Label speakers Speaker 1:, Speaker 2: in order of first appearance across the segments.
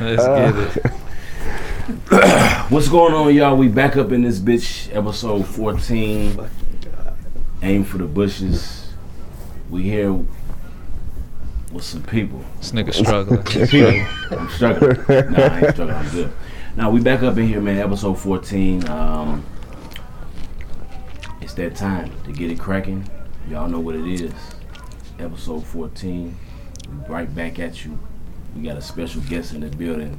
Speaker 1: Let's get it.
Speaker 2: What's going on, y'all? We back up in this bitch, episode 14. Aim for the bushes. We here with some people.
Speaker 1: This nigga struggling. He's struggling.
Speaker 2: I'm struggling. nah, I ain't struggling. I'm good. Now we back up in here, man. Episode 14. Um, it's that time to get it cracking. Y'all know what it is. Episode 14. We right back at you. We got a special guest in the building.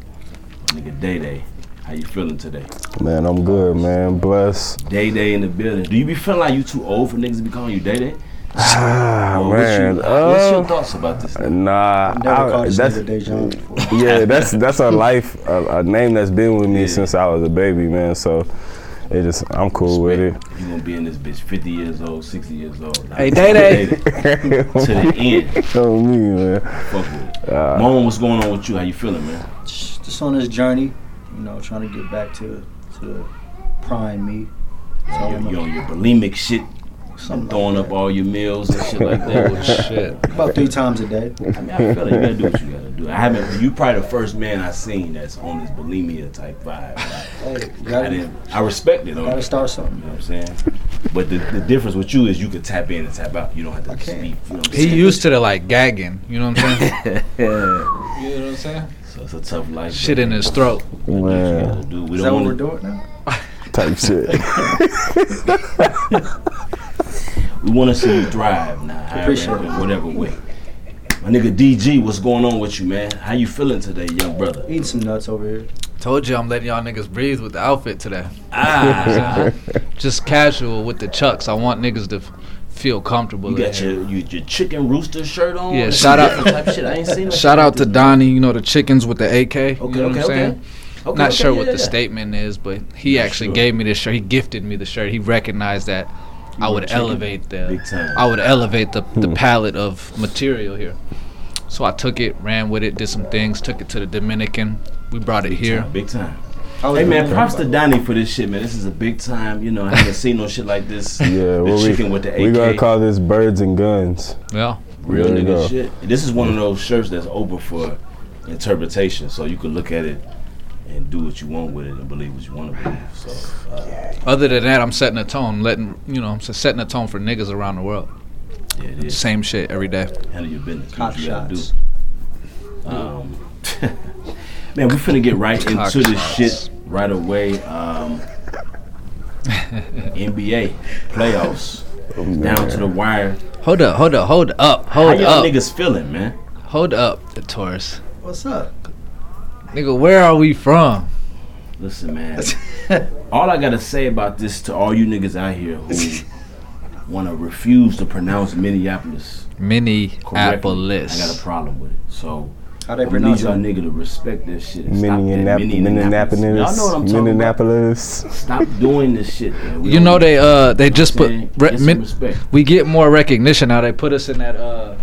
Speaker 2: My nigga Day Day. How you feeling today?
Speaker 3: Man, I'm good, man. Bless.
Speaker 2: Day Day in the building. Do you be feeling like you too old for niggas to be calling you Day Day?
Speaker 3: Ah,
Speaker 2: Or
Speaker 3: man.
Speaker 2: What's, your, what's your
Speaker 3: Uh,
Speaker 2: thoughts about this? nigga?
Speaker 3: nah. I- that's, yeah, that's that's a life, a, a name that's been with me
Speaker 2: Yeah.
Speaker 3: since I was a baby, man. So it just, I'm cool with it.
Speaker 2: You gonna be in this bitch 50 years old, 60 years old.
Speaker 1: Hey, Day Day.
Speaker 2: To the end.
Speaker 3: Tell me, man.
Speaker 2: Fuck with it.
Speaker 3: Ah.
Speaker 2: Mom, what's going on with you? How you feeling, man?
Speaker 4: Just on this journey, you know, trying to get back to to prime me. So I don't
Speaker 2: You, you
Speaker 4: know,
Speaker 2: on your bulimic shit,
Speaker 4: something like
Speaker 2: throwing up all your meals and shit like
Speaker 3: Oh,
Speaker 2: that.
Speaker 1: Shit.
Speaker 4: about three times a day.
Speaker 2: I mean, I feel like you gotta do what you gotta do. I haven't. You probably the first man I seen that's on this bulimia type vibe.
Speaker 4: Hey, you
Speaker 2: I
Speaker 4: gotta,
Speaker 2: didn't. I respect it. though.
Speaker 4: gotta start something.
Speaker 2: You know what I'm saying? But the, the difference with you is you can tap in and tap out. You don't have to
Speaker 4: I can't.
Speaker 2: speak. You know what I'm
Speaker 1: He
Speaker 2: saying?
Speaker 1: used to the like gagging. You know what I'm saying? You know what I'm saying?
Speaker 2: so it's a tough life.
Speaker 1: Shit
Speaker 2: but
Speaker 1: in his throat.
Speaker 2: that's what you
Speaker 3: Man,
Speaker 2: gotta do. We
Speaker 4: Is
Speaker 2: don't wanna-
Speaker 4: that what we're doing now?
Speaker 3: type shit.
Speaker 2: We want to see you thrive now, however,
Speaker 4: Appreciate
Speaker 2: in
Speaker 4: it.
Speaker 2: whatever way. My nigga DG, what's going on with you, man? How you feeling today, young brother?
Speaker 4: Eating some nuts over here.
Speaker 1: Told you I'm letting y'all niggas breathe with the outfit today.
Speaker 2: Ah,
Speaker 1: Just casual with the chucks. I want niggas to f- feel comfortable.
Speaker 2: you
Speaker 1: in
Speaker 2: got
Speaker 1: here.
Speaker 2: your you, your chicken rooster shirt on.
Speaker 1: Yeah,
Speaker 2: That's
Speaker 1: shout out-
Speaker 2: different type shit. I ain't seen. no
Speaker 1: Shout
Speaker 2: shit
Speaker 1: out to
Speaker 2: like
Speaker 1: Donnie. You know the chickens with the AK. Okay,
Speaker 2: Okay,
Speaker 1: you know
Speaker 2: okay,
Speaker 1: what I'm saying?
Speaker 2: okay. this. Okay,
Speaker 1: Not
Speaker 2: okay,
Speaker 1: sure
Speaker 2: yeah,
Speaker 1: what the
Speaker 2: yeah.
Speaker 1: statement is, but he
Speaker 2: Not
Speaker 1: actually
Speaker 2: sure.
Speaker 1: gave me this shirt. He gifted me the shirt. He recognized that I would
Speaker 2: chicken.
Speaker 1: elevate the
Speaker 2: Big time.
Speaker 1: I would elevate the, the palette of material here. So I took it, ran with it, did some things, took it to the Dominican. We brought it here.
Speaker 2: Big time.
Speaker 4: I was
Speaker 2: Hey man,
Speaker 4: wondering
Speaker 2: props to
Speaker 4: about-
Speaker 2: Donnie for this shit, man. This is a big time. You know, I haven't seen no shit like this.
Speaker 3: Yeah,
Speaker 2: the
Speaker 3: what
Speaker 2: chicken
Speaker 3: we,
Speaker 2: with the AK.
Speaker 3: we gonna call this birds and guns.
Speaker 1: Yeah.
Speaker 2: real
Speaker 3: There you
Speaker 2: nigga
Speaker 3: go.
Speaker 2: shit. And this is one of those shirts that's open for interpretation, so you can look at it and do what you want with it and believe what you want to believe. So uh,
Speaker 1: Other than that, I'm setting a tone, letting you know, I'm s- setting a tone for niggas around the world.
Speaker 2: yeah, it is.
Speaker 1: Same shit every day.
Speaker 2: Handle your business. Do
Speaker 4: Cock
Speaker 2: what you gotta
Speaker 4: shots.
Speaker 2: do. Um, man, we finna get right
Speaker 1: Cock
Speaker 2: into this
Speaker 1: shots.
Speaker 2: shit right away. Um, NBA playoffs down to the wire.
Speaker 1: Hold up, hold up, hold up,
Speaker 2: How
Speaker 1: hold up,
Speaker 2: y'all niggas feeling, man?
Speaker 1: hold up, the Taurus.
Speaker 4: What's up?
Speaker 1: Nigga, where are we from?
Speaker 2: Listen, man. all I gotta say about this to all you niggas out here who wanna refuse to pronounce Minneapolis correctly, I got a
Speaker 1: Minneapolis.
Speaker 2: problem with it. So
Speaker 4: How
Speaker 2: I
Speaker 4: they
Speaker 2: need
Speaker 4: pronounce
Speaker 2: y'all
Speaker 4: it?
Speaker 2: nigga to respect this shit. And stop that
Speaker 3: Minneapolis.
Speaker 2: Minneapolis. Y'all know what I'm
Speaker 3: Minneapolis.
Speaker 2: talking about.
Speaker 3: Minneapolis.
Speaker 2: Stop doing this shit. Man. We
Speaker 1: You
Speaker 2: don't-
Speaker 1: know they uh they just put
Speaker 2: saying?
Speaker 1: re-
Speaker 2: Get some
Speaker 1: min-
Speaker 2: respect.
Speaker 1: we get more recognition now. They put us in that uh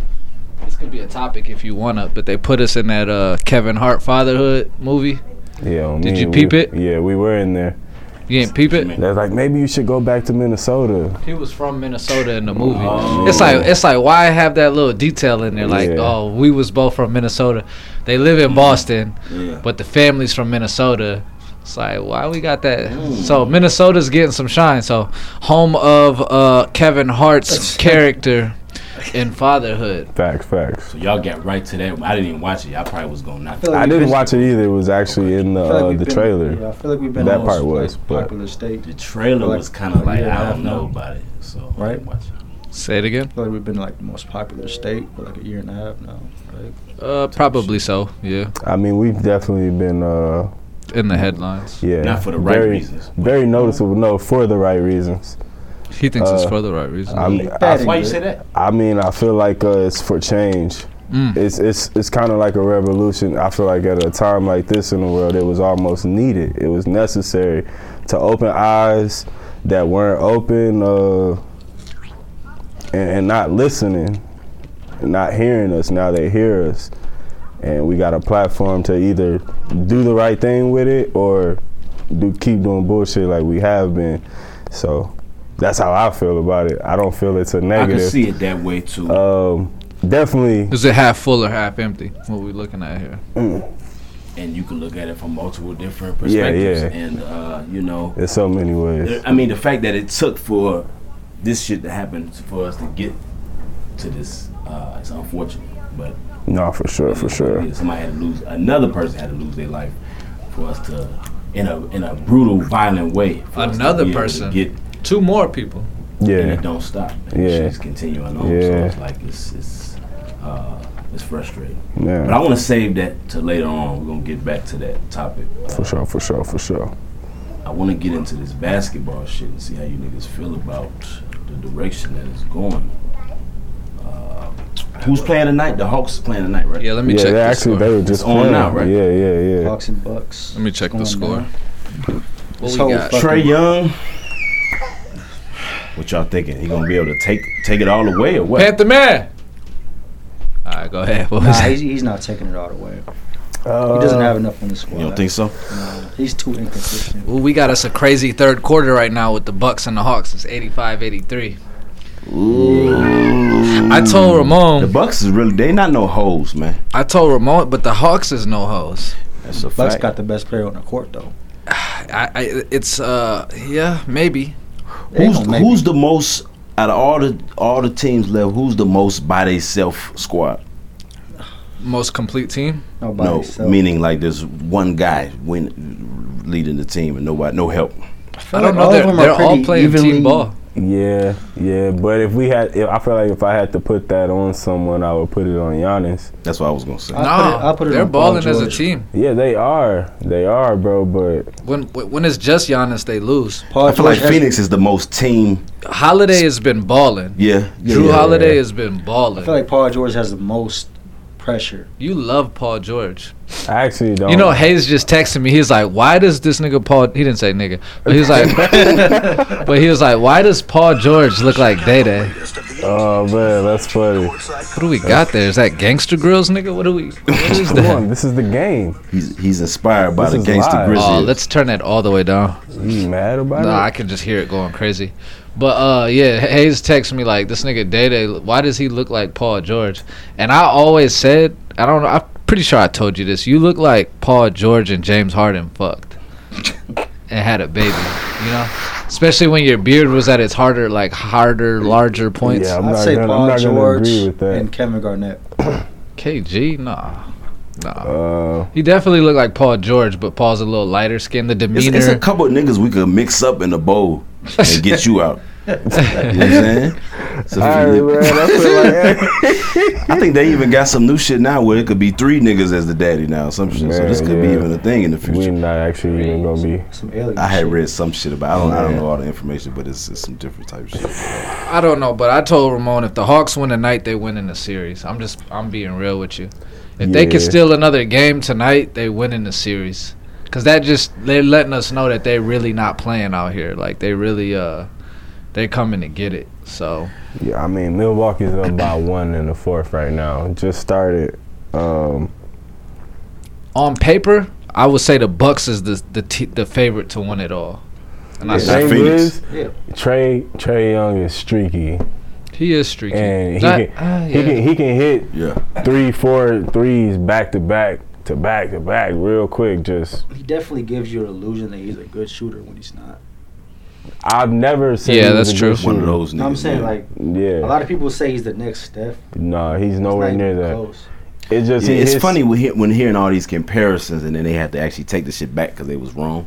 Speaker 1: this could be a topic if you wanna, but they put us in that uh Kevin Hart fatherhood movie.
Speaker 3: Yeah,
Speaker 1: Did
Speaker 3: me
Speaker 1: you
Speaker 3: and
Speaker 1: peep
Speaker 3: we,
Speaker 1: it?
Speaker 3: Yeah, we were in there.
Speaker 1: You ain't peep it.
Speaker 3: They're like, maybe you should go back to Minnesota.
Speaker 1: He was from Minnesota in the movie.
Speaker 2: Oh.
Speaker 1: It's like it's like why have that little detail in there? Like
Speaker 3: Yeah.
Speaker 1: oh, we was both from Minnesota. They live in Boston,
Speaker 2: Yeah.
Speaker 1: but the family's from Minnesota. It's like why we got that? So Minnesota's getting some shine. So home of uh, Kevin Hart's character in Fatherhood.
Speaker 3: Facts, facts.
Speaker 2: So y'all got right to that. I didn't even watch it. I probably was gonna knock.
Speaker 4: feel like
Speaker 3: I
Speaker 4: we've
Speaker 3: didn't
Speaker 4: been-
Speaker 3: watch it either. It was actually in the
Speaker 4: I feel like
Speaker 3: uh,
Speaker 4: we've
Speaker 3: the
Speaker 4: been-
Speaker 3: trailer.
Speaker 4: Yeah, I feel like we've been
Speaker 3: That
Speaker 4: on
Speaker 3: part
Speaker 4: some,
Speaker 3: was,
Speaker 4: like,
Speaker 3: but-
Speaker 4: popular state.
Speaker 2: The trailer
Speaker 4: Like,
Speaker 2: was kind of like
Speaker 4: yeah,
Speaker 2: I don't
Speaker 4: no.
Speaker 2: know about it, so I
Speaker 4: Right.
Speaker 2: didn't watch it.
Speaker 1: Say it again.
Speaker 4: I feel like we've been like the most popular state for like a year and a half now. Right?
Speaker 1: Uh, probably so. Yeah,
Speaker 3: I mean, we've definitely been, uh,
Speaker 1: in the headlines.
Speaker 3: yeah,
Speaker 2: Not for the right
Speaker 3: very,
Speaker 2: reasons.
Speaker 3: Very noticeable. No, for the right reasons.
Speaker 1: He thinks it's
Speaker 3: Uh,
Speaker 1: for the right reason.
Speaker 3: I'm-
Speaker 4: Ain't
Speaker 3: I,
Speaker 4: that
Speaker 2: Why you
Speaker 4: good?
Speaker 2: say that?
Speaker 3: I mean, I feel like uh, it's for change.
Speaker 1: Mm.
Speaker 3: It's it's it's kind of like a revolution. I feel like at a time like this in the world, it was almost needed. It was necessary to open eyes that weren't open uh, and, and not listening, and not hearing us. Now they hear us, and we got a platform to either do the right thing with it or do keep doing bullshit like we have been. So that's how I feel about it. I don't feel it's a
Speaker 2: I can
Speaker 3: negative.
Speaker 2: see it that way too.
Speaker 3: Um, definitely.
Speaker 1: Is it half full or half empty? What we looking at here?
Speaker 2: and you can look at it from multiple different
Speaker 3: Yeah,
Speaker 2: perspectives.
Speaker 3: yeah.
Speaker 2: And uh, you know,
Speaker 3: in so many ways.
Speaker 2: I mean, the fact that it took for this shit to happen for us to get to this uh, is unfortunate. But
Speaker 3: No, for sure, for sure.
Speaker 2: somebody had to lose another person had to lose their life for us to in a in a brutal, violent way. for us to
Speaker 1: Another
Speaker 2: be able to
Speaker 1: person.
Speaker 2: get
Speaker 1: Two more people.
Speaker 2: and it
Speaker 3: Yeah,
Speaker 2: don't stop. And
Speaker 3: Yeah.
Speaker 2: shit's continuing on. So
Speaker 3: Yeah.
Speaker 2: it's like it's it's uh, it's frustrating. But I
Speaker 3: yeah.
Speaker 2: want to save that to later on. We're gonna get back to that topic. Uh,
Speaker 3: For sure, for sure, for sure.
Speaker 2: I want to get into this basketball shit and see how you niggas feel about the direction that it's going. Uh, who's playing tonight? The Hawks is playing tonight, right?
Speaker 1: Yeah, let me
Speaker 3: Yeah,
Speaker 1: check
Speaker 3: they
Speaker 1: the score.
Speaker 3: actually they were just
Speaker 2: It's on
Speaker 3: playing.
Speaker 2: now, right?
Speaker 3: Yeah, yeah, yeah.
Speaker 4: Hawks and Bucks.
Speaker 1: Let me check the
Speaker 4: Going
Speaker 1: score.
Speaker 4: down.
Speaker 1: What
Speaker 4: This
Speaker 1: we
Speaker 4: whole
Speaker 1: got?
Speaker 4: fuck-
Speaker 2: Trey Young. What y'all thinking? He gonna be able to take take it all away or what?
Speaker 1: Panther Man. All right, go ahead. What
Speaker 4: Nah,
Speaker 1: was
Speaker 4: he's,
Speaker 1: that?
Speaker 4: he's not taking it all the way.
Speaker 3: Uh,
Speaker 4: He doesn't have enough on the squad.
Speaker 2: You don't think so?
Speaker 4: No, he's too inconsistent.
Speaker 1: Well, we got us a crazy third quarter right now with the Bucks and the Hawks. It's 85-83. I
Speaker 4: Mm.
Speaker 1: told
Speaker 2: The
Speaker 1: Ramon.
Speaker 2: Bucks is really they not no hoes, man.
Speaker 1: I told Ramon, but the Hawks is no hoes.
Speaker 2: That's a
Speaker 4: Bucks
Speaker 2: fact.
Speaker 4: got the best player on the court though.
Speaker 1: I, I it's uh yeah maybe
Speaker 4: They
Speaker 2: Who's
Speaker 4: gonna make-
Speaker 2: who's the most out of all the all the teams left? Who's the most by themselves squad?
Speaker 1: most complete team.
Speaker 4: nobody?
Speaker 2: no,
Speaker 4: so-
Speaker 2: meaning like there's one guy win leading the team and nobody, no help.
Speaker 1: I
Speaker 4: feel
Speaker 1: don't
Speaker 4: like
Speaker 1: know.
Speaker 4: all of
Speaker 1: They're,
Speaker 4: them are
Speaker 1: they're all
Speaker 4: pretty
Speaker 1: playing
Speaker 4: evenly-
Speaker 1: team ball.
Speaker 3: Yeah, yeah. But if we had, if, I feel like if I had to put that on someone, I would put it on Giannis.
Speaker 2: That's what I was gonna say.
Speaker 4: I
Speaker 1: No,
Speaker 4: put it- I put it
Speaker 1: they're
Speaker 4: on Paul
Speaker 1: balling as a
Speaker 4: George.
Speaker 1: team.
Speaker 3: Yeah, they are, they are, bro. But
Speaker 1: When when it's just Giannis, they lose.
Speaker 3: Oh,
Speaker 4: Paul
Speaker 2: I feel like
Speaker 4: George-
Speaker 2: Phoenix is the most team.
Speaker 1: Holiday has been balling.
Speaker 2: Yeah, yeah,
Speaker 1: Drew
Speaker 3: yeah.
Speaker 1: Holiday has been balling.
Speaker 4: I feel like Paul George has the most pressure.
Speaker 1: you love Paul George.
Speaker 3: I actually don't. uh,
Speaker 1: You know, Hayes just texted me. He's like, "Why does this nigga Paul?" He didn't say nigga, but he's like, but he was like, "Why does Paul George look like Day Day?"
Speaker 3: Oh man, that's funny.
Speaker 1: What do we got there? Is that Gangster Grills, nigga? What do we? What is
Speaker 3: Come on,
Speaker 1: that?
Speaker 3: this is the game.
Speaker 2: he's he's inspired by
Speaker 3: This
Speaker 2: the
Speaker 3: is
Speaker 2: gangster
Speaker 3: live.
Speaker 2: Grizzlies.
Speaker 1: Oh, let's turn that all the way down.
Speaker 3: You mad about
Speaker 1: No, I
Speaker 3: it?
Speaker 1: can just hear it going crazy. But uh, yeah, Hayes texted me like, "This nigga Day Day, why does he look like Paul George?" And I always said, I don't know. I'm pretty sure I told you this. You look like Paul George and James Harden fucked and had a baby. You know, especially when your beard was at its harder, like harder, larger points.
Speaker 3: Yeah, I'm
Speaker 4: I'd
Speaker 3: not
Speaker 4: say
Speaker 3: gonna- I'm
Speaker 4: Paul
Speaker 3: not gonna
Speaker 4: George
Speaker 3: agree with that.
Speaker 4: and Kevin Garnett.
Speaker 1: KG, nah, nah.
Speaker 3: Uh,
Speaker 1: He definitely looked like Paul George, but Paul's a little lighter skinned. The
Speaker 2: it's,
Speaker 1: demeanor.
Speaker 2: it's a couple of niggas we could mix up in a bowl and get you out. you know what I'm saying? So
Speaker 3: all right, man. I feel like
Speaker 2: I think they even got some new shit now where it could be three niggas as the daddy now. Some shit. so
Speaker 3: Man,
Speaker 2: this could be
Speaker 3: yeah.
Speaker 2: even a thing in the
Speaker 3: we
Speaker 2: future.
Speaker 3: not actually even gonna be.
Speaker 4: Some alien.
Speaker 2: I had
Speaker 4: shit.
Speaker 2: read some shit about. I don't. I don't
Speaker 3: Yeah.
Speaker 2: know all the information, but it's, it's some different type of shit.
Speaker 1: I don't know, but I told Ramon if the Hawks win tonight, they win in the series. I'm just I'm being real with you. If they can
Speaker 3: Yeah.
Speaker 1: steal another game tonight, they win in the series. Cause that just they're letting us know that they're really not playing out here. Like they really uh they coming to get it. So
Speaker 3: Yeah, I mean Milwaukee's up by one in the fourth right now. Just started. Um,
Speaker 1: on paper, I would say the Bucks is the the t- the favorite to win it all. And I
Speaker 2: Yeah.
Speaker 1: said
Speaker 3: thing
Speaker 2: Phoenix.
Speaker 3: is,
Speaker 4: Yeah.
Speaker 3: Trey Trey Young is streaky,
Speaker 1: he is streaky.
Speaker 3: and he
Speaker 1: Not-
Speaker 3: can,
Speaker 1: ah,
Speaker 3: he
Speaker 1: yeah.
Speaker 3: can he can hit
Speaker 2: Yeah.
Speaker 3: three four threes back to back to back to back real quick. Just
Speaker 4: He definitely gives you an illusion that he's a good shooter when he's not.
Speaker 3: I've never seen.
Speaker 1: Yeah,
Speaker 3: he
Speaker 1: that's
Speaker 3: was a good
Speaker 2: One of
Speaker 3: shooter.
Speaker 2: those niggas.
Speaker 4: I'm saying
Speaker 2: yeah.
Speaker 4: like a
Speaker 3: Yeah,
Speaker 4: lot of people say he's the next Steph.
Speaker 3: no, he's nowhere
Speaker 4: It's not
Speaker 3: near
Speaker 4: even
Speaker 3: that.
Speaker 4: Close.
Speaker 3: It's just
Speaker 2: Yeah,
Speaker 3: he
Speaker 2: it's
Speaker 3: hits-
Speaker 2: funny when, he, when hearing all these comparisons and then they had to actually take the shit back because they was wrong.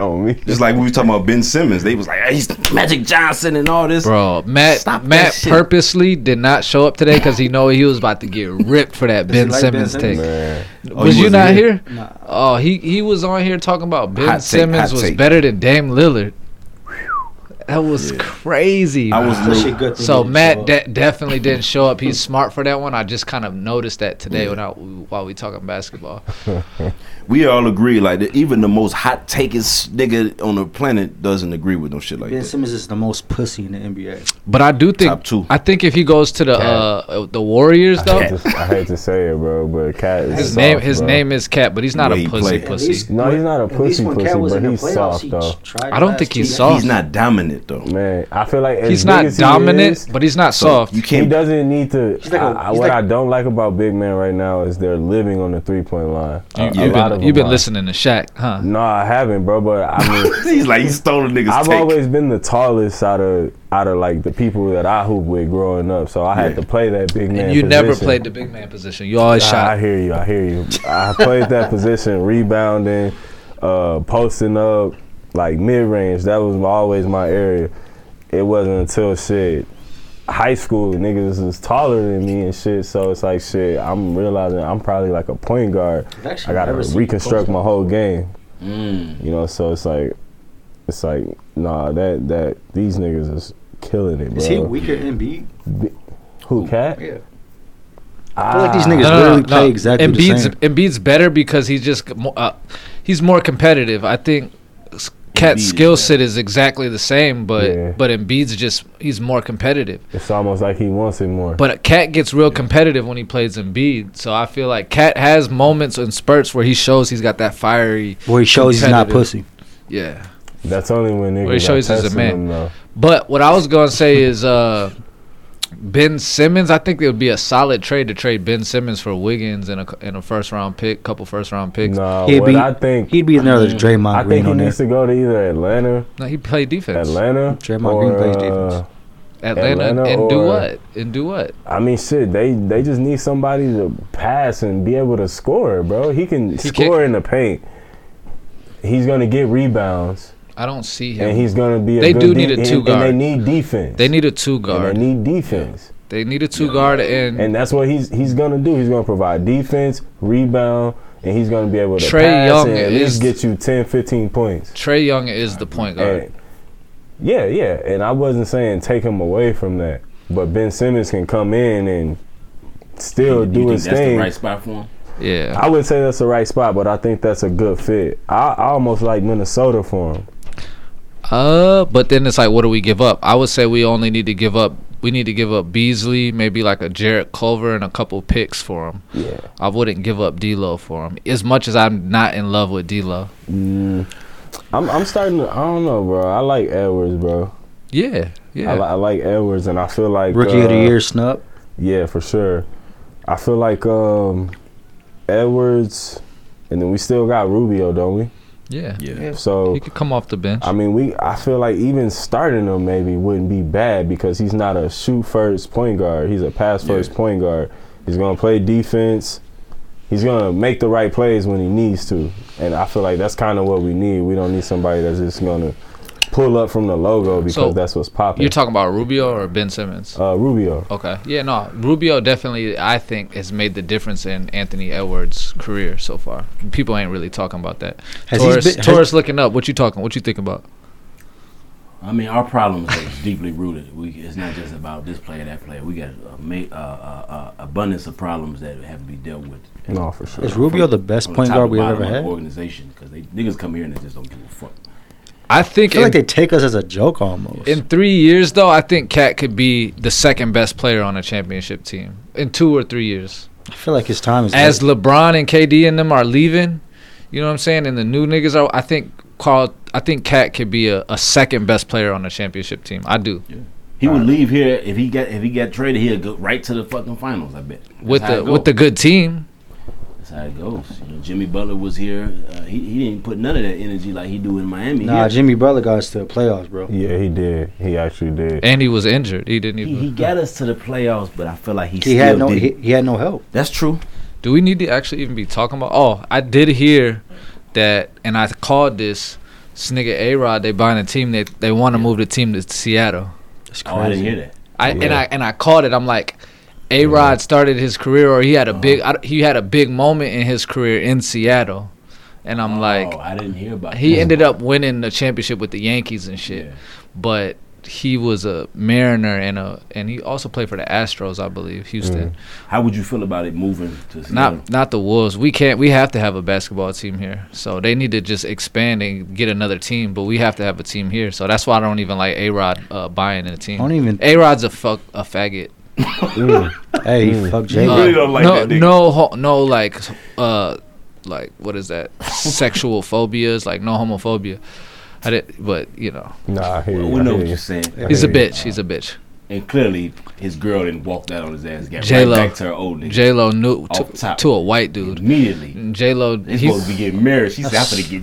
Speaker 3: on me.
Speaker 2: Just like we were talking about Ben Simmons, they was like, hey, he's Magic Johnson and all this.
Speaker 1: Bro, Matt
Speaker 2: Stop that
Speaker 1: Matt
Speaker 2: shit.
Speaker 1: purposely did not show up today because he know he was about to get ripped for that
Speaker 4: Does he
Speaker 1: Ben
Speaker 4: like Ben
Speaker 1: Simmons take.
Speaker 4: Simmons?
Speaker 3: Man,
Speaker 2: Oh,
Speaker 1: was
Speaker 2: he
Speaker 1: you
Speaker 2: wasn't
Speaker 1: not
Speaker 2: here?
Speaker 1: here?
Speaker 4: Nah.
Speaker 1: Oh, he he was on here talking about Ben
Speaker 2: Hot take,
Speaker 1: Simmons
Speaker 2: hot
Speaker 1: was
Speaker 2: take.
Speaker 1: better than Dame Lillard. That was crazy.
Speaker 2: I
Speaker 1: man.
Speaker 2: was
Speaker 4: That shit good for
Speaker 1: so
Speaker 4: me to show
Speaker 1: Matt
Speaker 4: up.
Speaker 1: de- definitely didn't show up. He's smart for that one. I just kind of noticed that today when I, while we talking basketball.
Speaker 2: We all agree, like, that even the most hot takest nigga on the planet doesn't agree with no shit like
Speaker 4: Ben
Speaker 2: that.
Speaker 4: Simmons is the most pussy in the NBA.
Speaker 1: But I do think
Speaker 2: Top two.
Speaker 1: I think if he goes to the uh, the Warriors
Speaker 3: I
Speaker 1: though,
Speaker 3: hate, to, I hate to say it, bro, but Cat is
Speaker 1: his
Speaker 3: soft,
Speaker 1: name his
Speaker 3: bro.
Speaker 1: name is Cat, but he's not
Speaker 2: The
Speaker 1: a
Speaker 2: way he
Speaker 1: pussy
Speaker 2: played.
Speaker 1: pussy.
Speaker 3: No, he's not a pussy pussy, but he's soft, though.
Speaker 1: I don't think he's soft.
Speaker 2: He's not dominant.
Speaker 5: shit though.
Speaker 3: Man, I feel like as
Speaker 1: He's
Speaker 3: big
Speaker 1: not
Speaker 3: as he
Speaker 1: dominant,
Speaker 3: is,
Speaker 1: but he's not
Speaker 5: So,
Speaker 1: soft.
Speaker 5: You
Speaker 3: he
Speaker 5: can't.
Speaker 3: doesn't need to.
Speaker 4: He's like a-
Speaker 3: I- I-
Speaker 4: he's
Speaker 3: what
Speaker 4: like-
Speaker 3: I don't like about big men right now is they're living on the three point line.
Speaker 1: You,
Speaker 3: A-
Speaker 1: have
Speaker 3: a lot of
Speaker 1: been, you've
Speaker 3: them
Speaker 1: been
Speaker 3: are.
Speaker 1: listening to Shaq, huh?
Speaker 3: No, I haven't, bro. But I mean,
Speaker 5: He's like he stole a nigga's
Speaker 3: I've
Speaker 5: take.
Speaker 3: always been the tallest out of out of like the people that I hoop with growing up. So I had
Speaker 5: Yeah.
Speaker 3: to play that big man.
Speaker 1: And you never
Speaker 3: position.
Speaker 1: played the big man position. You always
Speaker 3: I, I
Speaker 1: shot.
Speaker 3: hear you. I hear you. I played that position, rebounding, uh, posting up, like mid range. That was my, always my area. It wasn't until shit high school niggas is taller than me and shit. So it's like shit. I'm realizing I'm probably like a point guard. I gotta reconstruct my whole game.
Speaker 5: Mm.
Speaker 3: You know, so it's like, it's like, nah, that that these niggas is killing it, bro.
Speaker 4: Is he weaker than Embiid?
Speaker 3: Who cat? Ah,
Speaker 4: Yeah.
Speaker 3: I
Speaker 4: feel like
Speaker 1: Ah.
Speaker 4: these niggas- literally play exactly the
Speaker 1: Embiid's,
Speaker 4: same.
Speaker 1: Embiid's better because he's just g- mo- uh, he's more competitive. I think s- Cat's
Speaker 5: Embiid is
Speaker 1: skill
Speaker 5: better.
Speaker 1: set is exactly the same, but
Speaker 3: Yeah.
Speaker 1: but Embiid's just he's more competitive.
Speaker 3: It's almost like he wants it more.
Speaker 1: But Cat gets real competitive when he plays Embiid, so I feel like Cat has moments and spurts where he shows he's got that fiery.
Speaker 4: Where he shows he's not
Speaker 1: Competitive.
Speaker 4: pussy.
Speaker 1: Yeah.
Speaker 3: That's only when niggas
Speaker 1: Well, he
Speaker 3: are
Speaker 1: shows he's a
Speaker 3: testing
Speaker 1: man.
Speaker 3: him, though.
Speaker 1: But what I was gonna say is uh, Ben Simmons. I think it would be a solid trade to trade Ben Simmons for Wiggins and a and a first round pick, couple first round picks. No,
Speaker 3: Nah,
Speaker 4: He'd
Speaker 3: what
Speaker 4: be-
Speaker 3: I think,
Speaker 4: He'd be in there with Draymond
Speaker 3: I
Speaker 4: Green
Speaker 3: think he
Speaker 4: on there.
Speaker 3: needs to go to either Atlanta,
Speaker 1: he played defense.
Speaker 3: Atlanta,
Speaker 4: Draymond
Speaker 3: or,
Speaker 4: Green plays
Speaker 3: uh,
Speaker 4: defense.
Speaker 1: Atlanta,
Speaker 3: Atlanta
Speaker 1: and do
Speaker 3: or-
Speaker 1: what? And do what?
Speaker 3: I mean, shit, they they just need somebody to pass and be able to score, bro. He can score in the paint. He's gonna get rebounds,
Speaker 1: I don't see
Speaker 3: and
Speaker 1: him.
Speaker 3: he's gonna be. A
Speaker 1: They
Speaker 3: good
Speaker 1: do need a
Speaker 3: and-
Speaker 1: two-guard.
Speaker 3: And they need defense.
Speaker 1: They need a two
Speaker 3: And
Speaker 1: guard.
Speaker 3: they need defense,
Speaker 1: They need a two guard and,
Speaker 3: and that's what he's he's gonna do. He's gonna provide defense, rebound, and he's gonna be able to
Speaker 1: Trae
Speaker 3: pass
Speaker 1: Young
Speaker 3: and at
Speaker 1: is-
Speaker 3: least get you 10, 15 points.
Speaker 1: Trey Young is the point guard.
Speaker 3: And, yeah, yeah. And I wasn't saying take him away from that, but Ben Simmons can come in and still
Speaker 5: You
Speaker 3: do
Speaker 5: think
Speaker 3: his
Speaker 5: that's
Speaker 3: thing.
Speaker 5: the right spot for him?
Speaker 1: Yeah.
Speaker 3: I would say that's the right spot, but I think that's a good fit. I, I almost like Minnesota for him.
Speaker 1: Uh, but then it's like, what do we give up? I would say we only need to give up. We need to give up Beasley, maybe like a Jarrett Culver and a couple picks for him.
Speaker 3: Yeah.
Speaker 1: I wouldn't give up D'Lo for him. As much as I'm not in love with D'Lo.
Speaker 3: I'm I'm starting to I don't know, bro. I like Edwards, bro.
Speaker 1: Yeah. Yeah.
Speaker 3: I, li- I like Edwards and I feel like
Speaker 4: Rookie of the
Speaker 3: uh,
Speaker 4: year snub.
Speaker 3: Yeah, for sure. I feel like um Edwards and then we still got Rubio, don't we?
Speaker 1: yeah.
Speaker 5: Yeah.
Speaker 3: So
Speaker 1: He could come off the bench.
Speaker 3: I mean, we. I feel like even starting him maybe wouldn't be bad because he's not a shoot first point guard. He's a pass first point guard. He's gonna play defense. He's gonna make the right plays when he needs to, and I feel like that's kind of what we need. We don't need somebody that's just gonna pull up from the logo because
Speaker 1: So,
Speaker 3: that's what's popping.
Speaker 1: You're talking about Rubio or Ben Simmons?
Speaker 3: uh, Rubio.
Speaker 1: Okay. Yeah, no. Rubio definitely, I think, has made the difference in Anthony Edwards' career so far. People ain't really talking about that.
Speaker 4: Has he
Speaker 1: Taurus,
Speaker 4: been- has-
Speaker 1: Taurus looking up. What you talking? What you think about?
Speaker 5: I mean, our problems are deeply rooted. We, it's not just about this player, that player. We got a, ma- uh, uh, uh, abundance of problems that have to be dealt with.
Speaker 3: No, for sure.
Speaker 4: Is Rubio the best
Speaker 5: From
Speaker 4: point
Speaker 5: top
Speaker 4: guard
Speaker 5: to
Speaker 4: we've
Speaker 5: bottom
Speaker 4: ever
Speaker 5: of the
Speaker 4: had? I
Speaker 5: Organization, because they niggas come here and they just don't give a fuck.
Speaker 1: I think
Speaker 4: feel
Speaker 1: in,
Speaker 4: like they take us as a joke almost.
Speaker 1: in three years, though, I think Cat could be the second best player on a championship team in two or three years.
Speaker 4: I feel like his time is
Speaker 1: As
Speaker 4: up.
Speaker 1: LeBron and KD and them are leaving, you know what I'm saying, and the new niggas are. I think Carl. I think Cat could be a, a second best player on a championship team. I do
Speaker 5: He would leave here if he got if he got traded. He'd go right to the fucking finals. I bet. That's
Speaker 1: with
Speaker 5: how
Speaker 1: the
Speaker 5: it go.
Speaker 1: with the good team.
Speaker 5: That's how it goes. You know, Jimmy Butler was here. Uh, he he didn't put none of that energy like he do in Miami.
Speaker 4: Nah,
Speaker 5: Here,
Speaker 4: Jimmy Butler got us to the playoffs, bro.
Speaker 3: Yeah, he did. He actually did.
Speaker 1: And he was injured. He didn't
Speaker 5: he,
Speaker 1: even.
Speaker 5: he got us to the playoffs, but I feel like he,
Speaker 4: He
Speaker 5: still
Speaker 4: had no
Speaker 5: did.
Speaker 4: he, he had no help.
Speaker 5: That's true.
Speaker 1: Do we need to actually even be talking about? Oh, I did hear that, and I called this. This nigga A Rod, they buying a team. They they want to move the team to Seattle.
Speaker 4: It's
Speaker 5: Oh, I didn't hear
Speaker 4: crazy.
Speaker 5: that.
Speaker 1: I and
Speaker 3: Yeah.
Speaker 1: I and I called it. I'm like, A Rod started his career, or he had a big I, he had a big moment in his career in Seattle, and I'm
Speaker 5: oh,
Speaker 1: like,
Speaker 5: I didn't hear about.
Speaker 1: he
Speaker 5: that.
Speaker 1: ended up winning the championship with the Yankees and shit,
Speaker 5: Yeah.
Speaker 1: but he was a Mariner and a and he also played for the Astros, I believe, Houston.
Speaker 5: How would you feel about it moving to Seattle?
Speaker 1: Not not the Wolves. We can't. We have to have a basketball team here. So they need to just expand and get another team. But we have to have a team here. So that's why I don't even like A Rod uh, buying a team.
Speaker 4: I don't even-
Speaker 1: A Rod's a fuck a faggot.
Speaker 3: Mm.
Speaker 4: Hey, fuck Jay.
Speaker 1: Uh,
Speaker 5: really don't like
Speaker 1: no,
Speaker 5: that nigga.
Speaker 1: No, ho- no, like, uh, like what is that? Sexual phobias, like no homophobia. I did, but you know,
Speaker 3: Nah, I hear
Speaker 5: We
Speaker 3: you.
Speaker 5: we
Speaker 3: I
Speaker 5: know
Speaker 3: hear
Speaker 5: what
Speaker 3: you.
Speaker 5: you're saying.
Speaker 3: I
Speaker 1: he's a
Speaker 3: hear you.
Speaker 1: bitch. He's a bitch.
Speaker 5: And clearly, his girl didn't walk that on his ass. Got
Speaker 1: J-Lo.
Speaker 5: right back to her old nigga
Speaker 1: J Lo knew
Speaker 5: Off
Speaker 1: to,
Speaker 5: top.
Speaker 1: to a white dude.
Speaker 5: immediately.
Speaker 1: J Lo,
Speaker 5: They supposed to be getting married. She said, "I'm finna get.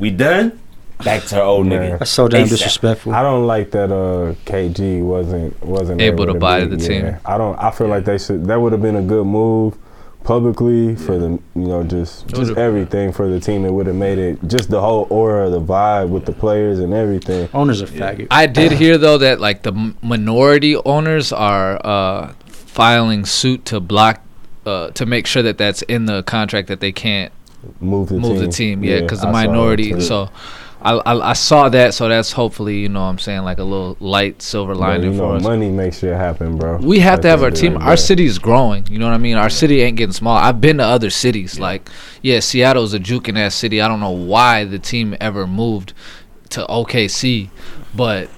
Speaker 5: We done. Back to her old nigga."
Speaker 4: That's so damn
Speaker 5: ASAP.
Speaker 4: disrespectful.
Speaker 3: I don't like that uh, KG wasn't wasn't
Speaker 1: Able to buy
Speaker 3: be-
Speaker 1: the
Speaker 3: yeah.
Speaker 1: team.
Speaker 3: I don't. I feel like they should. That would have been a good move publicly for the you know just just
Speaker 1: would've-
Speaker 3: everything for the team. It would have made it just the whole aura, the vibe with the players and everything.
Speaker 4: Owner's a faggot.
Speaker 1: I did
Speaker 3: Uh.
Speaker 1: hear though that like the m- minority owners are uh, filing suit to block uh, to make sure that that's in the contract that they can't
Speaker 3: Move the
Speaker 1: move
Speaker 3: team.
Speaker 1: the team. Yeah, because
Speaker 3: I
Speaker 1: the
Speaker 3: saw that
Speaker 1: minority.
Speaker 3: too.
Speaker 1: So I, I I saw that. So that's hopefully you know what I'm saying like a little light silver
Speaker 3: But,
Speaker 1: lining
Speaker 3: you
Speaker 1: for
Speaker 3: know,
Speaker 1: us.
Speaker 3: money makes shit happen, bro.
Speaker 1: We have to
Speaker 3: At the
Speaker 1: have our
Speaker 3: end of
Speaker 1: team.
Speaker 3: the
Speaker 1: Our
Speaker 3: day.
Speaker 1: city is growing. You know what I mean? Our city ain't getting small. I've been to other cities. Like, yeah, Seattle's a juking ass city. I don't know why the team ever moved to OKC, but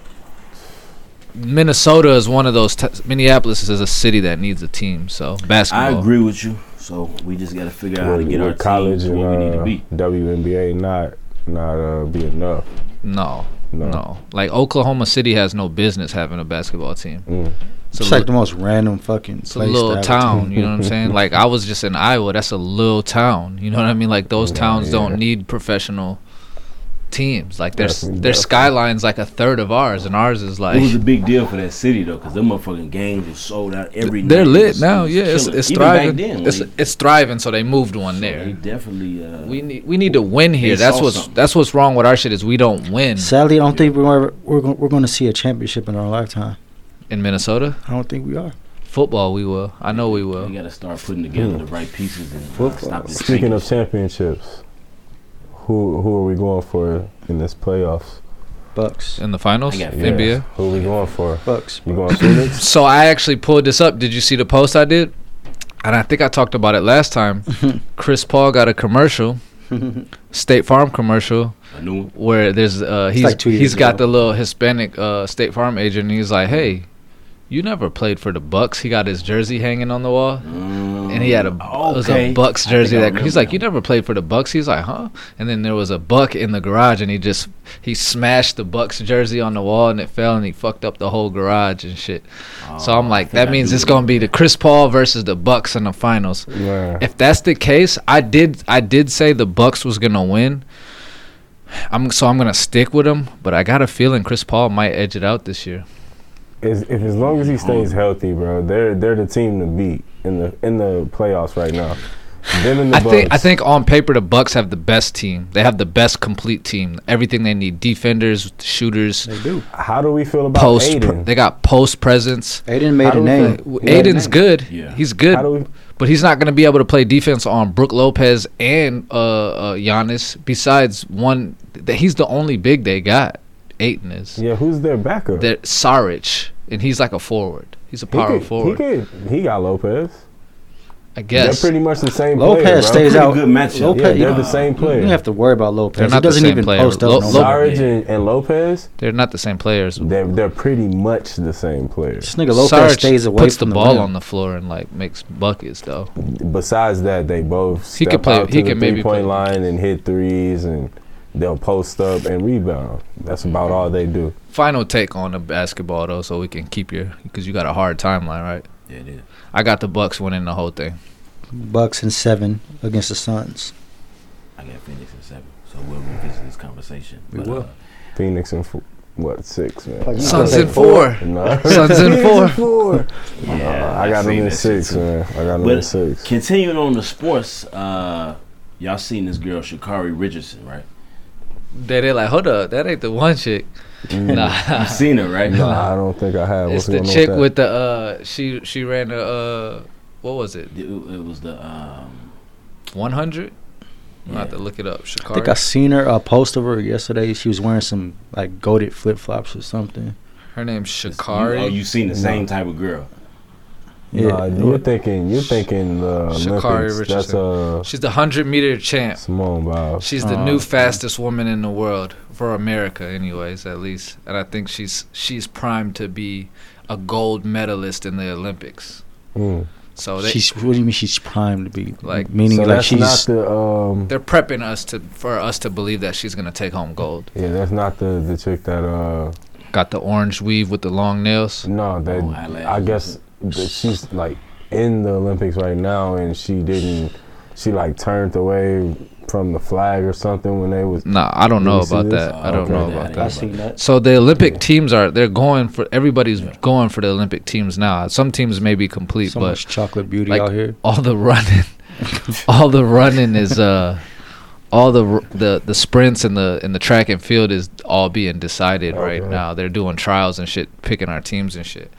Speaker 1: Minnesota is one of those. T- Minneapolis is a city that needs a team. So
Speaker 5: I
Speaker 1: basketball.
Speaker 5: agree with you. So we just gotta figure out how to
Speaker 3: With,
Speaker 5: get our
Speaker 3: with college
Speaker 5: college team
Speaker 3: and
Speaker 5: to where we need
Speaker 3: uh,
Speaker 5: to be.
Speaker 3: WNBA not not uh, be enough.
Speaker 1: No, no,
Speaker 3: No.
Speaker 1: Like Oklahoma City has no business having a basketball team.
Speaker 3: Mm.
Speaker 1: It's a
Speaker 4: It's
Speaker 1: li-
Speaker 4: like the most random fucking
Speaker 1: It's a
Speaker 4: place.
Speaker 1: little
Speaker 4: to have a
Speaker 1: town,
Speaker 4: team.
Speaker 1: you know what I'm saying? Like I was just in Iowa, that's a little town. You know what I mean? Like those
Speaker 3: Yeah,
Speaker 1: towns
Speaker 3: yeah.
Speaker 1: don't need professional teams. Like their
Speaker 3: Definitely,
Speaker 1: their
Speaker 3: definitely.
Speaker 1: skyline's like a third of ours, and ours is
Speaker 5: It was a
Speaker 1: like
Speaker 5: big deal for that city though, because them motherfucking games were sold out every.
Speaker 1: they're
Speaker 5: night. It
Speaker 1: lit
Speaker 5: was-
Speaker 1: now.
Speaker 5: it was
Speaker 1: Yeah, it's,
Speaker 5: killing.
Speaker 1: it's
Speaker 5: Even back
Speaker 1: thriving.
Speaker 5: then,
Speaker 1: it's
Speaker 5: like,
Speaker 1: it's thriving. So they moved one
Speaker 5: They
Speaker 1: there.
Speaker 5: definitely. Uh,
Speaker 1: We need we need to win here.
Speaker 5: They
Speaker 1: That's
Speaker 5: saw
Speaker 1: what's
Speaker 5: something.
Speaker 1: that's what's wrong with our shit is we don't win
Speaker 4: Sadly, I don't think we're ever, we're going, we're going to see a championship in our lifetime.
Speaker 1: in Minnesota.
Speaker 4: I don't think we are.
Speaker 1: Football, we will. I know we
Speaker 5: We
Speaker 1: will.
Speaker 5: gotta start putting together the right pieces and uh, stop this.
Speaker 3: Speaking of
Speaker 5: shit.
Speaker 3: championships, who who are we going for in this playoffs?
Speaker 4: Bucks.
Speaker 1: In the finals,
Speaker 5: I got
Speaker 3: Yeah.
Speaker 1: NBA.
Speaker 3: Who we going for?
Speaker 4: Bucks.
Speaker 3: We going Phoenix?
Speaker 1: So I actually pulled this up. Did you see the post I did? And I think I talked about it last time. Chris Paul got a commercial, State Farm commercial,
Speaker 5: a new one.
Speaker 1: where there's uh, he's
Speaker 4: like two years
Speaker 1: he's got
Speaker 4: ago.
Speaker 1: the little Hispanic uh, State Farm agent, and he's like, "Hey, you never played for the Bucks." He got his jersey hanging on the wall, and he had a it was a Bucks
Speaker 5: Mm, I think
Speaker 1: jersey
Speaker 5: I
Speaker 1: that he's
Speaker 5: remember
Speaker 1: like,
Speaker 5: that
Speaker 1: "You never played for the Bucks." He's like, "Huh?" And then there was a buck in the garage, and he just he smashed the Bucks jersey on the wall, and it fell, and he fucked up the whole garage and shit.
Speaker 5: one.
Speaker 1: So I'm
Speaker 5: Oh,
Speaker 1: like,
Speaker 5: I think
Speaker 1: that
Speaker 5: I
Speaker 1: means
Speaker 5: do
Speaker 1: it's gonna be the Chris Paul versus the Bucks in the finals.
Speaker 3: Man,
Speaker 1: If that's the case, I did I did say the Bucks was gonna win. I'm so I'm gonna stick with him, but I got a feeling Chris Paul might edge it out this year.
Speaker 3: as, if, as long as he stays healthy, bro, they're they're the team to beat in the in the playoffs right now. Them and the
Speaker 1: I think I
Speaker 3: Bucks.
Speaker 1: think on paper the Bucks have the best team. They have the best complete team. Everything they need: defenders, shooters,
Speaker 4: They do.
Speaker 3: How do we feel about
Speaker 1: post. Pre-
Speaker 3: Aiden?
Speaker 1: they got post presence.
Speaker 4: Aiden made
Speaker 3: How
Speaker 4: a
Speaker 3: do we
Speaker 4: name.
Speaker 3: feel-
Speaker 1: W-
Speaker 3: Yeah.
Speaker 1: Aiden's good.
Speaker 5: Yeah.
Speaker 1: He's
Speaker 3: How do we,
Speaker 1: good, but he's not going to be able to play defense on Brooke Lopez and uh, uh Giannis. Besides one, th- he's the only big they got. Aiton is.
Speaker 3: yeah, who's their backup?
Speaker 1: They're Saric, and he's like a forward. He's a
Speaker 3: he
Speaker 1: power
Speaker 3: could,
Speaker 1: forward,
Speaker 3: He could. He got Lopez.
Speaker 1: I guess.
Speaker 3: They're pretty much the same
Speaker 4: Lopez
Speaker 3: player, bro.
Speaker 4: stays
Speaker 5: Pretty
Speaker 4: out.
Speaker 5: good matchup.
Speaker 4: Lopez,
Speaker 3: Yeah,
Speaker 4: you
Speaker 3: they're
Speaker 4: don't-
Speaker 3: the same
Speaker 4: You
Speaker 3: player.
Speaker 4: don't have to worry about
Speaker 1: They're
Speaker 4: Lopez.
Speaker 1: not
Speaker 4: He
Speaker 1: the
Speaker 4: doesn't
Speaker 1: same
Speaker 4: even
Speaker 1: player.
Speaker 4: post up.
Speaker 1: Lo-
Speaker 4: no
Speaker 1: Lo-
Speaker 4: more.
Speaker 3: Sarge and, and Lopez,
Speaker 1: They're not the same players.
Speaker 3: they're they're pretty much the same player.
Speaker 4: This nigga Lopez
Speaker 1: Saric
Speaker 4: stays away
Speaker 1: puts
Speaker 4: from
Speaker 1: the ball
Speaker 4: rim.
Speaker 1: on the floor and like makes buckets though.
Speaker 3: Besides that, they both
Speaker 1: He
Speaker 3: step
Speaker 1: could play-
Speaker 3: out to
Speaker 1: he
Speaker 3: the
Speaker 1: could
Speaker 3: three
Speaker 1: maybe
Speaker 3: point
Speaker 1: play-
Speaker 3: line and hit threes, and they'll post up and rebound. That's about all they do.
Speaker 1: Final take on the basketball though, so we can keep your because you got a hard timeline, right?
Speaker 5: Yeah, it is.
Speaker 1: I got the Bucks winning the whole thing.
Speaker 4: Bucks and seven against the Suns.
Speaker 5: I got Phoenix and seven, so we'll revisit this conversation.
Speaker 1: We
Speaker 5: But,
Speaker 1: will.
Speaker 5: uh,
Speaker 3: Phoenix and four, what six man?
Speaker 4: Like,
Speaker 1: Suns
Speaker 4: said
Speaker 1: in four.
Speaker 3: No.
Speaker 1: Suns in four.
Speaker 5: yeah,
Speaker 3: Nah, I got
Speaker 5: seen
Speaker 3: them in
Speaker 5: that shit
Speaker 3: six,
Speaker 5: too.
Speaker 3: man. I got them
Speaker 5: But
Speaker 3: in six.
Speaker 5: Continuing on the sports, uh, y'all seen this girl Shakari Richardson, right?
Speaker 1: They they like, hold up, that ain't the one chick. Nah,
Speaker 5: You seen her, right?
Speaker 3: Nah, I don't think I have.
Speaker 1: it's
Speaker 3: What's
Speaker 1: the
Speaker 3: going on
Speaker 1: chick
Speaker 3: that?
Speaker 1: with the uh, she she ran the uh, what was it,
Speaker 5: It, it was the um,
Speaker 1: one hundred? I have to
Speaker 5: Yeah.
Speaker 1: look it up.
Speaker 4: I think I
Speaker 1: Shakari.
Speaker 4: seen her a post of her yesterday. She was wearing some like goaded flip flops or something.
Speaker 1: Her name's
Speaker 5: You, oh,
Speaker 1: Shakari.
Speaker 5: you seen the
Speaker 3: No.
Speaker 5: same type of girl?
Speaker 3: Nah,
Speaker 4: Yeah.
Speaker 3: you're thinking. You're thinking the
Speaker 1: Sha'Carri
Speaker 3: Olympics. That's
Speaker 1: Richardson.
Speaker 3: uh,
Speaker 1: She's the hundred meter champ.
Speaker 3: Simone Biles.
Speaker 1: She's the
Speaker 4: Oh,
Speaker 1: new
Speaker 4: okay.
Speaker 1: fastest woman in the world for America, anyways, at least. And I think she's she's primed to be a gold medalist in the Olympics.
Speaker 3: Mm.
Speaker 1: So they
Speaker 4: she's what do you mean she's primed to be
Speaker 1: Like-
Speaker 4: Oh, like meaning
Speaker 3: so
Speaker 4: like
Speaker 3: that's not
Speaker 4: she's
Speaker 3: the um.
Speaker 1: they're prepping us to for us to believe that she's gonna take home gold.
Speaker 3: Yeah, that's not the the chick that uh.
Speaker 1: Got the orange weave with the long nails.
Speaker 3: No, that
Speaker 5: Oh, eyelashes.
Speaker 3: I guess that she's like in the Olympics right now, and she didn't. She like turned away from the flag or something when they was.
Speaker 1: Nah, I don't
Speaker 3: Did
Speaker 1: know
Speaker 3: you see
Speaker 1: about
Speaker 3: this?
Speaker 1: that. I don't
Speaker 3: Okay.
Speaker 1: know
Speaker 5: Yeah,
Speaker 1: about
Speaker 5: yeah.
Speaker 1: that.
Speaker 4: I seen that.
Speaker 1: So the Olympic teams are they're going for everybody's going for the Olympic teams now. Some teams may be complete,
Speaker 4: So
Speaker 1: but
Speaker 4: much chocolate beauty
Speaker 1: like-
Speaker 4: out here.
Speaker 1: all the running, all the running is uh, all the r- the the sprints and the in the track and field is all being decided right
Speaker 3: Okay.
Speaker 1: now. They're doing trials and shit, picking our teams and shit.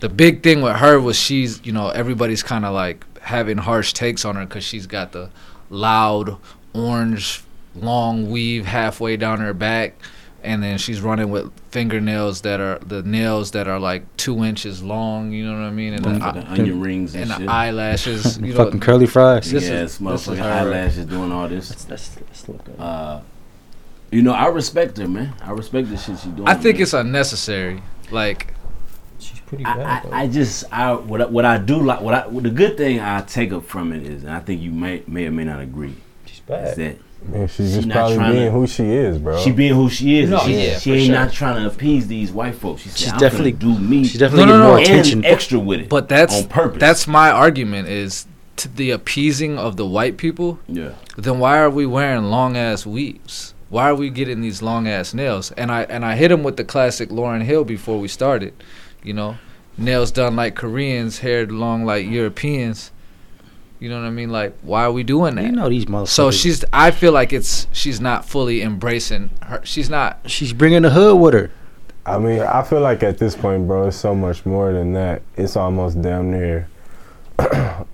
Speaker 1: The big thing with her was she's you know everybody's kind of like having harsh takes on her because she's got the loud orange long weave halfway down her back and then she's running with fingernails that are the nails that are like two inches long you know what i mean and,
Speaker 5: Fucking
Speaker 1: the, eye-
Speaker 5: onion rings and,
Speaker 1: and
Speaker 5: shit.
Speaker 1: the eyelashes you know
Speaker 4: Fucking curly fries.
Speaker 1: This is-
Speaker 5: yes,
Speaker 1: this is
Speaker 5: motherfucking
Speaker 1: her.
Speaker 5: eyelashes doing all this.
Speaker 4: Let's, let's, let's look up.
Speaker 5: Uh, you know, I respect her, man. I respect the shit she doing.
Speaker 1: I think
Speaker 5: man.
Speaker 1: it's unnecessary. Like,
Speaker 4: She's pretty
Speaker 5: I,
Speaker 4: bad.
Speaker 5: I, I just I what I, what I do like what I what the good thing I take up from it is, and I think you may may or may not agree,
Speaker 4: She's
Speaker 5: is that
Speaker 3: Man, she's
Speaker 5: She
Speaker 3: just
Speaker 5: not
Speaker 3: probably
Speaker 5: tryna-
Speaker 3: being who she is, bro.
Speaker 5: she being who she is. and
Speaker 1: No,
Speaker 5: she
Speaker 1: yeah,
Speaker 5: she
Speaker 1: for
Speaker 5: ain't
Speaker 1: sure.
Speaker 5: not trying to appease these white folks. She said,
Speaker 4: She's
Speaker 5: I'm
Speaker 4: definitely-
Speaker 5: gonna do me.
Speaker 4: She's definitely
Speaker 1: No, no,
Speaker 4: getting more
Speaker 1: no.
Speaker 4: attention.
Speaker 5: and extra with it,
Speaker 1: but that's
Speaker 5: on purpose.
Speaker 1: That's my argument is to the appeasing of the white people.
Speaker 5: yeah.
Speaker 1: Then why are we wearing long ass weaves? Why are we getting these long ass nails? And I and I hit him with the classic Lauren Hill before we started. You know, nails done like Koreans, hair long like Europeans. You know what I mean? Like, why are we doing that?
Speaker 4: you know these motherfuckers.
Speaker 1: so she's. I feel like it's. She's not fully embracing her. She's not.
Speaker 4: she's bringing the hood with her.
Speaker 3: I mean, I feel like at this point, bro, it's so much more than that. It's almost damn near.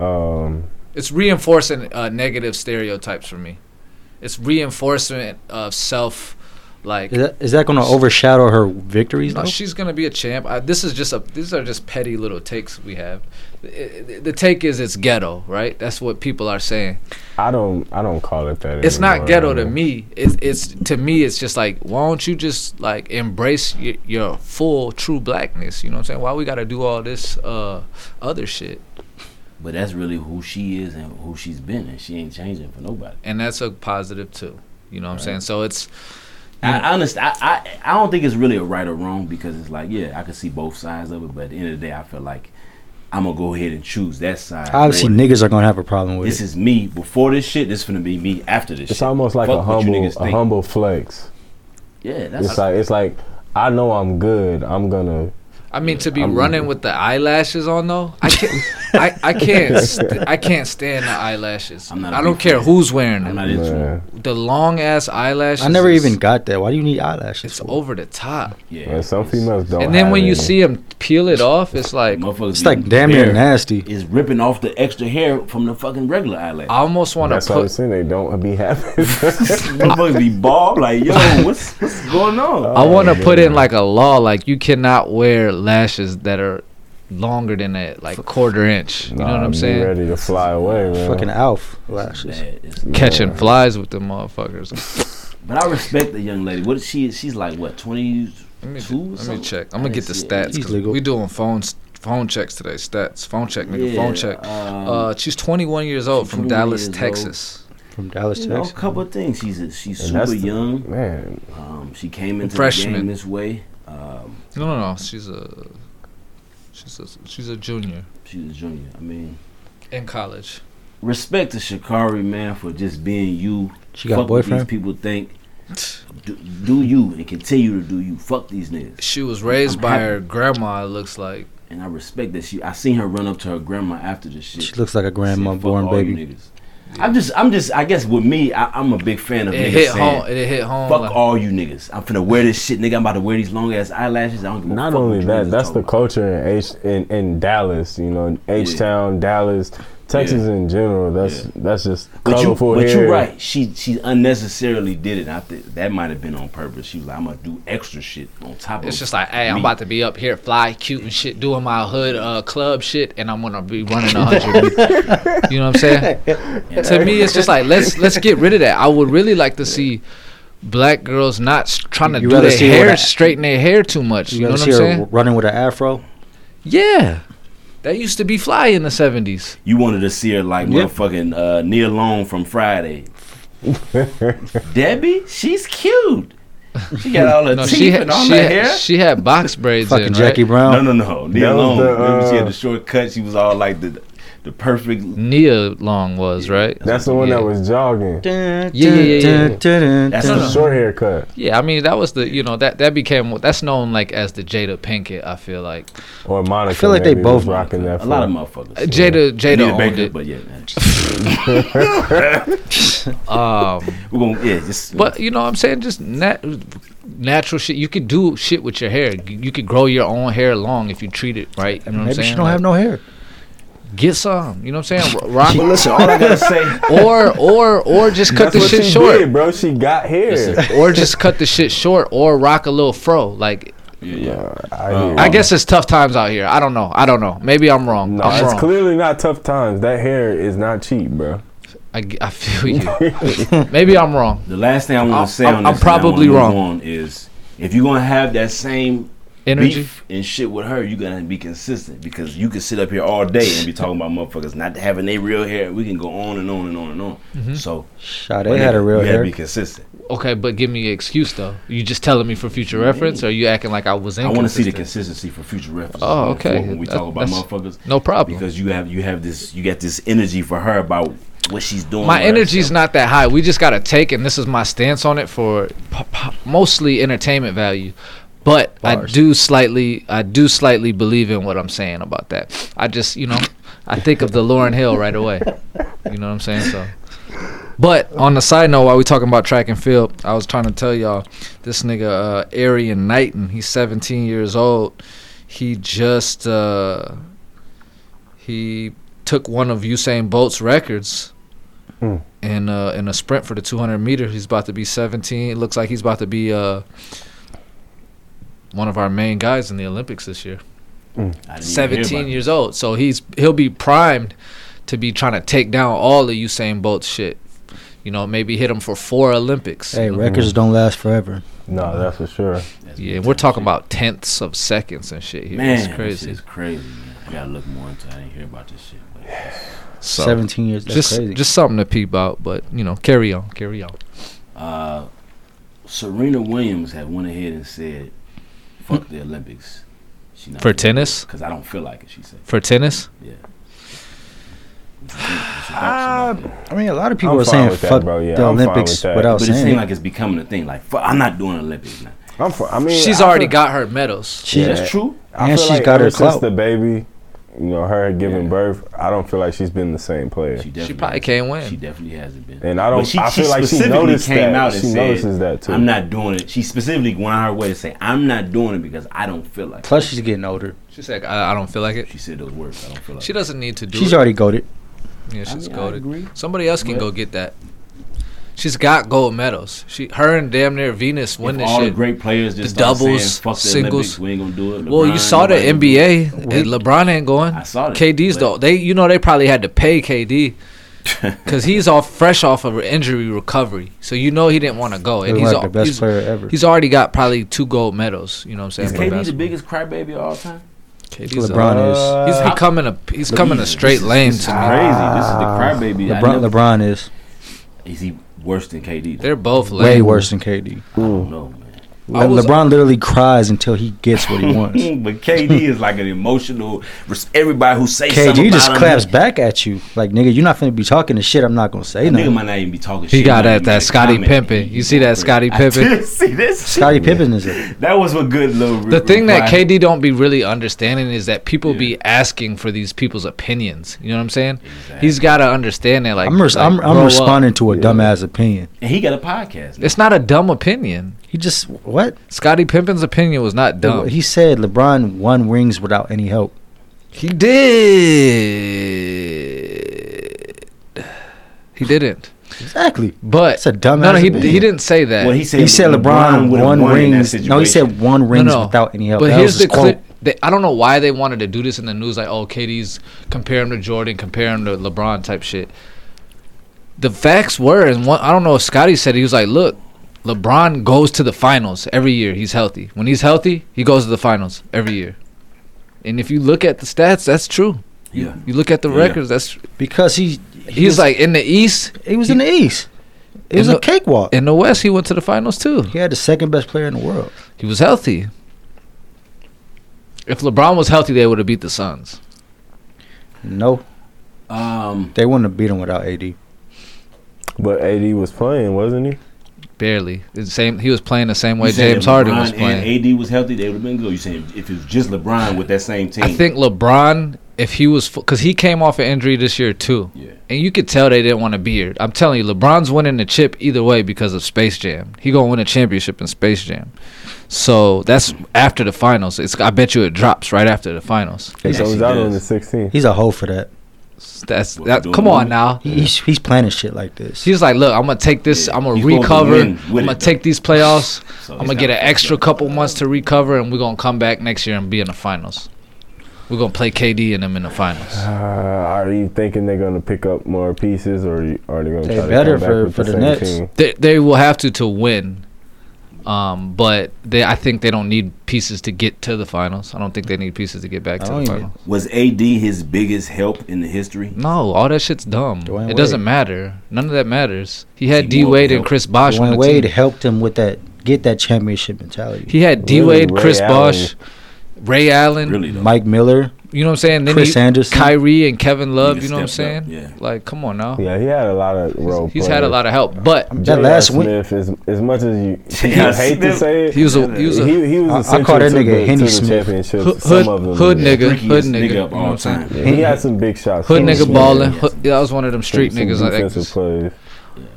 Speaker 3: um,
Speaker 1: it's reinforcing uh, negative stereotypes for me. It's reinforcement of self, like
Speaker 4: Is that, is that going to overshadow her victories?
Speaker 1: no,
Speaker 4: though?
Speaker 1: she's gonna be a champ. I, this is just a. These are just petty little takes we have. I- I- the take is it's ghetto, right? That's what people are saying.
Speaker 3: I don't, I don't call it that.
Speaker 1: It's not
Speaker 3: anymore,
Speaker 1: ghetto to
Speaker 3: man.
Speaker 1: me. It's it's to me. It's just like why don't you just like embrace your, your full true blackness? You know what I'm saying? Why we gotta do all this uh, other shit?
Speaker 5: But that's really who she is and who she's been, and she ain't changing for nobody.
Speaker 1: And that's a positive too. You know what I'm saying? So it's
Speaker 5: I, I honest, I, I I don't think it's really a right or wrong because it's like yeah, I can see both sides of it, but at the end of the day, I feel like I'm gonna go ahead and choose that side.
Speaker 4: Obviously,
Speaker 5: Like,
Speaker 4: niggas are going to have a problem with
Speaker 5: This
Speaker 4: it.
Speaker 5: is me before this shit. This gonna be me after this.
Speaker 3: It's
Speaker 5: shit.
Speaker 3: almost like
Speaker 5: Fuck
Speaker 3: a
Speaker 5: what you
Speaker 3: humble,
Speaker 5: niggas
Speaker 3: a
Speaker 5: think.
Speaker 3: humble flex.
Speaker 5: Yeah, that's
Speaker 3: It's like, it's like, I know I'm good. I'm gonna.
Speaker 1: I mean, to be
Speaker 3: I'm-
Speaker 1: running with the eyelashes on though, I can't. I, I can't. St- I can't stand the eyelashes.
Speaker 5: I'm not a
Speaker 1: I don't
Speaker 5: big
Speaker 1: care
Speaker 5: fan.
Speaker 1: who's wearing them.
Speaker 5: I'm not into it.
Speaker 3: Man,
Speaker 1: The long ass eyelashes.
Speaker 4: I never
Speaker 1: is-
Speaker 4: even got that. Why do you need eyelashes?
Speaker 1: It's
Speaker 4: for?
Speaker 1: over the top.
Speaker 5: Yeah,
Speaker 3: man, some
Speaker 5: it's-
Speaker 3: females don't.
Speaker 1: and then
Speaker 3: have
Speaker 1: when you
Speaker 3: any.
Speaker 1: see him peel it off, it's like I
Speaker 5: motherfuckers
Speaker 4: It's
Speaker 5: be
Speaker 4: like damn near
Speaker 5: bare-
Speaker 4: nasty.
Speaker 5: Is ripping off the extra hair from the fucking regular eyelash.
Speaker 1: almost want
Speaker 3: that's
Speaker 1: to
Speaker 3: what I'm
Speaker 1: put.
Speaker 3: saying. They don't be happy.
Speaker 5: Motherfuckers be bald. Like yo, what's what's going on?
Speaker 1: I want to
Speaker 3: Oh,
Speaker 1: put in
Speaker 3: yeah.
Speaker 1: like a law, like you cannot wear lashes that are longer than a like quarter inch. You know what I'm
Speaker 3: Be
Speaker 1: saying?
Speaker 3: ready to fly away, man.
Speaker 4: Fucking Alf
Speaker 5: It's
Speaker 4: lashes.
Speaker 5: bad. It's-
Speaker 1: Catching flies with them motherfuckers.
Speaker 5: But I respect the young lady. What is she? She's like what twenty
Speaker 1: Let me,
Speaker 5: two?
Speaker 1: let me check. I'm gonna get the stats. 'cause
Speaker 4: He's legal.
Speaker 1: We doing phone phone checks today. Stats, phone check, nigga, phone check.
Speaker 5: Um,
Speaker 1: Uh, she's 21 years old
Speaker 5: she's
Speaker 1: from
Speaker 5: 21
Speaker 1: Dallas,
Speaker 5: years old.
Speaker 1: Texas.
Speaker 4: From Dallas,
Speaker 5: you know, a
Speaker 4: Texas.
Speaker 5: couple of things. She's a, she's
Speaker 3: And that's
Speaker 5: super
Speaker 3: the-
Speaker 5: young.
Speaker 3: Man,
Speaker 5: Um, she came into
Speaker 1: Freshman.
Speaker 5: the game this way. Um,
Speaker 1: No, no, no. She's a she's a she's a junior
Speaker 5: she's a junior. I mean,
Speaker 1: in college.
Speaker 5: respect to Shakari, man, for just being you.
Speaker 4: She got a
Speaker 5: Fuck what
Speaker 4: boyfriend?
Speaker 5: These people think do, do you and continue to do you. Fuck these niggas.
Speaker 1: She was raised
Speaker 5: I'm
Speaker 1: by
Speaker 5: happy.
Speaker 1: her grandma. It looks like
Speaker 5: And I respect that she. I seen her run up to her grandma after this shit.
Speaker 4: She looks like a grandma
Speaker 5: Said, "Fuck
Speaker 4: born
Speaker 5: all you
Speaker 4: baby.
Speaker 5: niggas." I'm just, I'm just, I guess with me, I, I'm a big fan of
Speaker 1: it
Speaker 5: niggas
Speaker 1: hit
Speaker 5: saying,
Speaker 1: home. It hit home.
Speaker 5: Fuck
Speaker 1: like-
Speaker 5: all you niggas. I'm finna wear this shit, nigga. I'm about to wear these long ass eyelashes. I don't give a
Speaker 3: not
Speaker 5: fuck
Speaker 3: only
Speaker 5: what you
Speaker 3: that,
Speaker 5: niggas
Speaker 3: that's the
Speaker 5: talking
Speaker 3: culture in H in, in Dallas. You know, H Town, Dallas, Texas in general. That's
Speaker 5: Yeah.
Speaker 3: that's just
Speaker 5: about. But you,
Speaker 3: colorful
Speaker 5: but
Speaker 3: hair.
Speaker 5: you right. She, she unnecessarily did it. I think that might have been on purpose. She was like, I'm gonna do extra shit on top of.
Speaker 1: It's just like, hey, I'm
Speaker 5: me."
Speaker 1: about to be up here, fly, cute and shit, doing my hood uh, club shit, and I'm gonna be running a hundred. you know what I'm saying? to me, it's just like let's let's get rid of that. I would really like to see black girls not s- trying to
Speaker 4: You
Speaker 1: do
Speaker 4: rather
Speaker 1: their
Speaker 4: see her
Speaker 1: hair,
Speaker 4: with a-
Speaker 1: straighten their hair too much.
Speaker 4: You
Speaker 1: You know
Speaker 4: gotta
Speaker 1: what
Speaker 4: see
Speaker 1: I'm
Speaker 4: her
Speaker 1: saying?
Speaker 4: running with an afro.
Speaker 1: Yeah. That used to be fly in the seventies.
Speaker 5: You wanted to see her like
Speaker 1: Yeah.
Speaker 5: motherfucking uh, Neil Long from Friday. Debbie, she's cute. She got all her
Speaker 1: No,
Speaker 5: teeth
Speaker 1: she had
Speaker 5: and all
Speaker 1: she
Speaker 5: her
Speaker 1: had,
Speaker 5: hair.
Speaker 1: she had box braids in,
Speaker 4: Fucking
Speaker 1: right?
Speaker 4: Jackie Brown.
Speaker 5: No, no, no. Neil
Speaker 3: That was
Speaker 5: Long.
Speaker 3: the,
Speaker 5: Remember she had
Speaker 3: uh,
Speaker 5: the shortcut. She was all like the the perfect.
Speaker 1: Nia Long was right.
Speaker 3: That's the one
Speaker 1: yeah.
Speaker 3: that was jogging.
Speaker 4: Dun,
Speaker 1: Yeah, yeah, yeah, yeah.
Speaker 4: dun, dun, dun,
Speaker 5: That's
Speaker 4: dun.
Speaker 5: a-
Speaker 3: The short haircut.
Speaker 1: Yeah, I mean that was the you know that that became that's known like as the Jada Pinkett. I feel like
Speaker 3: Or Monica.
Speaker 4: feel like they
Speaker 3: maybe, was
Speaker 4: both-
Speaker 3: rocking that.
Speaker 5: A lot of
Speaker 3: for-
Speaker 1: Uh,
Speaker 5: motherfuckers.
Speaker 1: Jada Jada
Speaker 5: Anita
Speaker 1: owned
Speaker 5: Baker,
Speaker 1: it.
Speaker 5: but yeah, man.
Speaker 1: Um,
Speaker 5: we're gonna yeah, just
Speaker 1: but you know what I'm saying just nat- natural shit. You could do shit with your hair. You you could grow your own hair long if you treat it right. You know what I'm
Speaker 4: Maybe
Speaker 1: saying?
Speaker 4: she don't
Speaker 1: Like,
Speaker 4: have no hair.
Speaker 1: get some. You know what I'm saying? Rock
Speaker 5: But listen, all I gotta say,
Speaker 1: or or or just cut
Speaker 3: That's
Speaker 1: the
Speaker 3: what
Speaker 1: shit
Speaker 3: she
Speaker 1: short.
Speaker 3: did, bro. She got hair.
Speaker 1: Listen, or just cut the shit short or rock a little fro. Like
Speaker 5: yeah, yeah.
Speaker 3: I,
Speaker 5: Uh,
Speaker 3: hear
Speaker 1: I
Speaker 3: you.
Speaker 1: guess it's tough times out here. I don't know. I don't know. Maybe I'm wrong.
Speaker 3: No,
Speaker 1: I'm
Speaker 3: it's
Speaker 1: wrong.
Speaker 3: clearly not tough times. That hair is not cheap, bro.
Speaker 1: I, g- I feel you. Maybe I'm wrong.
Speaker 5: The last thing I want
Speaker 1: I'm-
Speaker 5: to say
Speaker 1: I'm-
Speaker 5: on
Speaker 1: I'm
Speaker 5: this, and I wanna
Speaker 1: probably
Speaker 5: move
Speaker 1: wrong.
Speaker 5: on, is if you're gonna have that same
Speaker 1: Energy.
Speaker 5: beef and shit with her, you're gonna be consistent because you can sit up here all day and be talking about motherfuckers not having their real hair. We can go on and on and on and on. So
Speaker 4: Shot,
Speaker 5: my
Speaker 4: they had
Speaker 5: nigga,
Speaker 4: a real
Speaker 5: you gotta
Speaker 4: hair.
Speaker 5: be consistent.
Speaker 1: Okay, but give me an excuse though. You just telling me for future reference, or you acting like I was
Speaker 5: I
Speaker 1: in?
Speaker 5: want to see the consistency for future references.
Speaker 1: Oh,
Speaker 5: going
Speaker 1: okay.
Speaker 5: forward When we
Speaker 1: That-
Speaker 5: talk about
Speaker 1: that's-
Speaker 5: motherfuckers,
Speaker 1: No problem.
Speaker 5: because you have you have this you got this energy for her about what she's doing.
Speaker 1: my
Speaker 5: with
Speaker 1: energy's
Speaker 5: herself.
Speaker 1: not that high. We just gotta take, and this is my stance on it for p- p- mostly entertainment value. But I
Speaker 4: Bars.
Speaker 1: do slightly, I do slightly believe in what I'm saying about that. I just, you know, I think of the Lauren Hill right away. You know what I'm saying? So, but on the side note, while we talking about track and field, I was trying to tell y'all this nigga uh, Arian Knighton. He's 17 years old. He just uh, he took one of Usain Bolt's records
Speaker 3: Hmm.
Speaker 1: in uh, in a sprint for the 200 meter. He's about to be 17. It looks like he's about to be uh, one of our main guys in the Olympics this year.
Speaker 5: I didn't even hear
Speaker 1: 17
Speaker 5: about
Speaker 1: years old, so he's he'll be primed to be trying to take down all of Usain Bolt's shit. You know, maybe hit him for four Olympics.
Speaker 4: Hey,
Speaker 1: you know?
Speaker 4: records don't last forever.
Speaker 3: No, that's for sure.
Speaker 5: it. That's
Speaker 1: Yeah,
Speaker 5: big
Speaker 1: and we're
Speaker 5: time
Speaker 1: talking
Speaker 5: shit.
Speaker 1: about tenths of seconds and shit here.
Speaker 5: Man,
Speaker 1: it's crazy.
Speaker 5: It's crazy. Man. I gotta look more into. it. I didn't hear about this shit. But
Speaker 1: So,
Speaker 4: Seventeen years. That's
Speaker 1: just
Speaker 4: crazy.
Speaker 1: just something to peep out, but you know, carry on, carry on.
Speaker 5: Uh, Serena Williams had went ahead and said, "Fuck the Olympics." She not
Speaker 1: For tennis?
Speaker 5: because I don't feel like it. She said,
Speaker 1: For tennis,
Speaker 5: "Yeah." What you think- what's your thoughts about that?
Speaker 4: I mean, a lot of people
Speaker 3: I'm
Speaker 4: are
Speaker 3: fine
Speaker 4: saying
Speaker 3: with that,
Speaker 4: fuck
Speaker 3: bro. Yeah,
Speaker 4: the
Speaker 3: I'm fine with
Speaker 4: Olympics
Speaker 3: that.
Speaker 4: without
Speaker 5: But it
Speaker 4: saying
Speaker 5: seems
Speaker 4: it.
Speaker 5: like it's becoming a thing. Like, fuck, I'm not doing Olympics now.
Speaker 3: I'm for, I mean,
Speaker 1: she's
Speaker 3: I
Speaker 1: already
Speaker 3: feel-
Speaker 1: got her medals.
Speaker 4: She-
Speaker 5: That's true.
Speaker 3: I
Speaker 4: and
Speaker 3: feel
Speaker 4: she's got her
Speaker 3: ever since
Speaker 4: clout.
Speaker 3: the baby, you know, her giving
Speaker 5: Yeah.
Speaker 3: birth. I don't feel like she's been the same player.
Speaker 1: She
Speaker 5: definitely
Speaker 1: probably
Speaker 5: hasn't-
Speaker 1: can't win.
Speaker 5: She definitely hasn't been.
Speaker 3: And I don't.
Speaker 5: But she-
Speaker 3: I
Speaker 5: she
Speaker 3: feel like she
Speaker 5: specifically
Speaker 3: noticed
Speaker 5: came
Speaker 3: that.
Speaker 5: out and
Speaker 3: she
Speaker 5: said,
Speaker 3: notices that too.
Speaker 5: I'm not doing it. She specifically went out her way to say, "I'm not doing it because I don't feel like." it."
Speaker 4: Plus, she's getting older.
Speaker 1: She said, "I, I don't feel like it."
Speaker 5: She said those words. I don't feel like.
Speaker 1: She
Speaker 5: it."
Speaker 1: doesn't need to do
Speaker 4: She's
Speaker 1: it.
Speaker 4: already goaded.
Speaker 1: yeah, she's
Speaker 5: mean, I
Speaker 1: goaded.
Speaker 5: agree.
Speaker 1: Somebody else can
Speaker 5: But-
Speaker 1: go get that. She's got gold medals. She, her, and damn near Venus win
Speaker 5: If
Speaker 1: this
Speaker 5: all
Speaker 1: shit.
Speaker 5: the great players just
Speaker 1: The
Speaker 5: start
Speaker 1: doubles,
Speaker 5: saying, Fuck the
Speaker 1: singles.
Speaker 5: Olympics, we ain't gonna do it.
Speaker 1: well, you
Speaker 5: LeBron,
Speaker 1: saw the
Speaker 5: nobody gonna do it."
Speaker 1: NBA. and Uh, LeBron ain't going.
Speaker 5: I saw that.
Speaker 1: KD's
Speaker 5: but-
Speaker 1: though. They, you know, they probably had to pay KD because he's off fresh off of injury recovery. So you know he didn't want to go, and
Speaker 4: Look
Speaker 1: he's
Speaker 4: like the
Speaker 1: al-
Speaker 4: best
Speaker 1: he's,
Speaker 4: player ever.
Speaker 1: he's already got probably two gold medals. You know what I'm saying?
Speaker 5: Is
Speaker 1: for
Speaker 5: KD the
Speaker 1: basketball.
Speaker 5: biggest crybaby of all time?
Speaker 1: KD's a-
Speaker 4: LeBron is.
Speaker 1: He's
Speaker 3: Uh,
Speaker 1: becoming a he's
Speaker 5: Look,
Speaker 1: coming a
Speaker 5: this is-
Speaker 1: straight
Speaker 5: this
Speaker 1: lane
Speaker 5: is
Speaker 1: to me.
Speaker 5: crazy. This is the crybaby. I
Speaker 4: LeBron,
Speaker 5: never-
Speaker 4: LeBron is
Speaker 5: Is he worse than KD?
Speaker 1: They're both lame.
Speaker 4: way worse than KD.
Speaker 3: Mm.
Speaker 5: no man.
Speaker 1: I was-
Speaker 4: LeBron literally cries until he gets what he wants.
Speaker 5: but KD is like an emotional. res- Everybody who says something
Speaker 4: KD
Speaker 5: about
Speaker 4: just
Speaker 5: him,
Speaker 4: claps back at you like, nigga, you're not finna be talking the shit. I'm not gonna say
Speaker 5: That nigga
Speaker 4: nothing.
Speaker 5: might not even be talking.
Speaker 1: He
Speaker 5: shit,
Speaker 1: got
Speaker 5: not
Speaker 1: at
Speaker 5: even
Speaker 1: that
Speaker 5: make a
Speaker 1: Scottie
Speaker 5: comment.
Speaker 1: Pippen.
Speaker 5: He
Speaker 1: You see that
Speaker 5: go
Speaker 1: Scottie
Speaker 5: crazy.
Speaker 1: Pippen?
Speaker 5: I did see this.
Speaker 4: Scottie Pippen is a
Speaker 5: That was a good little.
Speaker 1: The thing that KD don't be really understanding is that people
Speaker 5: Yeah.
Speaker 1: be asking for these people's opinions. You know what I'm saying? He's got to understand that. Like,
Speaker 4: I'm, res-
Speaker 1: like,
Speaker 4: I'm,
Speaker 1: grow
Speaker 4: I'm
Speaker 1: up.
Speaker 4: responding to a dumbass opinion.
Speaker 5: and he got a podcast.
Speaker 1: It's not a dumb opinion.
Speaker 4: He just what?
Speaker 1: Scottie Pippen's opinion was not dumb.
Speaker 4: He said LeBron won rings without any help.
Speaker 1: He did. He didn't.
Speaker 4: Exactly.
Speaker 1: But
Speaker 4: That's a dumbass
Speaker 1: No, no, he,
Speaker 4: opinion.
Speaker 1: he didn't say that.
Speaker 5: Well, he said
Speaker 4: he said LeBron,
Speaker 5: would've
Speaker 4: won
Speaker 5: won in that
Speaker 4: rings. No, he
Speaker 5: situation.
Speaker 4: said one rings
Speaker 1: no.
Speaker 4: without any help.
Speaker 1: But
Speaker 4: that
Speaker 1: here's
Speaker 4: was
Speaker 1: the
Speaker 4: his quote.
Speaker 1: clip. They, I don't know why they wanted to do this in the news. Like, oh, KD's compare him to Jordan, compare him to LeBron type shit. The facts were, and one, I don't know if Scotty said he was like, look, LeBron goes to the finals every year. He's healthy. When he's healthy, he goes to the finals every year. And if you look at the stats, that's true.
Speaker 5: Yeah.
Speaker 1: You look at the
Speaker 5: Yeah.
Speaker 1: records, that's
Speaker 4: because he
Speaker 1: he's
Speaker 4: was,
Speaker 1: like in the East,
Speaker 4: he was in the East. It was
Speaker 1: In
Speaker 4: a
Speaker 1: the-
Speaker 4: cakewalk.
Speaker 1: in the West, he went to the finals too.
Speaker 4: He had the second best player in the world.
Speaker 1: He was healthy. If LeBron was healthy, they would have beat the Suns.
Speaker 4: No,
Speaker 5: Um,
Speaker 4: they wouldn't have beat him without AD.
Speaker 3: But AD was playing, wasn't he?
Speaker 1: Barely. The same. He was playing the same
Speaker 5: you
Speaker 1: way
Speaker 5: saying
Speaker 1: James
Speaker 5: if
Speaker 1: Harden
Speaker 5: LeBron
Speaker 1: was playing.
Speaker 5: And AD was healthy, they would have been good. You saying if it was just LeBron with that same team?
Speaker 1: I think LeBron, if he was, because he came off an injury this year too,
Speaker 5: Yeah.
Speaker 1: and you could tell they didn't want to be here. I'm telling you, LeBron's winning the chip either way because of Space Jam. He gonna win a championship in Space Jam. So that's after the finals. It's I bet you it drops right after the finals.
Speaker 3: He
Speaker 5: Yes, he
Speaker 3: goes out
Speaker 5: does.
Speaker 3: on the 16th.
Speaker 4: He's a hoe for that.
Speaker 1: That's
Speaker 5: Well,
Speaker 1: that.
Speaker 5: doing
Speaker 1: Come
Speaker 5: the
Speaker 1: on
Speaker 5: movie.
Speaker 1: now.
Speaker 4: He, he's he's planning shit like this.
Speaker 1: He's like, look, I'm gonna take this.
Speaker 5: Yeah,
Speaker 1: I'm gonna
Speaker 5: he's supposed
Speaker 1: recover.
Speaker 5: to win
Speaker 1: I'm
Speaker 5: with
Speaker 1: gonna
Speaker 5: it, though.
Speaker 1: take these playoffs.
Speaker 5: So
Speaker 1: I'm
Speaker 5: it's
Speaker 1: gonna
Speaker 5: not
Speaker 1: get an
Speaker 5: fucked
Speaker 1: extra
Speaker 5: up.
Speaker 1: couple months to recover, and we're gonna come back next year and be in the finals. We're gonna play KD and them in the finals.
Speaker 3: Uh, are you thinking they're going to pick up more pieces, or are they going
Speaker 4: They
Speaker 3: to try
Speaker 4: better
Speaker 3: to come
Speaker 4: for-
Speaker 3: back with
Speaker 4: for
Speaker 3: the, same
Speaker 4: the Nets.
Speaker 3: team?
Speaker 1: They they will have to to win, um, but they I think they don't need pieces to get to the finals. I don't think they need pieces to get back
Speaker 4: I
Speaker 1: to
Speaker 4: don't
Speaker 1: the
Speaker 4: even-
Speaker 1: finals.
Speaker 5: Was AD his biggest help in the history?
Speaker 1: No, all that shit's dumb.
Speaker 4: Dwayne
Speaker 1: it
Speaker 4: Wade.
Speaker 1: doesn't matter. None of that matters. He had
Speaker 5: He
Speaker 1: D
Speaker 5: won't
Speaker 1: Wade and
Speaker 5: help.
Speaker 1: Chris Bosh on
Speaker 4: Dwayne
Speaker 1: the
Speaker 4: Wade
Speaker 1: team.
Speaker 4: helped him with that get that championship mentality.
Speaker 1: He had D
Speaker 3: Really,
Speaker 1: Wade,
Speaker 3: Ray
Speaker 1: Chris
Speaker 3: Allen.
Speaker 1: Bosh, Ray Allen.
Speaker 5: Really though.
Speaker 4: Mike Miller,
Speaker 1: You know what I'm saying? Then
Speaker 4: Chris
Speaker 1: he,
Speaker 4: Anderson.
Speaker 1: Kyrie and Kevin Love.
Speaker 5: Nigga
Speaker 1: You know what I'm saying?
Speaker 5: stepped up, yeah.
Speaker 1: Like, come on now.
Speaker 3: Yeah, he had a lot of role
Speaker 1: He's had a lot of help, but
Speaker 4: That last win-
Speaker 3: Smith, as, as much as you, you
Speaker 5: Yeah,
Speaker 3: hate to
Speaker 5: Smith.
Speaker 3: say it,
Speaker 1: he was a he was a
Speaker 3: he, he was
Speaker 4: I- I
Speaker 3: essential
Speaker 4: call that
Speaker 3: to
Speaker 4: nigga
Speaker 3: the,
Speaker 4: Henny
Speaker 3: to the
Speaker 4: Smith.
Speaker 3: championships.
Speaker 1: hood
Speaker 3: Some of them
Speaker 1: hood, hood
Speaker 3: yeah.
Speaker 1: nigga,
Speaker 5: Rickiest
Speaker 1: hood nigga. You know
Speaker 5: up
Speaker 1: what
Speaker 5: all
Speaker 1: I'm saying?
Speaker 5: time.
Speaker 3: Yeah, he had some big shots.
Speaker 1: Hood
Speaker 3: too.
Speaker 1: nigga
Speaker 3: Some-
Speaker 1: balling.
Speaker 5: yeah.
Speaker 1: Hood, yeah, that was one of them street
Speaker 3: some
Speaker 1: niggas. Like,
Speaker 3: defensive plays.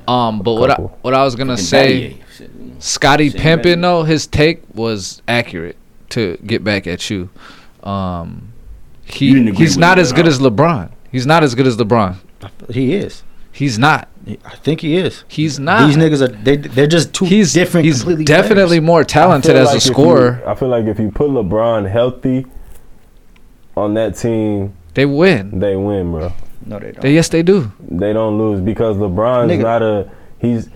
Speaker 1: Um, but what I,
Speaker 3: Couple.
Speaker 1: what I was gonna
Speaker 5: And
Speaker 1: say,
Speaker 5: Battier. Shit.
Speaker 1: Scotty
Speaker 5: Shane Battier.
Speaker 1: Pimpin though his take was accurate to get back at you. Um,
Speaker 5: You
Speaker 1: he
Speaker 5: didn't agree
Speaker 1: he's
Speaker 5: with
Speaker 1: not
Speaker 5: it
Speaker 1: as
Speaker 5: at
Speaker 1: good
Speaker 5: all.
Speaker 1: as LeBron. He's not as good as LeBron.
Speaker 4: he is.
Speaker 1: He's not.
Speaker 4: I think he is.
Speaker 1: He's not.
Speaker 4: These niggas are they they're just two
Speaker 1: he's
Speaker 4: different.
Speaker 1: He's
Speaker 4: completely
Speaker 1: definitely
Speaker 4: players.
Speaker 1: more
Speaker 3: I
Speaker 1: talented
Speaker 3: feel
Speaker 1: as
Speaker 3: like
Speaker 1: a
Speaker 3: if you-
Speaker 1: scorer.
Speaker 3: I feel like if you put LeBron healthy on that team,
Speaker 1: they win.
Speaker 3: they win, bro.
Speaker 4: No, they don't.
Speaker 1: They, yes, they do.
Speaker 3: They don't lose because LeBron's
Speaker 4: Nigga.
Speaker 3: not a he's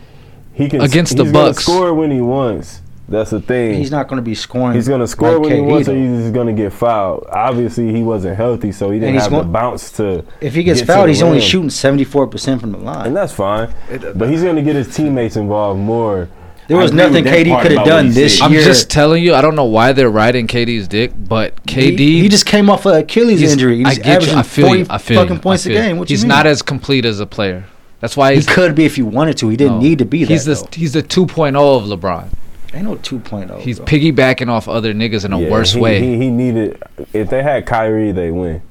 Speaker 3: he can
Speaker 1: Against the
Speaker 3: he's gonna
Speaker 1: Bucks.
Speaker 3: score when he wants. That's the thing.
Speaker 4: he's not going to be scoring.
Speaker 3: He's gonna score
Speaker 4: like
Speaker 3: when he
Speaker 4: KD
Speaker 3: wants, or
Speaker 4: though.
Speaker 3: he's just gonna get fouled. Obviously, he wasn't healthy, so he didn't
Speaker 4: he's
Speaker 3: have the
Speaker 4: gon-
Speaker 3: bounce to,
Speaker 4: If he gets
Speaker 3: get to
Speaker 4: fouled,
Speaker 3: the
Speaker 4: he's only
Speaker 3: rim.
Speaker 4: shooting seventy four percent from the line.
Speaker 3: and that's fine.
Speaker 1: uh,
Speaker 3: But he's gonna get his teammates involved more.
Speaker 4: There was
Speaker 5: I agree
Speaker 4: nothing
Speaker 5: with that
Speaker 4: KD
Speaker 5: part
Speaker 4: could have
Speaker 5: about what
Speaker 4: done
Speaker 5: he
Speaker 4: this
Speaker 5: said.
Speaker 1: I'm
Speaker 4: year.
Speaker 1: just telling you. I don't know why they're riding KD's dick, but
Speaker 4: He-
Speaker 1: KD.
Speaker 4: he, just came off an Achilles
Speaker 1: He's-
Speaker 4: injury. He's
Speaker 1: I get you.
Speaker 4: averaging
Speaker 1: I feel
Speaker 4: forty
Speaker 1: you. I feel
Speaker 4: fucking
Speaker 1: you. I
Speaker 4: points
Speaker 1: feel
Speaker 4: a
Speaker 1: you.
Speaker 4: game. What
Speaker 1: he's
Speaker 4: you mean?
Speaker 1: not as complete as a player. That's why
Speaker 4: He
Speaker 1: he's
Speaker 4: could be if he wanted to. He didn't
Speaker 1: no.
Speaker 4: need to be
Speaker 1: He's
Speaker 4: that.
Speaker 1: the he's the 2.0 of LeBron.
Speaker 4: though. Ain't no two point oh.
Speaker 1: He's piggybacking off other niggas in a
Speaker 3: Yeah,
Speaker 1: worse
Speaker 3: he,
Speaker 1: way.
Speaker 3: He, he needed. If they had Kyrie, they win.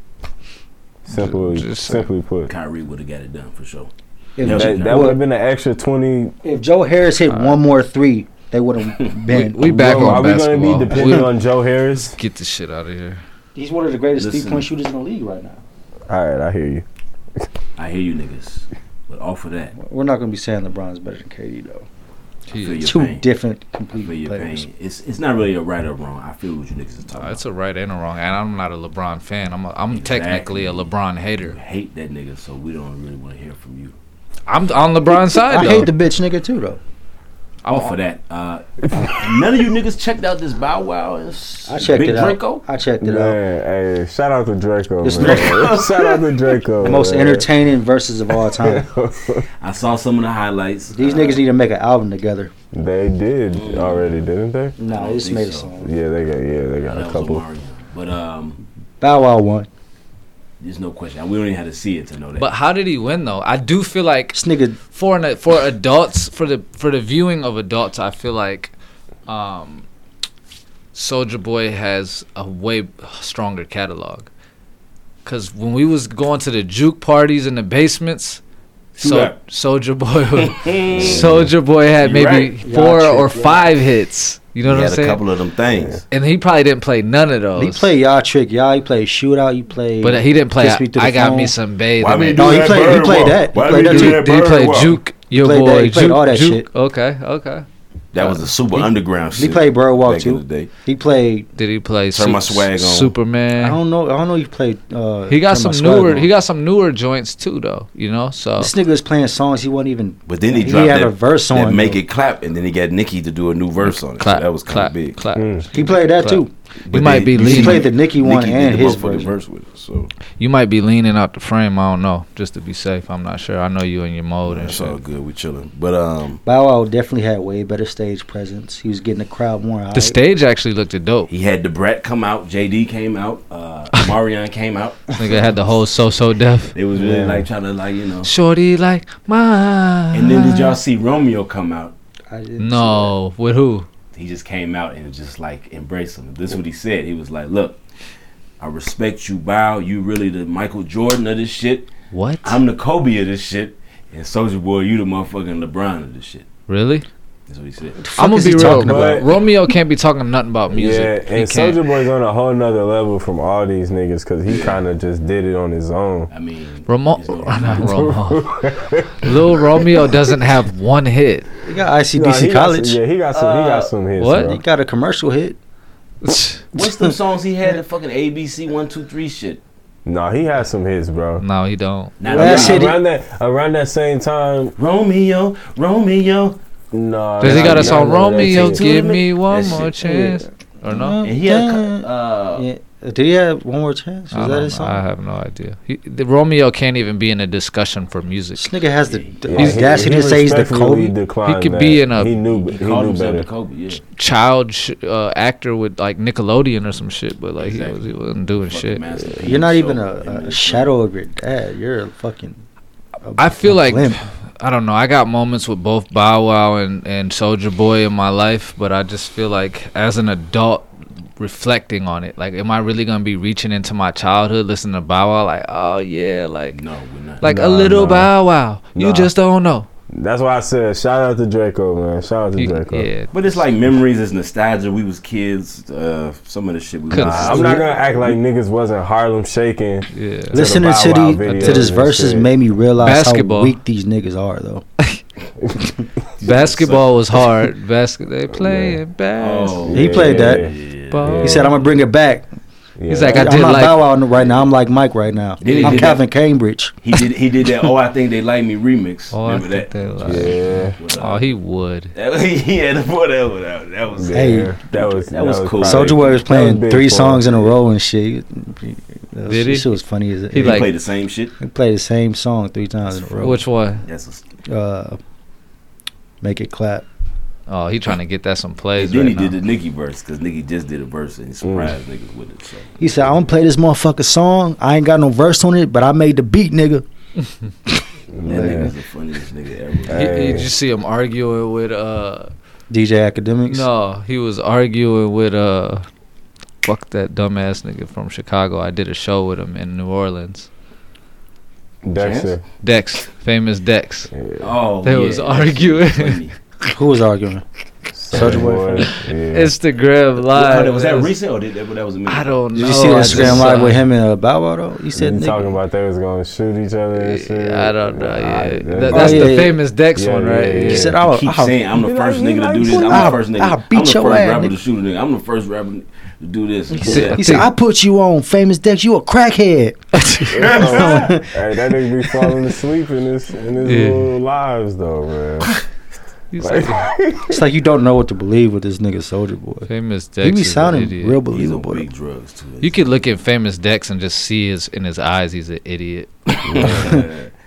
Speaker 3: Simply,
Speaker 1: Just- uh,
Speaker 3: simply put,
Speaker 5: Kyrie would have got it done for sure.
Speaker 4: If,
Speaker 5: Yeah,
Speaker 3: that, that
Speaker 4: well,
Speaker 3: would have been an extra twenty.
Speaker 4: if Joe Harris hit one more three, they would have been.
Speaker 1: we back
Speaker 3: Bro,
Speaker 1: on
Speaker 3: are we gonna be
Speaker 1: basketball.
Speaker 3: depending
Speaker 1: We-
Speaker 3: on Joe Harris?
Speaker 1: Get this shit out of here.
Speaker 4: He's one of the greatest
Speaker 5: Listen.
Speaker 4: three point shooters in the league right now.
Speaker 3: All right, I hear you.
Speaker 5: I hear you niggas, but off of that,
Speaker 4: We're not going to be saying LeBron's better than KD though.
Speaker 5: I feel
Speaker 1: He,
Speaker 5: your
Speaker 4: two
Speaker 5: pain.
Speaker 4: different
Speaker 5: I feel
Speaker 4: complete
Speaker 5: your
Speaker 4: players.
Speaker 5: pain. It's it's not really a right or wrong. I feel what you niggas are talking
Speaker 1: uh, it's
Speaker 5: about.
Speaker 1: a right and a wrong, and I'm not a LeBron fan. I'm a, I'm
Speaker 5: Exactly.
Speaker 1: technically a LeBron
Speaker 5: You
Speaker 1: hater.
Speaker 5: hate that nigga, so we don't really want to hear from you.
Speaker 1: I'm on LeBron's side.
Speaker 4: I
Speaker 1: though.
Speaker 4: hate the bitch nigga too though.
Speaker 5: Off of that, uh, none of you niggas checked out this Bow Wow and s-
Speaker 4: I checked
Speaker 5: Big
Speaker 4: it out.
Speaker 5: Draco.
Speaker 4: I checked it out.
Speaker 3: Man, hey, shout out to Draco.
Speaker 4: This
Speaker 3: man. shout out to Draco.
Speaker 4: The most
Speaker 3: man.
Speaker 4: entertaining verses of all time.
Speaker 5: I saw some of the highlights.
Speaker 4: These
Speaker 5: Uh,
Speaker 4: niggas need to make an album together.
Speaker 3: They did already, didn't they?
Speaker 4: No, nah,
Speaker 5: I don't
Speaker 4: they just
Speaker 5: think
Speaker 4: made a
Speaker 5: so.
Speaker 4: song.
Speaker 3: Yeah, they got yeah, they got
Speaker 5: That
Speaker 3: a
Speaker 5: was
Speaker 3: couple.
Speaker 5: Omarion. But um,
Speaker 4: Bow Wow won.
Speaker 5: there's no question. We don't even have to see it to know that.
Speaker 1: But how did he win though? I do feel like
Speaker 4: This nigga,
Speaker 1: for an, for adults for the for the viewing of adults i feel like um soldier boy has a way stronger catalog because when we was going to the juke parties in the basements
Speaker 5: True
Speaker 1: so
Speaker 5: that.
Speaker 1: soldier boy soldier boy had
Speaker 5: You
Speaker 1: maybe
Speaker 5: right.
Speaker 1: four
Speaker 4: Y'all
Speaker 1: or
Speaker 4: tripping.
Speaker 1: five hits you know what
Speaker 5: he
Speaker 1: i'm
Speaker 5: had a
Speaker 1: saying
Speaker 5: couple of them things.
Speaker 1: and he probably didn't play none of those
Speaker 4: he played y'all trick, y'all. He played shootout. He played.
Speaker 1: Oh, but he didn't play
Speaker 4: Kiss Me Through the
Speaker 1: i got me
Speaker 4: Phone.
Speaker 1: some babe
Speaker 2: Why
Speaker 1: and
Speaker 2: we
Speaker 1: that-
Speaker 2: do
Speaker 4: No, he
Speaker 2: that
Speaker 4: played- he
Speaker 2: very
Speaker 4: played
Speaker 2: well?
Speaker 4: that. He
Speaker 2: Why
Speaker 4: played
Speaker 2: we
Speaker 4: that
Speaker 2: do
Speaker 4: too.
Speaker 2: that
Speaker 1: did he
Speaker 2: very
Speaker 1: play
Speaker 2: well?
Speaker 1: juke your
Speaker 4: played that-
Speaker 1: boy
Speaker 4: he played
Speaker 1: juke,
Speaker 4: all that
Speaker 1: juke.
Speaker 4: shit.
Speaker 1: okay okay
Speaker 2: That was the super
Speaker 4: He-
Speaker 2: underground
Speaker 4: he
Speaker 2: shit.
Speaker 4: played Bird Walk
Speaker 2: back in
Speaker 4: too.
Speaker 2: the day.
Speaker 4: He played.
Speaker 1: Did he play
Speaker 2: Turn my swag on.
Speaker 1: Superman?
Speaker 4: I don't know. I don't know. He played. Uh,
Speaker 1: he got
Speaker 4: Turn My
Speaker 1: some
Speaker 4: Swag
Speaker 1: newer.
Speaker 4: On.
Speaker 1: He got some newer joints too, though. You know, so
Speaker 4: This nigga was playing songs he wasn't even.
Speaker 2: But then he,
Speaker 4: He
Speaker 2: dropped
Speaker 4: had
Speaker 2: that,
Speaker 4: a verse
Speaker 2: that
Speaker 4: on
Speaker 2: make
Speaker 4: though.
Speaker 2: it clap, and then he got Nicki to do a new verse on it. so
Speaker 1: clap,
Speaker 2: that was kind
Speaker 1: clap,
Speaker 2: of big.
Speaker 1: clap.
Speaker 3: Mm.
Speaker 4: He played that
Speaker 1: Clap.
Speaker 4: too.
Speaker 1: You might be
Speaker 4: He
Speaker 1: leading.
Speaker 4: played the Nicki one
Speaker 2: Nicki
Speaker 4: and
Speaker 2: did the
Speaker 4: his
Speaker 2: motherfucking
Speaker 4: version.
Speaker 2: verse with it. So
Speaker 1: You might be leaning out the frame. I don't know. Just to be safe, I'm not sure. I know you in your mode and
Speaker 2: that's all
Speaker 1: shit.
Speaker 2: good. We chilling. But um,
Speaker 4: Bow Wow definitely had way better stage presence. He was getting the crowd more.
Speaker 1: The
Speaker 4: hype.
Speaker 1: stage actually looked dope.
Speaker 5: He had the Brat come out, JD came out, uh, Marion came out.
Speaker 1: Nigga had the whole so so deaf.
Speaker 5: They was really
Speaker 3: Yeah.
Speaker 5: like trying to like you know.
Speaker 1: Shorty like mine.
Speaker 5: And then did y'all see Romeo come out?
Speaker 4: I didn't
Speaker 1: No, with who?
Speaker 5: He just came out and just like embraced him. This is what he said. He was like, "Look, I respect you, Bow. You really the Michael Jordan of this shit.
Speaker 1: What?
Speaker 5: I'm the Kobe of this shit, and Soldier Boy, you the motherfucking LeBron of this shit."
Speaker 1: really?
Speaker 5: That's what he said.
Speaker 4: see that.
Speaker 1: I'm gonna
Speaker 4: Fuck is
Speaker 1: be
Speaker 4: he
Speaker 1: real.
Speaker 4: talking
Speaker 3: about?
Speaker 1: But Romeo can't be talking nothing about music. he
Speaker 3: Yeah, and
Speaker 1: can't.
Speaker 3: Soldier Boy's on a whole nother level from all these niggas because he kind of just did it on his own.
Speaker 5: I mean,
Speaker 1: Ramo-
Speaker 5: it's not-
Speaker 1: not Romo. Lil Romeo doesn't have one hit.
Speaker 4: He got
Speaker 3: Nah, he
Speaker 4: ICBC
Speaker 3: got
Speaker 4: College.
Speaker 3: Some, yeah, he got some. he
Speaker 4: Uh,
Speaker 3: got some hits.
Speaker 1: what?
Speaker 3: bro.
Speaker 4: He got a commercial hit.
Speaker 5: What's the songs he had? The fucking ABC one two three shit.
Speaker 3: Nah, he had some hits, bro.
Speaker 1: no, he don't.
Speaker 5: Now,
Speaker 4: Last
Speaker 5: now,
Speaker 4: hit he-
Speaker 3: around that around that same time,
Speaker 5: Romeo, Romeo,
Speaker 3: no.
Speaker 1: Does he got
Speaker 3: a
Speaker 1: a song Romeo?
Speaker 5: too.
Speaker 1: Give me one
Speaker 5: That
Speaker 1: more
Speaker 5: shit,
Speaker 1: chance, or no?
Speaker 5: and he had a co- uh,
Speaker 4: Yeah. Did he have one more chance?
Speaker 1: I
Speaker 4: Was that
Speaker 1: don't
Speaker 4: his
Speaker 1: know. I
Speaker 4: song?
Speaker 1: have no idea. He, the Romeo can't even be in a discussion for music.
Speaker 4: This nigga has the the
Speaker 3: Yeah,
Speaker 4: audacity to say he's the
Speaker 3: respectfully
Speaker 4: Kobe.
Speaker 3: declined
Speaker 1: He could
Speaker 3: that.
Speaker 1: be in a-
Speaker 3: He knew. He,
Speaker 5: He, called
Speaker 3: knew
Speaker 5: himself
Speaker 3: better.
Speaker 5: the Kobe, yeah.
Speaker 1: Child sh- uh, actor with like Nickelodeon or some shit, but like
Speaker 5: Exactly.
Speaker 1: he, was, he wasn't doing
Speaker 5: Fucking
Speaker 1: shit.
Speaker 5: masterpiece.
Speaker 4: You're not even
Speaker 5: So,
Speaker 4: a,
Speaker 5: I mean,
Speaker 4: a shadow of your dad. You're a fucking.
Speaker 1: I feel like
Speaker 4: limp.
Speaker 1: I don't know. I got moments with both Bow Wow and and Soldier Boy in my life, but I just feel like as an adult reflecting on it, like, am I really gonna be reaching into my childhood listening to Bow Wow? Like, oh yeah, like
Speaker 5: No, we're not.
Speaker 1: like a
Speaker 3: Nah,
Speaker 1: little
Speaker 3: nah.
Speaker 1: Bow Wow. You
Speaker 3: Nah.
Speaker 1: just don't know.
Speaker 3: That's why I said shout out to Draco, man. Shout out to
Speaker 1: You-
Speaker 3: Draco.
Speaker 1: yeah,
Speaker 5: but it's like memories, it's nostalgia. We was kids. Uh, some of the shit we
Speaker 1: Could've-
Speaker 5: was.
Speaker 3: I'm not gonna act like niggas wasn't Harlem shaking.
Speaker 1: yeah.
Speaker 4: Listening
Speaker 3: Bow
Speaker 4: to,
Speaker 3: Wow
Speaker 4: the,
Speaker 3: videos
Speaker 4: to this
Speaker 3: and
Speaker 4: verses
Speaker 3: shit.
Speaker 4: made me realize
Speaker 1: Basketball.
Speaker 4: how weak these niggas are, though.
Speaker 1: Basketball was hard. Basket they playing basketball.
Speaker 5: Oh,
Speaker 4: He played that.
Speaker 5: Yeah.
Speaker 4: He said, "I'm gonna bring it back."
Speaker 3: yeah.
Speaker 1: He's like, I
Speaker 4: I
Speaker 1: did
Speaker 4: am not
Speaker 1: like-
Speaker 4: Bow Wow right now. I'm like Mike right now.
Speaker 5: Yeah, he
Speaker 4: I'm
Speaker 5: did
Speaker 4: Calvin Cambridge.
Speaker 5: He did. He did that. Oh, I think they like me remix.
Speaker 1: Oh, I
Speaker 5: Remember
Speaker 1: think
Speaker 5: that?
Speaker 1: they like-
Speaker 3: yeah.
Speaker 5: With, uh,
Speaker 1: Oh, he would.
Speaker 5: that- he had the boy that was that, that was.
Speaker 3: Yeah,
Speaker 4: Hey,
Speaker 3: that was
Speaker 5: that was cool.
Speaker 3: probably-
Speaker 4: Soldier Boy was
Speaker 3: that
Speaker 4: playing
Speaker 3: big
Speaker 4: three
Speaker 3: for
Speaker 4: songs
Speaker 3: him.
Speaker 4: in a row and shit. That
Speaker 1: Did he?
Speaker 4: shit was funny as
Speaker 1: He
Speaker 5: He
Speaker 4: he,
Speaker 1: like-
Speaker 5: played the same shit.
Speaker 4: played the same song three times in a row.
Speaker 1: Which one?
Speaker 5: That's a,
Speaker 4: uh, make it clap.
Speaker 1: Oh, he trying to get that some
Speaker 5: and
Speaker 1: plays
Speaker 5: then
Speaker 1: right
Speaker 5: he
Speaker 1: now.
Speaker 5: did the Nicki verse because Nicki just did a verse and he surprised niggas with it. So.
Speaker 4: He said, "I'm gonna play this motherfucker song. I ain't got no verse on it, but I made the beat, nigga."
Speaker 5: That
Speaker 3: Man.
Speaker 5: nigga's the funniest nigga ever.
Speaker 1: He- he-
Speaker 3: Hey.
Speaker 1: did you see him arguing with uh?
Speaker 4: DJ Academics.
Speaker 1: No, he was arguing with uh. Fuck that dumbass nigga from Chicago. I did a show with him in New Orleans.
Speaker 3: Dexter.
Speaker 1: Dex, famous Dex.
Speaker 5: Oh,
Speaker 1: They was arguing.
Speaker 5: Funny.
Speaker 4: Who was arguing?
Speaker 3: Soldier Boy. Yeah.
Speaker 1: Instagram
Speaker 5: Oh,
Speaker 1: live.
Speaker 5: that- was that
Speaker 1: That's-
Speaker 5: recent or did that, that was a minute?
Speaker 1: I don't
Speaker 4: Did
Speaker 1: know.
Speaker 4: you see the
Speaker 1: I
Speaker 4: Instagram
Speaker 1: just
Speaker 4: live
Speaker 1: saw-
Speaker 4: with him and uh, Bow Wow? Though he said,
Speaker 3: You talking
Speaker 4: "Nigga,
Speaker 3: about they was gonna shoot each other and shit?
Speaker 1: Yeah, I don't know.
Speaker 3: Nah,
Speaker 1: Yeah,
Speaker 3: that-
Speaker 1: That- that's
Speaker 4: Oh,
Speaker 1: the
Speaker 4: yeah, yeah.
Speaker 1: famous Dex
Speaker 3: Yeah,
Speaker 1: one,
Speaker 3: yeah,
Speaker 1: right?
Speaker 3: yeah,
Speaker 1: Yeah.
Speaker 4: he
Speaker 3: yeah.
Speaker 4: said,
Speaker 5: I
Speaker 4: "Oh,
Speaker 5: keep
Speaker 4: I'll-
Speaker 5: saying I'm the
Speaker 3: You know,
Speaker 5: first
Speaker 3: you
Speaker 5: nigga to
Speaker 3: like
Speaker 5: do this.
Speaker 3: put-
Speaker 5: I'm
Speaker 4: I'll-
Speaker 5: the first nigga.
Speaker 4: I'll beat
Speaker 5: I'm the
Speaker 4: your
Speaker 5: first
Speaker 4: ass,
Speaker 5: rapper to
Speaker 4: nigga.
Speaker 5: shoot a nigga. I'm the first rapper to do this.
Speaker 4: He said,
Speaker 1: I
Speaker 4: he said,
Speaker 1: think-
Speaker 4: I put you on, famous Dex. You a crackhead.
Speaker 3: Oh, hey, that nigga be falling asleep in his in his
Speaker 1: Yeah.
Speaker 3: little lives though, man.
Speaker 1: He's
Speaker 3: Like,
Speaker 1: like,
Speaker 4: It's like you don't know what to believe with this nigga Soldier Boy.
Speaker 1: famous Dex.
Speaker 4: He be
Speaker 1: is an
Speaker 4: sounding
Speaker 1: idiot.
Speaker 4: real
Speaker 5: He's on
Speaker 4: believable.
Speaker 5: big drugs too.
Speaker 1: You could look at famous Dex and just see his in his eyes. He's an idiot.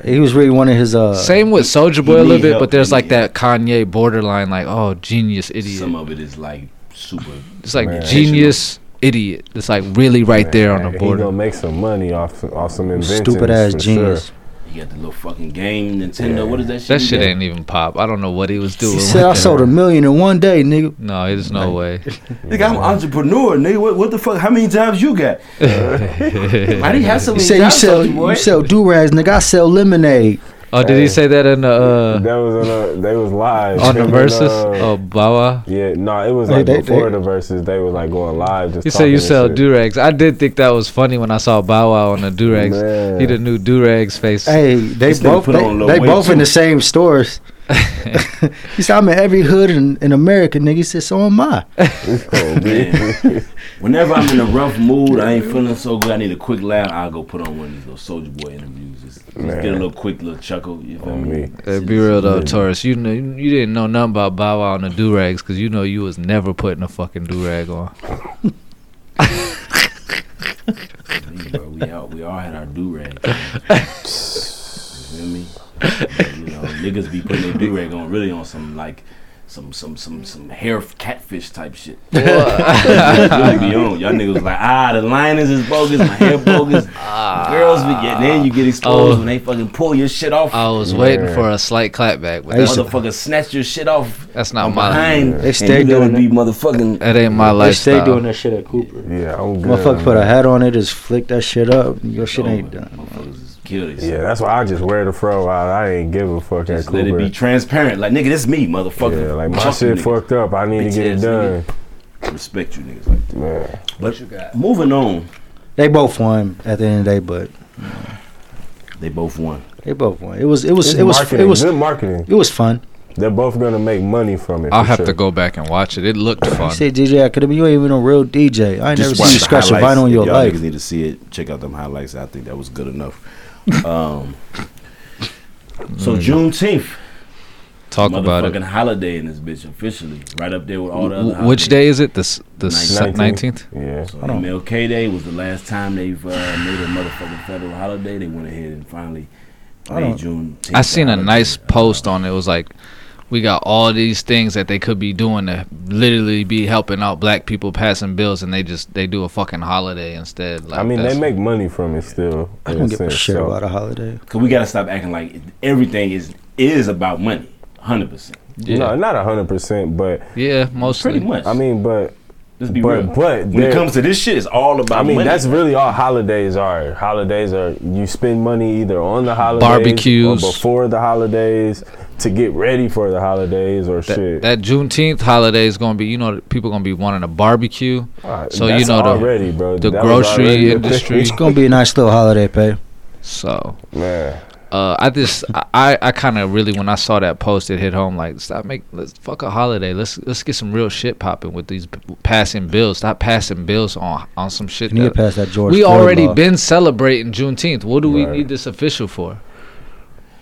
Speaker 4: He was really one of his uh
Speaker 1: Same with Soldier Boy a
Speaker 5: need
Speaker 1: little bit,
Speaker 5: help,
Speaker 1: but there's
Speaker 5: he
Speaker 1: like
Speaker 5: need
Speaker 1: that Kanye borderline, like oh genius idiot.
Speaker 5: Some of it is like super.
Speaker 1: It's like
Speaker 3: Man.
Speaker 1: genius idiot. It's like really right there on the
Speaker 3: He gonna
Speaker 1: border.
Speaker 3: make some money off off some inventions.
Speaker 4: stupid ass
Speaker 3: for
Speaker 4: genius.
Speaker 3: Sure.
Speaker 5: You got the little fucking game Nintendo.
Speaker 3: Yeah.
Speaker 5: What is that shit?
Speaker 1: That
Speaker 5: you
Speaker 1: shit
Speaker 5: got?
Speaker 1: ain't even pop. I don't know what he was doing.
Speaker 4: He
Speaker 1: with
Speaker 4: said, "I
Speaker 1: that.
Speaker 4: sold a million in one day, nigga."
Speaker 1: No, there's no way.
Speaker 5: Nigga, I'm an entrepreneur, nigga. What, what the fuck? How many jobs you got? Why do you have so
Speaker 4: He
Speaker 5: many
Speaker 4: said, "You
Speaker 5: jobs?
Speaker 4: sell,
Speaker 5: Soulja Boy?
Speaker 4: you sell do rags, nigga. I sell lemonade."
Speaker 1: Oh, did he
Speaker 3: Hey.
Speaker 1: say that in the
Speaker 3: that was on a, they was live
Speaker 1: uh, on the
Speaker 3: And,
Speaker 1: verses?
Speaker 3: uh,
Speaker 1: Oh, Bawa.
Speaker 3: Yeah, no, it was
Speaker 4: Hey,
Speaker 3: like
Speaker 4: they-
Speaker 3: before
Speaker 4: they-
Speaker 3: the verses. They were like going live. Just
Speaker 1: You say you
Speaker 3: talking
Speaker 1: sell
Speaker 3: and shit.
Speaker 1: durags. I did think that was funny when I saw Bow Wow on the durags.
Speaker 3: Man.
Speaker 1: He the new durags face.
Speaker 4: Hey, they
Speaker 5: This nigga
Speaker 4: both
Speaker 5: put on a
Speaker 4: they,
Speaker 5: little
Speaker 4: they
Speaker 5: weight,
Speaker 4: both in
Speaker 5: too.
Speaker 4: the same stores. he said, "I'm in every hood in, in America, nigga." He said, "So am I."
Speaker 3: Oh,
Speaker 5: Man. Whenever I'm in a rough mood, I ain't feeling so good. I need a quick laugh. I'll go put on one of these little Soldier Boy interviews. Just, just
Speaker 3: Man.
Speaker 5: get a little quick little chuckle. You feel
Speaker 3: On
Speaker 5: me?
Speaker 3: me.
Speaker 1: Hey, be real though, Taurus. You know you didn't know nothing about Bow Wow and the durags because you know you was never putting a fucking durag on.
Speaker 5: Bro, we all we all had our do rag. You feel me? You know, niggas be putting their do rag on really on some like some some some some hair f- catfish type shit. Really be on. Y'all niggas was like, ah, the liners is bogus, my hair bogus. Girls be getting then you get exposed
Speaker 1: Oh.
Speaker 5: when they fucking pull your shit off.
Speaker 1: I was waiting
Speaker 3: Yeah.
Speaker 1: for a slight clapback, but
Speaker 3: I
Speaker 1: that's,
Speaker 3: used to-
Speaker 5: Motherfucker snatch your shit off
Speaker 1: that's not
Speaker 5: from
Speaker 1: my.
Speaker 5: behind.
Speaker 4: They
Speaker 5: and
Speaker 4: stay
Speaker 5: you gotta
Speaker 4: doing
Speaker 5: be motherfucking
Speaker 1: That ain't my
Speaker 4: They stay
Speaker 1: lifestyle.
Speaker 4: doing that shit at Cooper.
Speaker 3: Yeah, I'm good.
Speaker 4: Motherfucker put a
Speaker 3: man.
Speaker 4: hat on it, just flick that shit up. Your shit ain't
Speaker 5: over.
Speaker 4: done.
Speaker 5: Motherfuckers is kill this.
Speaker 3: Yeah, that's why I just wear the fro out. I ain't give a fuck at
Speaker 5: Just let it
Speaker 3: Cooper.
Speaker 5: be transparent. Like nigga, this me, motherfucker.
Speaker 3: Yeah, like my
Speaker 5: Fuck you
Speaker 3: shit
Speaker 5: niggas.
Speaker 3: fucked up. I need to
Speaker 5: Bitch
Speaker 3: get it
Speaker 5: ass
Speaker 3: done.
Speaker 5: Respect you niggas like that.
Speaker 3: Man,
Speaker 5: But moving on,
Speaker 4: They both won at the end of the day, but
Speaker 5: they both won.
Speaker 4: they both won. It was it was
Speaker 3: It's
Speaker 4: it was
Speaker 3: marketing.
Speaker 4: it was
Speaker 3: good marketing.
Speaker 4: it was fun.
Speaker 3: They're both gonna make money from it.
Speaker 1: I'll
Speaker 3: for
Speaker 1: have
Speaker 3: sure.
Speaker 1: to go back and watch it. It looked
Speaker 4: You
Speaker 1: fun.
Speaker 4: said DJ, I could have been. You ain't even a real DJ. I ain't never
Speaker 5: Just
Speaker 4: seen
Speaker 5: watch
Speaker 4: you
Speaker 5: the
Speaker 4: scratch a
Speaker 5: highlights.
Speaker 4: vinyl in
Speaker 5: If
Speaker 4: your
Speaker 5: y'all
Speaker 4: life.
Speaker 5: Niggas need to see it. Check out them highlights. I think that was good enough. Um, so Juneteenth,
Speaker 1: Talk about
Speaker 5: motherfucking
Speaker 1: it.
Speaker 5: holiday in this bitch officially, right up there with all the other.
Speaker 1: W- Which
Speaker 5: holidays.
Speaker 1: day is it? The s- the
Speaker 5: Nineteenth.
Speaker 1: nineteenth.
Speaker 3: Yeah.
Speaker 5: So
Speaker 4: Hold on.
Speaker 5: MLK Day was the last time they've uh, made a motherfucking federal holiday. They went ahead and finally
Speaker 4: Hold
Speaker 5: made
Speaker 4: on.
Speaker 5: Juneteenth.
Speaker 1: I seen a
Speaker 5: holiday.
Speaker 1: nice
Speaker 5: Uh,
Speaker 1: post on it. It was like, we got all these things that they could be doing to literally be helping out black people passing bills, and they just they do a fucking holiday instead. Like,
Speaker 3: I mean,
Speaker 1: that's-
Speaker 3: they make money from it still.
Speaker 4: I
Speaker 3: in
Speaker 4: don't
Speaker 3: a
Speaker 4: give a
Speaker 3: sense,
Speaker 4: shit
Speaker 3: so-
Speaker 4: about a holiday.
Speaker 5: Cause we gotta stop acting like everything is is about money, hundred percent,
Speaker 1: yeah,
Speaker 3: No, not hundred percent, but
Speaker 1: yeah, mostly.
Speaker 5: pretty much.
Speaker 3: I mean, but
Speaker 5: let's be
Speaker 3: but-
Speaker 5: real.
Speaker 3: but
Speaker 5: when it
Speaker 3: there-
Speaker 5: comes to this shit, it's all about.
Speaker 3: I mean,
Speaker 5: money.
Speaker 3: that's really all holidays are. Holidays are you spend money either on the holidays,
Speaker 1: Barbecues.
Speaker 3: or before the holidays to get ready for the holidays or shit.
Speaker 1: That, that Juneteenth holiday is gonna be, you know, people gonna be wanting a barbecue.
Speaker 3: Uh,
Speaker 1: so you
Speaker 3: that's
Speaker 1: know the-
Speaker 3: already, bro,
Speaker 1: the
Speaker 3: That was
Speaker 1: grocery
Speaker 3: already a
Speaker 1: industry.
Speaker 3: thing.
Speaker 4: It's gonna be a nice little holiday, pay.
Speaker 1: So
Speaker 3: Man,
Speaker 1: uh, I just I- I, I kind of really when I saw that post it hit home like stop make let's fuck a holiday let's let's get some real shit popping with these p- passing bills stop passing bills on on some shit
Speaker 4: You need to
Speaker 1: that
Speaker 4: pass that George.
Speaker 1: we
Speaker 4: Floyd
Speaker 1: already
Speaker 4: law.
Speaker 1: been celebrating Juneteenth what do we
Speaker 3: Right.
Speaker 1: need this official for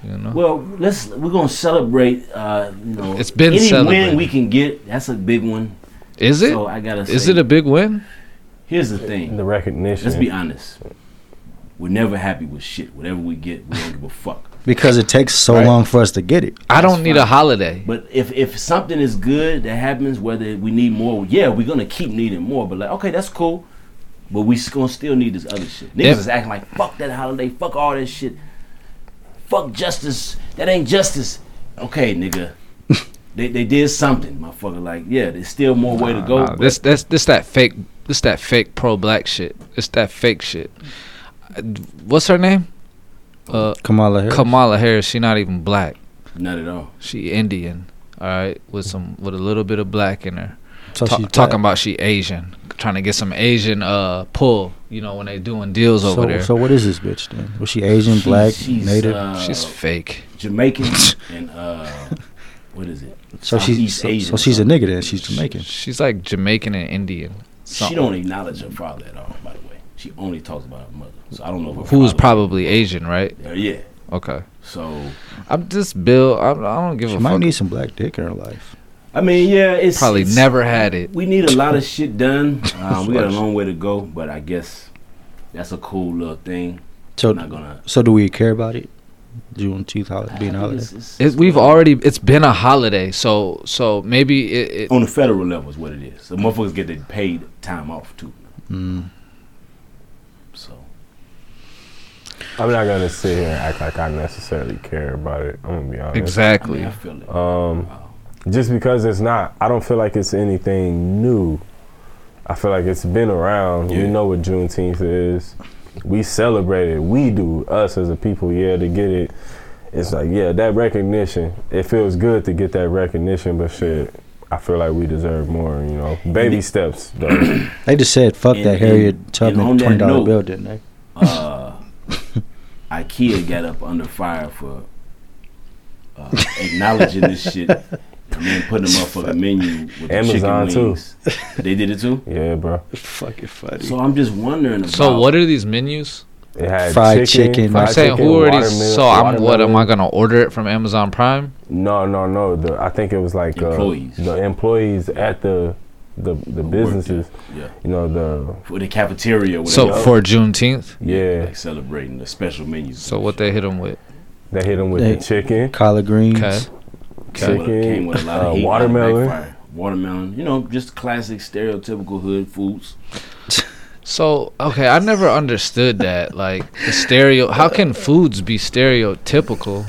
Speaker 1: you know
Speaker 5: Well, let's we're gonna celebrate. Uh, you know,
Speaker 1: It's been
Speaker 5: any
Speaker 1: celebrated.
Speaker 5: win we can get. That's a big one.
Speaker 1: is it
Speaker 5: So I gotta. Say,
Speaker 1: is it a big win
Speaker 5: Here's the thing.
Speaker 3: the recognition.
Speaker 5: Let's be honest. We're never happy with shit. Whatever we get, we don't give a fuck.
Speaker 4: because it takes so
Speaker 5: Right.
Speaker 4: long for us to get it.
Speaker 1: I
Speaker 5: That's
Speaker 1: don't need a
Speaker 5: fine.
Speaker 1: holiday
Speaker 5: But if if something is good that happens, whether we need more, yeah, we're gonna keep needing more. But like, okay, that's cool. But we s- gonna still need this other shit. Niggas
Speaker 1: Yep.
Speaker 5: is acting like fuck that holiday, fuck all that shit, fuck justice. That ain't justice. Okay, nigga. They, they did something, motherfucker. Like, yeah, there's still more way to go.
Speaker 1: Nah,
Speaker 5: but-
Speaker 1: this this this that fake this that fake pro black shit it's that fake shit Uh, what's her name uh
Speaker 4: Kamala Harris.
Speaker 1: Kamala Harris she not even black.
Speaker 5: Not at all.
Speaker 1: She Indian, all right, with some with a little bit of black in her.
Speaker 4: so
Speaker 1: Ta-
Speaker 4: she
Speaker 1: talking about she Asian, trying to get some Asian uh pull. You know when they doing deals
Speaker 4: so,
Speaker 1: over there.
Speaker 4: so what is this bitch then? Was she Asian,
Speaker 5: She's-
Speaker 4: black,
Speaker 5: she's,
Speaker 4: native?
Speaker 5: uh,
Speaker 1: She's fake.
Speaker 5: Jamaican and uh, what is it?
Speaker 4: so she's
Speaker 5: Southeast
Speaker 4: so,
Speaker 5: Asian
Speaker 4: so she's a
Speaker 5: or
Speaker 4: nigga then. She's Jamaican.
Speaker 1: She's like Jamaican and Indian.
Speaker 5: She don't acknowledge her father at all. By the way, she only talks about her mother. So I don't know if her
Speaker 1: Who's
Speaker 5: father-
Speaker 1: probably Asian, right?
Speaker 5: Yeah, yeah.
Speaker 1: Okay.
Speaker 5: So
Speaker 1: I'm just Bill. I'm, I don't give
Speaker 4: She
Speaker 1: a
Speaker 4: might
Speaker 1: fuck.
Speaker 4: need some black dick in her life.
Speaker 5: I mean, yeah, it's
Speaker 1: Probably
Speaker 5: it's-
Speaker 1: never had it.
Speaker 5: We need a lot of shit done. Uh, we got a long way to go, but I guess that's a cool little thing.
Speaker 4: So
Speaker 5: I'm not gonna.
Speaker 4: so do we care about it? Juneteenth holiday being a
Speaker 5: I think
Speaker 4: holiday.
Speaker 5: it's- it's-
Speaker 1: It, we've already. It's been a holiday, so so maybe it. it
Speaker 5: on the federal level is what it is. So motherfuckers get their paid time off too.
Speaker 4: Mm.
Speaker 5: So
Speaker 3: I'm not gonna sit here and act like I necessarily care about it. I'm gonna be honest.
Speaker 5: I
Speaker 1: exactly.
Speaker 5: mean, I feel it.
Speaker 3: Um,
Speaker 5: Wow.
Speaker 3: just because it's not, I don't feel like it's anything new. I feel like it's been around.
Speaker 5: Yeah.
Speaker 3: We know what Juneteenth is. We celebrate it. We do us as a people. Yeah, to get it, it's like yeah, that recognition. It feels good to get that recognition, but shit, I feel like we deserve more. You know, baby steps. Though.
Speaker 4: They just said fuck
Speaker 5: And-
Speaker 4: that Harriet
Speaker 5: and- and on
Speaker 4: Tubman
Speaker 5: that
Speaker 4: twenty dollar
Speaker 5: note-
Speaker 4: bill, didn't they?
Speaker 5: uh, IKEA got up under fire for uh, acknowledging this shit and then putting them up for the menu with
Speaker 3: Amazon,
Speaker 5: the
Speaker 3: too.
Speaker 5: chicken wings. They did it too.
Speaker 3: yeah, bro.
Speaker 4: Fucking funny.
Speaker 5: So I'm just wondering about.
Speaker 1: So what are these menus?
Speaker 3: It had
Speaker 4: Fried
Speaker 3: chicken.
Speaker 4: chicken.
Speaker 1: I'm
Speaker 4: Fried
Speaker 1: saying who already
Speaker 3: watermelon-
Speaker 1: so I'm what am I
Speaker 3: watermelon.
Speaker 1: gonna order it from Amazon Prime?
Speaker 3: No, no, no. The, I think it was like uh,
Speaker 5: Employees.
Speaker 3: the employees at the the the businesses.
Speaker 5: yeah.
Speaker 3: You know the
Speaker 5: for the cafeteria. Whatever.
Speaker 1: So for Juneteenth,
Speaker 3: yeah
Speaker 5: like celebrating the special menus.
Speaker 1: so what they hit them with?
Speaker 3: they hit them with
Speaker 4: They-
Speaker 3: the chicken.
Speaker 4: Collard greens.
Speaker 1: Okay.
Speaker 5: Came with, a- came with a lot
Speaker 3: uh,
Speaker 5: of heat,
Speaker 3: watermelon.
Speaker 5: like backfire. watermelon. You know, just classic stereotypical hood foods.
Speaker 1: So okay, I never understood that. Like the stereo, how can foods be stereotypical?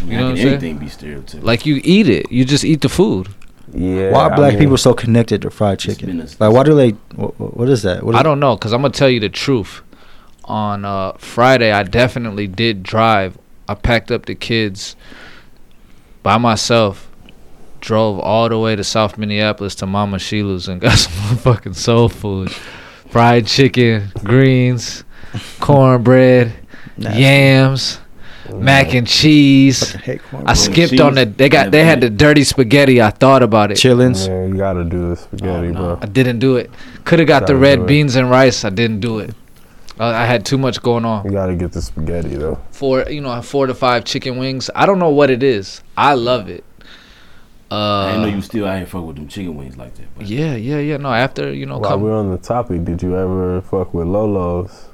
Speaker 5: I mean,
Speaker 1: You
Speaker 5: how
Speaker 1: know what I'm
Speaker 5: can
Speaker 1: saying?
Speaker 5: anything be stereotypical?
Speaker 1: Like you eat it, you just eat the food.
Speaker 3: Yeah,
Speaker 4: why are
Speaker 3: I
Speaker 4: black
Speaker 3: mean,
Speaker 4: people so connected to fried chicken?
Speaker 5: been a-
Speaker 4: like, why do they? What, what is that? What is
Speaker 1: I don't know, cause I'm gonna tell you the truth. On uh, Friday, I definitely did drive. I packed up the kids by myself, drove all the way to South Minneapolis to Mama Sheila's and got some fucking soul food, fried chicken, greens, cornbread,
Speaker 4: Nah,
Speaker 1: yams, mac and cheese.
Speaker 4: I hate corn.
Speaker 1: I skipped on the. They got. They had the dirty spaghetti. I thought about it.
Speaker 4: Chillins.
Speaker 3: Man, you gotta do the spaghetti,
Speaker 5: Oh, no.
Speaker 3: bro.
Speaker 1: I didn't do it. Could have got the
Speaker 3: Gotta do
Speaker 1: red
Speaker 3: it.
Speaker 1: beans and rice. I didn't do it. I I had too much going on.
Speaker 3: You gotta get the spaghetti though.
Speaker 1: Four, you know, four to five chicken wings. I don't know what it is. I love it.
Speaker 5: I didn't know you
Speaker 1: Uh,
Speaker 5: was still out here fuck with them chicken wings like that. But
Speaker 1: yeah, yeah, yeah. No, after you know,
Speaker 3: While
Speaker 1: Oh, come
Speaker 3: we're on the topic, did you ever fuck with Lolo's?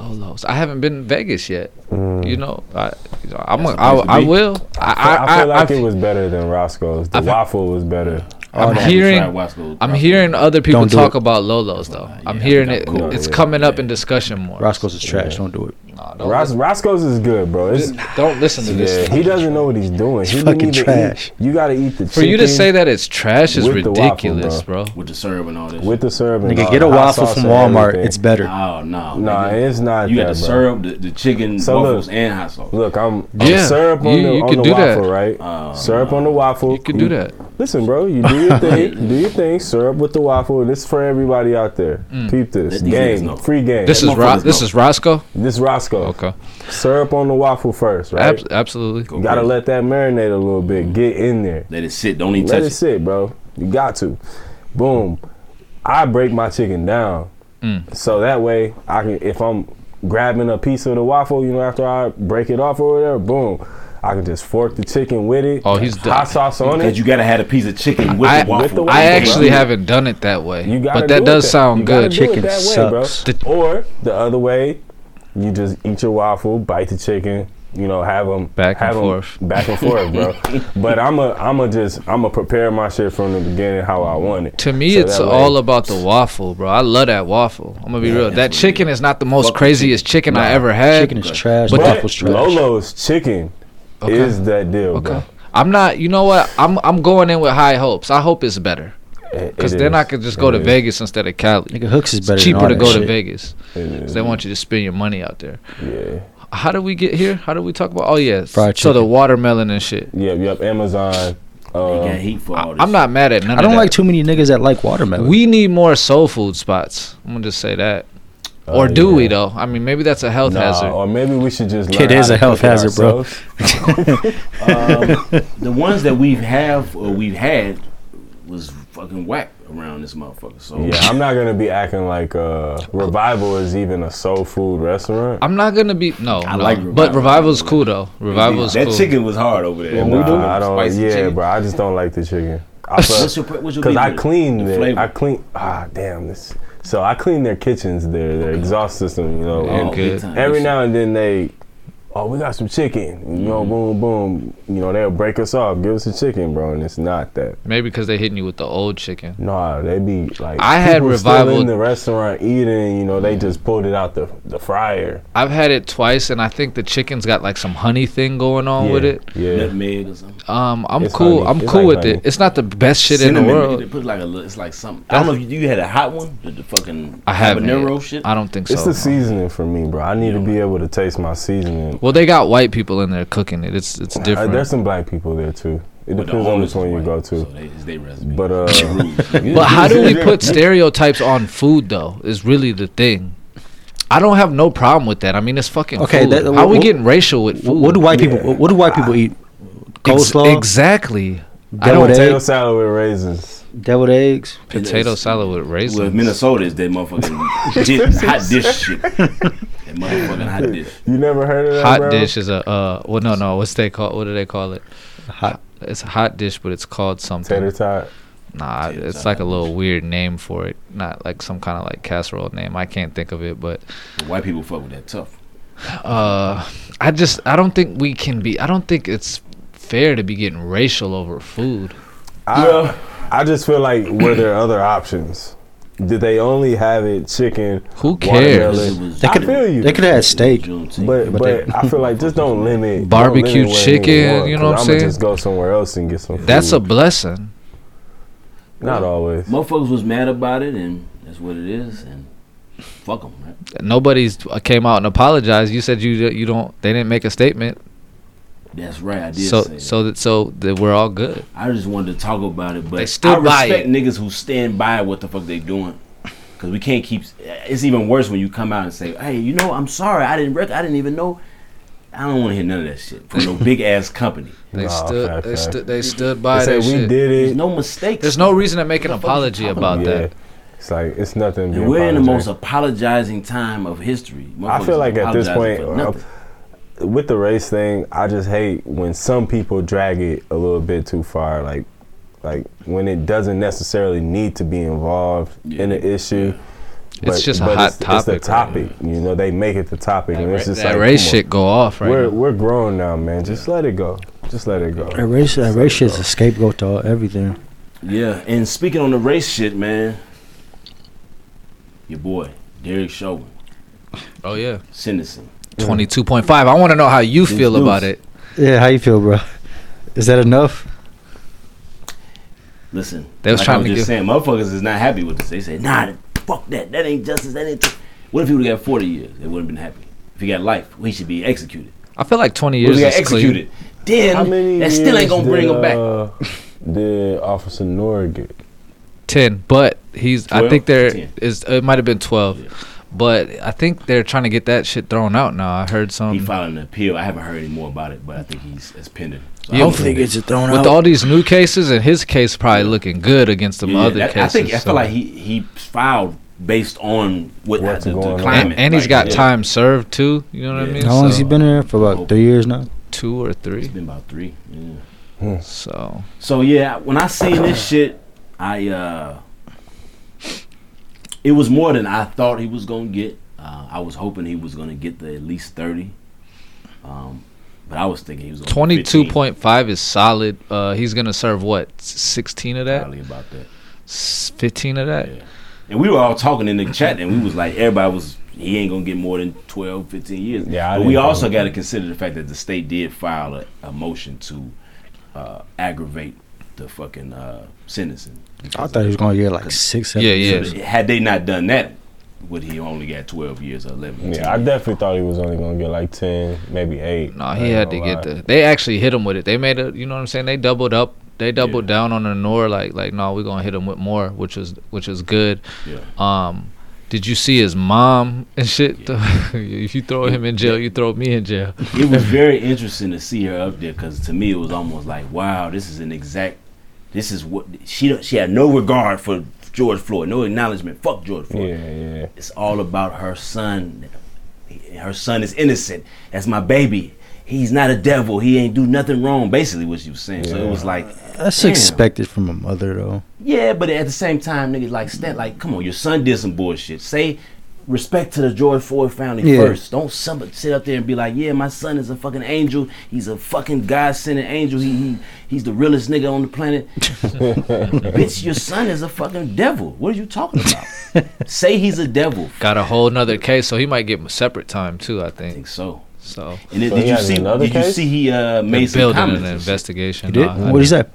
Speaker 1: Lolo's. I haven't been in Vegas yet.
Speaker 3: Mm.
Speaker 1: You know, I, you know, I'm. A,
Speaker 5: That's the place to
Speaker 1: I, I
Speaker 5: be.
Speaker 1: will. I, I,
Speaker 3: I, feel
Speaker 1: I,
Speaker 3: like
Speaker 1: I,
Speaker 3: it was better than Roscoe's. The
Speaker 1: I've-
Speaker 3: waffle was better.
Speaker 5: I
Speaker 1: I'm
Speaker 5: haven't
Speaker 1: hearing.
Speaker 5: tried Wasco
Speaker 1: I'm
Speaker 5: Roscoe.
Speaker 1: hearing other people
Speaker 4: Don't do
Speaker 1: talk
Speaker 4: it.
Speaker 1: about Lolo's though.
Speaker 5: Yeah,
Speaker 1: I'm
Speaker 5: I
Speaker 1: hearing
Speaker 5: think
Speaker 1: it.
Speaker 5: I'm cool.
Speaker 1: It's
Speaker 3: Yeah,
Speaker 1: coming up
Speaker 5: yeah.
Speaker 1: in discussion more.
Speaker 4: Roscoe's is trash.
Speaker 3: Yeah.
Speaker 4: Don't do it.
Speaker 1: Nah, don't,
Speaker 3: Ros-
Speaker 1: listen,
Speaker 3: Roscoe's is good, bro. It's,
Speaker 1: don't listen to Oh, this.
Speaker 3: yeah, he doesn't know what he's doing. he didn't
Speaker 4: fucking
Speaker 3: even
Speaker 4: trash.
Speaker 3: Eat, you gotta eat the
Speaker 1: For you to say that it's trash is
Speaker 3: With the waffle,
Speaker 1: ridiculous, bro.
Speaker 5: with the serve and all that.
Speaker 3: with the syrup. and all
Speaker 4: Nigga, get a
Speaker 3: the hot
Speaker 4: waffle
Speaker 3: sauce
Speaker 4: from
Speaker 3: and
Speaker 4: Walmart.
Speaker 3: everything.
Speaker 4: It's better.
Speaker 5: Oh no,
Speaker 3: nah,
Speaker 5: nigga.
Speaker 3: it's not
Speaker 5: you
Speaker 3: that,
Speaker 5: had the
Speaker 3: bro.
Speaker 5: syrup, the, the chicken
Speaker 3: So look-
Speaker 5: waffles, and hot sauce.
Speaker 3: Look, I'm, I'm
Speaker 1: Yeah,
Speaker 3: syrup on
Speaker 1: you-
Speaker 3: the,
Speaker 1: you
Speaker 3: on
Speaker 1: could
Speaker 3: the
Speaker 1: do that.
Speaker 3: waffle, right?
Speaker 5: Uh,
Speaker 3: syrup on the waffle.
Speaker 1: You can do that.
Speaker 3: Listen, bro, you do your thing. do your thing. Syrup with the waffle. This is for everybody out there. Peep this.
Speaker 5: Let these niggas know.
Speaker 3: Game. Free game.
Speaker 1: Mm. This is
Speaker 5: motherfuckers
Speaker 1: Ro- this
Speaker 5: know.
Speaker 1: is Roscoe.
Speaker 3: This Roscoe.
Speaker 1: Okay,
Speaker 3: Syrup on the waffle first, right?
Speaker 1: Ab- absolutely.
Speaker 5: Go
Speaker 3: You gotta
Speaker 5: crazy.
Speaker 3: let that marinate a little bit. Get in there.
Speaker 5: let it sit. Don't even
Speaker 3: Let
Speaker 5: touch
Speaker 3: it
Speaker 5: it.
Speaker 3: sit, bro. You got to. Boom. I break my chicken down.
Speaker 1: Mm.
Speaker 3: So that way I can if I'm grabbing a piece of the waffle, you know, after I break it off or whatever, boom. I can just fork the chicken with it.
Speaker 1: Oh, he's
Speaker 3: hot
Speaker 1: done.
Speaker 3: sauce on
Speaker 5: Because
Speaker 3: it.
Speaker 5: you gotta have a piece of chicken with
Speaker 1: I,
Speaker 5: the waffle.
Speaker 3: With the
Speaker 1: I
Speaker 3: waffle,
Speaker 1: actually
Speaker 3: bro.
Speaker 1: haven't done it that way,
Speaker 3: You gotta
Speaker 1: but that
Speaker 3: do it
Speaker 1: does sound
Speaker 3: you gotta
Speaker 1: good.
Speaker 3: do it
Speaker 4: Chicken
Speaker 3: that way, bro.
Speaker 4: sucks.
Speaker 1: The-
Speaker 3: Or the other way, you just eat your waffle, bite the chicken. You know, have them
Speaker 1: Back and forth.
Speaker 3: back and forth, bro. but I'm a, I'm a just, I'm a prepare my shit from the beginning how I want it.
Speaker 1: To me,
Speaker 3: So
Speaker 1: it's
Speaker 3: that way-
Speaker 1: all about the waffle, bro. I love that waffle. I'm gonna be real. That
Speaker 5: absolutely.
Speaker 1: chicken is not the most
Speaker 5: Fuck the
Speaker 1: craziest chicken I ever had.
Speaker 4: Chicken is trash.
Speaker 1: But
Speaker 4: But
Speaker 1: the-
Speaker 3: But
Speaker 4: waffle's trash.
Speaker 3: Lolo's chicken
Speaker 1: Okay.
Speaker 3: is that deal,
Speaker 1: okay.
Speaker 3: bro.
Speaker 1: I'm not. You know what? I'm I'm going in with high hopes. I hope it's better,
Speaker 3: It-
Speaker 1: cause
Speaker 3: it
Speaker 1: then I
Speaker 3: is.
Speaker 1: could just go
Speaker 3: It
Speaker 1: to
Speaker 3: is.
Speaker 1: Vegas instead of Cali.
Speaker 4: Nigga, hooks is better.
Speaker 1: It's
Speaker 4: than all
Speaker 1: cheaper to
Speaker 4: that
Speaker 1: go to
Speaker 4: shit.
Speaker 1: Vegas.
Speaker 3: It is.
Speaker 1: They want you to spend your money out there.
Speaker 3: Yeah.
Speaker 1: How did we get here? How did we talk about? Oh yeah,
Speaker 4: Fried
Speaker 1: so the
Speaker 4: chicken.
Speaker 1: watermelon and shit.
Speaker 3: Yep. Yep. Amazon.
Speaker 5: You
Speaker 3: Uh,
Speaker 5: got heat for all this.
Speaker 1: I'm not mad at none.
Speaker 4: I don't
Speaker 1: of
Speaker 4: like
Speaker 1: that.
Speaker 4: too many niggas that like watermelon.
Speaker 1: We need more soul food spots. I'm gonna just say that.
Speaker 3: Oh,
Speaker 1: or do we
Speaker 3: yeah.
Speaker 1: though? I mean, maybe that's a health
Speaker 3: nah,
Speaker 1: hazard.
Speaker 3: Or maybe we should just.
Speaker 4: It
Speaker 3: learn how
Speaker 4: is
Speaker 3: to
Speaker 4: a health
Speaker 3: cook it
Speaker 4: hazard, bro.
Speaker 3: ourselves.
Speaker 5: the ones that we've have or we've had was fucking whack around this motherfucker. So
Speaker 3: Yeah, I'm not gonna be acting like uh, Revival is even a soul food restaurant.
Speaker 1: I'm not gonna be no.
Speaker 5: I
Speaker 1: no.
Speaker 5: like
Speaker 1: but
Speaker 5: Revival.
Speaker 1: revival's cool though. Revival's
Speaker 5: that
Speaker 1: cool.
Speaker 5: chicken was hard over there.
Speaker 3: Nah, I don't.
Speaker 5: Spicy
Speaker 3: yeah,
Speaker 5: chicken.
Speaker 3: bro. I just don't like the chicken. I
Speaker 5: What's your pre- what's your
Speaker 3: because I
Speaker 5: favorite?
Speaker 3: clean
Speaker 5: The
Speaker 3: the
Speaker 5: flavor?
Speaker 3: I clean. Ah, damn this. So I clean their kitchens, their their exhaust system. You know,
Speaker 5: Oh,
Speaker 1: Yeah,
Speaker 3: and
Speaker 1: okay. good.
Speaker 3: every now and then they. Oh, we got some chicken. You
Speaker 5: Mm-hmm.
Speaker 3: know, boom, boom. You know, they'll break us off. Give us a chicken, bro. And it's not that.
Speaker 1: Maybe because they hitting you with the old chicken.
Speaker 3: Nah, they be like.
Speaker 1: I had
Speaker 3: people still
Speaker 1: Revival-
Speaker 3: in the restaurant eating. You know, they just pulled it out the the fryer.
Speaker 1: I've had it twice, and I think the chicken's got like some honey thing going on with
Speaker 3: Yeah,
Speaker 1: it.
Speaker 3: Yeah.
Speaker 5: nutmeg or something.
Speaker 1: Um, I'm
Speaker 3: It's
Speaker 1: cool.
Speaker 3: honey.
Speaker 1: I'm
Speaker 3: It's
Speaker 1: cool
Speaker 3: like
Speaker 1: with
Speaker 3: honey.
Speaker 1: it. It's not the best shit in the
Speaker 5: Cinnamon,
Speaker 1: world.
Speaker 5: They put like a li- it's like something. I don't know if you, you had a hot one, the, the fucking
Speaker 1: I haven't.
Speaker 5: habanero shit.
Speaker 1: I don't think
Speaker 3: It's
Speaker 1: so.
Speaker 3: the seasoning for me, bro. I need to be able to taste my seasoning.
Speaker 1: well, they got white people in there cooking it. It's it's
Speaker 3: Uh,
Speaker 1: different.
Speaker 3: there's some black people there too. It
Speaker 5: But the
Speaker 3: depends on which
Speaker 5: owners
Speaker 3: one
Speaker 5: is
Speaker 3: you
Speaker 5: white,
Speaker 3: go to.
Speaker 5: So they, it's they recipe.
Speaker 3: but uh,
Speaker 1: But how do we put stereotypes on food though? Is really the thing. I don't have no problem with that. I mean, it's fucking
Speaker 4: Okay,
Speaker 1: food.
Speaker 4: that-
Speaker 1: how we
Speaker 4: wh-
Speaker 1: getting racial with
Speaker 4: Wh-
Speaker 1: food?
Speaker 4: What do white
Speaker 3: Yeah.
Speaker 4: people? What do white people eat?
Speaker 1: Ex-
Speaker 4: Coleslaw,
Speaker 1: exactly. I
Speaker 4: Deviled
Speaker 1: don't
Speaker 4: egg.
Speaker 3: potato salad with raisins.
Speaker 4: deviled eggs.
Speaker 1: potato salad with raisins.
Speaker 5: Well, Minnesota is that motherfucking dish, hot dish shit. That motherfucking hot dish.
Speaker 3: You never heard of that,
Speaker 1: hot
Speaker 3: bro?
Speaker 1: dish is a uh. Well, no, no. What's they call? What do they call it?
Speaker 4: Hot.
Speaker 1: It's a hot dish, but it's called something.
Speaker 3: Tater tot.
Speaker 1: Nah,
Speaker 5: Potato
Speaker 1: it's
Speaker 5: salad.
Speaker 1: like a little weird name for it. Not like some kind of like casserole name. I can't think of it, but
Speaker 5: The white people fuck with that tough.
Speaker 1: uh, I just I don't think we can be. I don't think it's fair to be getting racial over food.
Speaker 3: I,
Speaker 5: Well-
Speaker 3: I just feel like were there other options? Did they only have it chicken?
Speaker 1: Who cares?
Speaker 3: Watermelon.
Speaker 4: They
Speaker 3: could- feel you.
Speaker 4: They could have had steak.
Speaker 5: Juneteenth.
Speaker 3: But but,
Speaker 4: But they-
Speaker 3: I feel like just don't limit don't
Speaker 1: Barbecue
Speaker 3: limit where
Speaker 1: chicken,
Speaker 3: we want,
Speaker 1: you know what
Speaker 3: 'cause
Speaker 1: I'm
Speaker 3: I'ma
Speaker 1: saying?
Speaker 3: Just go somewhere else and get some. Food.
Speaker 1: That's a blessing.
Speaker 3: not always.
Speaker 5: Motherfuckers was mad about it, and that's what it is. And fuck them, right?
Speaker 1: Nobody's uh, came out and apologized. You said you you don't. They didn't make a statement.
Speaker 5: That's right. I did
Speaker 1: So
Speaker 5: say that.
Speaker 1: so that so that we're all good.
Speaker 5: I just wanted to talk about it, but
Speaker 1: They still
Speaker 5: I
Speaker 1: buy
Speaker 5: respect
Speaker 1: it.
Speaker 5: niggas who stand by what the fuck they doing. Cause we can't keep. It's even worse when you come out and say, "Hey, you know, I'm sorry, I didn't rec- I didn't even know." I don't want to hear none of that shit from no big ass company.
Speaker 1: They
Speaker 3: Nah,
Speaker 1: stood.
Speaker 3: fact,
Speaker 1: they
Speaker 3: fact.
Speaker 1: stood. They stood
Speaker 3: They
Speaker 1: by
Speaker 3: say
Speaker 1: that
Speaker 3: we
Speaker 1: shit.
Speaker 3: did
Speaker 5: There's
Speaker 3: it.
Speaker 5: no mistakes.
Speaker 1: There's no reason to make an apology about
Speaker 3: yeah.
Speaker 1: that.
Speaker 3: It's like it's nothing.
Speaker 5: And
Speaker 3: being
Speaker 5: we're in the most
Speaker 3: apologized.
Speaker 5: apologizing time of history.
Speaker 3: I feel
Speaker 5: Motherfuckers
Speaker 3: like at this
Speaker 5: apologizing
Speaker 3: point,
Speaker 5: for nothing.
Speaker 3: with the race thing, I just hate when some people drag it a little bit too far. Like, like when it doesn't necessarily need to be involved in the issue.
Speaker 1: It's just a hot
Speaker 3: it's,
Speaker 1: topic right
Speaker 3: It's the topic, you know. They make it the topic, and it's
Speaker 1: That,
Speaker 3: just like
Speaker 1: race
Speaker 3: come on.
Speaker 1: shit go off right.
Speaker 3: We're
Speaker 1: now.
Speaker 3: we're grown now, man. Just let it go. Just let it go.
Speaker 4: Erase, erase is a scapegoat to all- everything.
Speaker 5: Yeah, and speaking on the race shit, man, your boy Derek Chauvin,
Speaker 1: Oh yeah.
Speaker 5: sentencing.
Speaker 1: Twenty two point five. I want to know how you
Speaker 5: It's
Speaker 1: feel
Speaker 5: news.
Speaker 1: about it.
Speaker 4: Yeah, how you feel, bro? Is that enough?
Speaker 5: Listen,
Speaker 1: They was
Speaker 5: like
Speaker 1: trying
Speaker 5: I was
Speaker 1: to
Speaker 5: just
Speaker 1: give-
Speaker 5: saying, motherfuckers is not happy with this. They say, nah, fuck that. That ain't justice. That ain't. ju-" What if he would have got 40 years? They wouldn't have been happy. If he got life, well, he should be executed.
Speaker 1: I feel like twenty
Speaker 5: What if
Speaker 1: years
Speaker 5: he got
Speaker 1: is clear.
Speaker 5: executed? Then
Speaker 3: How many
Speaker 5: that still
Speaker 3: years
Speaker 5: ain't gonna bring
Speaker 3: did,
Speaker 5: him back.
Speaker 3: uh, Did Officer Norgate?
Speaker 1: Ten, but he's. I
Speaker 5: Twelve?
Speaker 1: think there is.
Speaker 5: Ten.
Speaker 1: It might have been twelve,
Speaker 5: Yeah.
Speaker 1: but I think they're trying to get that shit thrown out now. I heard some.
Speaker 5: He filed an appeal. I haven't heard any more about it, but I think he's it's pending. So
Speaker 1: Yeah,
Speaker 5: I don't
Speaker 1: hopefully
Speaker 5: think
Speaker 4: it thrown
Speaker 1: with all these new cases and his case probably looking good against the
Speaker 5: Yeah,
Speaker 1: other
Speaker 5: that-
Speaker 1: cases.
Speaker 5: I think I
Speaker 1: so-
Speaker 5: feel like he he filed based on what
Speaker 3: What's
Speaker 5: the, the
Speaker 3: going on.
Speaker 1: And,
Speaker 5: climate.
Speaker 1: and he's
Speaker 5: like,
Speaker 1: got
Speaker 5: yeah.
Speaker 1: time served too. You know what I
Speaker 5: Yeah.
Speaker 1: mean?
Speaker 4: How long has
Speaker 1: So,
Speaker 4: he been there? For about three years now.
Speaker 1: Two or
Speaker 5: It's
Speaker 1: three.
Speaker 5: been about three. Yeah.
Speaker 1: So
Speaker 5: So yeah, when I seen this shit, I uh it was more than I thought he was gonna get. Uh, I was hoping he was gonna get the at least thirty. Um, but I was thinking he was gonna get
Speaker 1: twenty-two
Speaker 5: 15,
Speaker 1: point five is solid. Uh, he's gonna serve what s- sixteen of that,
Speaker 5: probably about that.
Speaker 1: S- fifteen of that.
Speaker 5: Yeah. And we were all talking in the chat, and we was like, everybody was, he ain't gonna get more than 12, 15 years.
Speaker 3: Yeah, I
Speaker 5: but we
Speaker 3: didn't
Speaker 5: also
Speaker 3: think-
Speaker 5: got to consider the fact that the state did file a, a motion to uh, aggravate the fucking uh, sentencing.
Speaker 4: I thought he was gonna get like six. seven-
Speaker 1: Yeah, yeah.
Speaker 5: So had they not done that, would he only got 12 years or 11?
Speaker 3: Yeah, I definitely thought he was only gonna get like ten, maybe eight.
Speaker 1: No,
Speaker 3: I
Speaker 1: he
Speaker 3: ain't
Speaker 1: had to
Speaker 3: gonna
Speaker 1: get
Speaker 3: lie.
Speaker 1: the. They actually hit him with it. They made a. You know what I'm saying? They doubled up. They doubled down on the Nor. Like like no, we're gonna hit him with more, which is which is good.
Speaker 5: Yeah.
Speaker 1: Um, did you see his mom and shit? if you throw him in jail, you throw me in jail.
Speaker 5: It was very interesting to see her up there because to me it was almost like, wow, this is an exact. This is what she don't- she had no regard for George Floyd, no acknowledgement. Fuck George Floyd.
Speaker 3: Yeah, yeah.
Speaker 5: It's all about her son. Her son is innocent. That's my baby. He's not a devil. He ain't do nothing wrong. Basically, what she was saying. So it was like,
Speaker 4: That's
Speaker 5: Damn.
Speaker 4: expected from a mother, though.
Speaker 5: yeah, but at the same time, niggas like stat, like, come on, your son did some bullshit. Say respect to the George Floyd family
Speaker 4: Yeah.
Speaker 5: first. Don't some, sit up there and be like, yeah, my son is a fucking angel. He's a fucking God sending angel. He, he he's the realest nigga on the planet. Bitch, your son is a fucking devil. What are you talking about? Say he's a devil.
Speaker 1: Got a whole nother case, so he might get separate time too. I
Speaker 5: I
Speaker 1: think
Speaker 5: think so.
Speaker 1: so.
Speaker 5: And then,
Speaker 3: So
Speaker 5: did
Speaker 3: he
Speaker 5: you
Speaker 3: has
Speaker 5: see?
Speaker 3: another
Speaker 5: Did you
Speaker 3: case?
Speaker 5: see he uh, made
Speaker 1: They're
Speaker 5: some
Speaker 1: building
Speaker 5: comments?
Speaker 1: an
Speaker 5: and shit?
Speaker 1: investigation.
Speaker 4: He did.
Speaker 1: Uh, I
Speaker 4: what is that?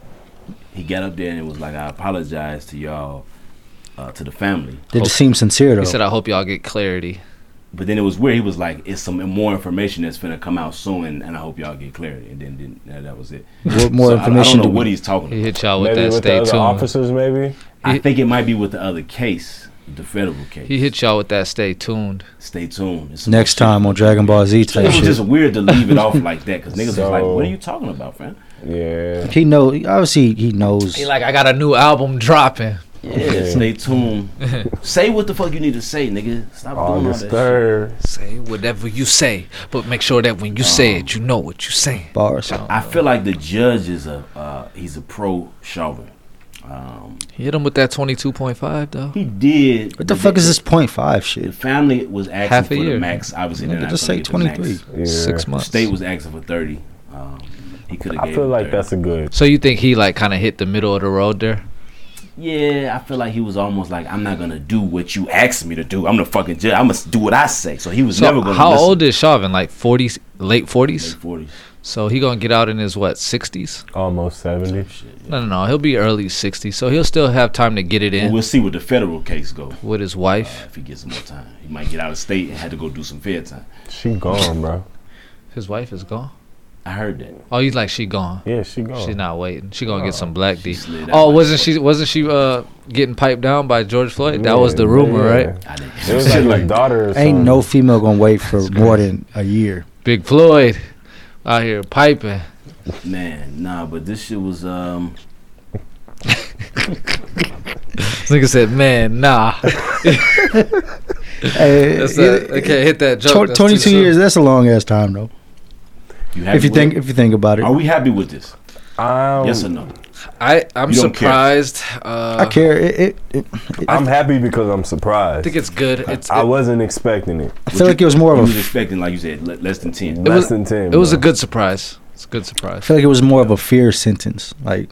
Speaker 5: He got up there and it was like, "I apologize to y'all, uh, to the family."
Speaker 4: Did it seem sincere though?
Speaker 1: He said, "I hope y'all get clarity."
Speaker 5: But then it was weird. He was like, "It's some more information that's gonna come out soon, and, and I hope y'all get clarity." And then, then yeah, that was it.
Speaker 4: what more
Speaker 5: So I- I,
Speaker 4: information?
Speaker 5: don't
Speaker 4: do
Speaker 5: know what
Speaker 4: we-
Speaker 5: he's talking
Speaker 1: He
Speaker 5: about.
Speaker 1: hit y'all with
Speaker 3: Maybe
Speaker 1: that.
Speaker 3: with the
Speaker 1: Stay
Speaker 3: other
Speaker 1: tuned.
Speaker 3: officers, maybe.
Speaker 5: I
Speaker 1: He-
Speaker 5: think it might be with the other case, the federal case.
Speaker 1: He hit y'all with that. Stay tuned.
Speaker 5: Stay tuned. It's some
Speaker 4: Next
Speaker 5: shit.
Speaker 4: time on Dragon Ball Z
Speaker 5: It
Speaker 4: type
Speaker 5: was
Speaker 4: shit.
Speaker 5: just weird to leave it off like that because niggas was like,
Speaker 3: So-
Speaker 5: "What are you talking about, fam?"
Speaker 3: Yeah.
Speaker 4: He know. Obviously, he knows.
Speaker 1: He like, I got a new album dropping.
Speaker 5: Yeah, stay tuned. say what the fuck you need to say, nigga. Stop doing all that.
Speaker 3: August
Speaker 5: shit.
Speaker 3: third.
Speaker 1: Say whatever you say, but make sure that when you say it, you know what you saying.
Speaker 4: bars.
Speaker 5: I feel like the judge is a uh, he's a pro Chauvin. Um,
Speaker 1: Hit him with that twenty two point five though.
Speaker 5: he did.
Speaker 4: What the
Speaker 5: but
Speaker 4: fuck
Speaker 5: the-
Speaker 4: is this point five
Speaker 5: The
Speaker 4: shit?
Speaker 5: family was asking
Speaker 1: Half a
Speaker 5: for
Speaker 1: year.
Speaker 5: the max. Obviously, they're
Speaker 4: Nigga,
Speaker 5: not
Speaker 4: just
Speaker 5: gonna
Speaker 4: say
Speaker 5: get the max.
Speaker 4: 23.
Speaker 3: Yeah.
Speaker 1: Six months.
Speaker 5: State was asking for thirty. Um, he could have.
Speaker 3: I feel like that's a good.
Speaker 1: So you think he like kind of hit the middle of the road there?
Speaker 5: Yeah, I feel like he was almost like, I'm not gonna do what you asked me to do. I'm the fucking judge. I must do what I say. So he was
Speaker 1: So
Speaker 5: never gonna.
Speaker 1: how
Speaker 5: listen.
Speaker 1: old is Chauvin? Like forties, late forties.
Speaker 5: Forties.
Speaker 1: So he gonna get out in his what sixties?
Speaker 3: Almost seventy.
Speaker 1: No, no, no. He'll be early sixties, so he'll still have time to get it in
Speaker 5: We'll see what the federal case go.
Speaker 1: with his wife.
Speaker 5: If he gets some more time, he might get out of state and had to go do some fair time.
Speaker 3: She gone, bro.
Speaker 1: His wife is gone.
Speaker 5: I heard that.
Speaker 1: Oh, he's like she gone.
Speaker 3: Yeah, she gone.
Speaker 1: She's not waiting. She gonna get some black D.
Speaker 5: slid out
Speaker 1: Oh,
Speaker 5: like-
Speaker 1: wasn't she? Wasn't she uh, getting piped down by George Floyd? That was
Speaker 3: Yeah,
Speaker 1: the rumor,
Speaker 3: yeah.
Speaker 1: right?
Speaker 5: I didn't.
Speaker 3: It was like the daughter. Or
Speaker 4: Ain't
Speaker 3: something.
Speaker 4: no female gonna wait for more than a year.
Speaker 1: Big Floyd out here piping.
Speaker 5: Man, nah, but this shit was um
Speaker 1: Nigga said, "Man, nah,
Speaker 4: Hey,
Speaker 1: that's
Speaker 4: either-
Speaker 1: that. Okay, hit that joke. That's
Speaker 4: tw-
Speaker 1: too
Speaker 4: Twenty-two
Speaker 1: soon.
Speaker 4: years. That's a long ass time though.
Speaker 5: you happy
Speaker 4: If you
Speaker 5: with
Speaker 4: think
Speaker 5: it?
Speaker 4: if you think about it,
Speaker 5: Are we happy with this?
Speaker 3: I'm,
Speaker 5: yes or no?
Speaker 1: I I'm
Speaker 5: You don't care.
Speaker 1: surprised. Uh,
Speaker 4: I care. It, it, it,
Speaker 3: I'm happy because I'm
Speaker 1: I
Speaker 3: surprised.
Speaker 1: think it's good. It's
Speaker 3: I
Speaker 1: it,
Speaker 3: wasn't expecting it.
Speaker 4: I feel like it was more
Speaker 5: You
Speaker 4: of
Speaker 5: was
Speaker 4: a.
Speaker 5: expecting, like you said, le- less than ten.
Speaker 3: Less
Speaker 1: was-
Speaker 3: than ten.
Speaker 1: it was a
Speaker 3: bro.
Speaker 1: good surprise. It's a good
Speaker 4: I
Speaker 1: surprise.
Speaker 4: feel like it was more of a fear sentence. Like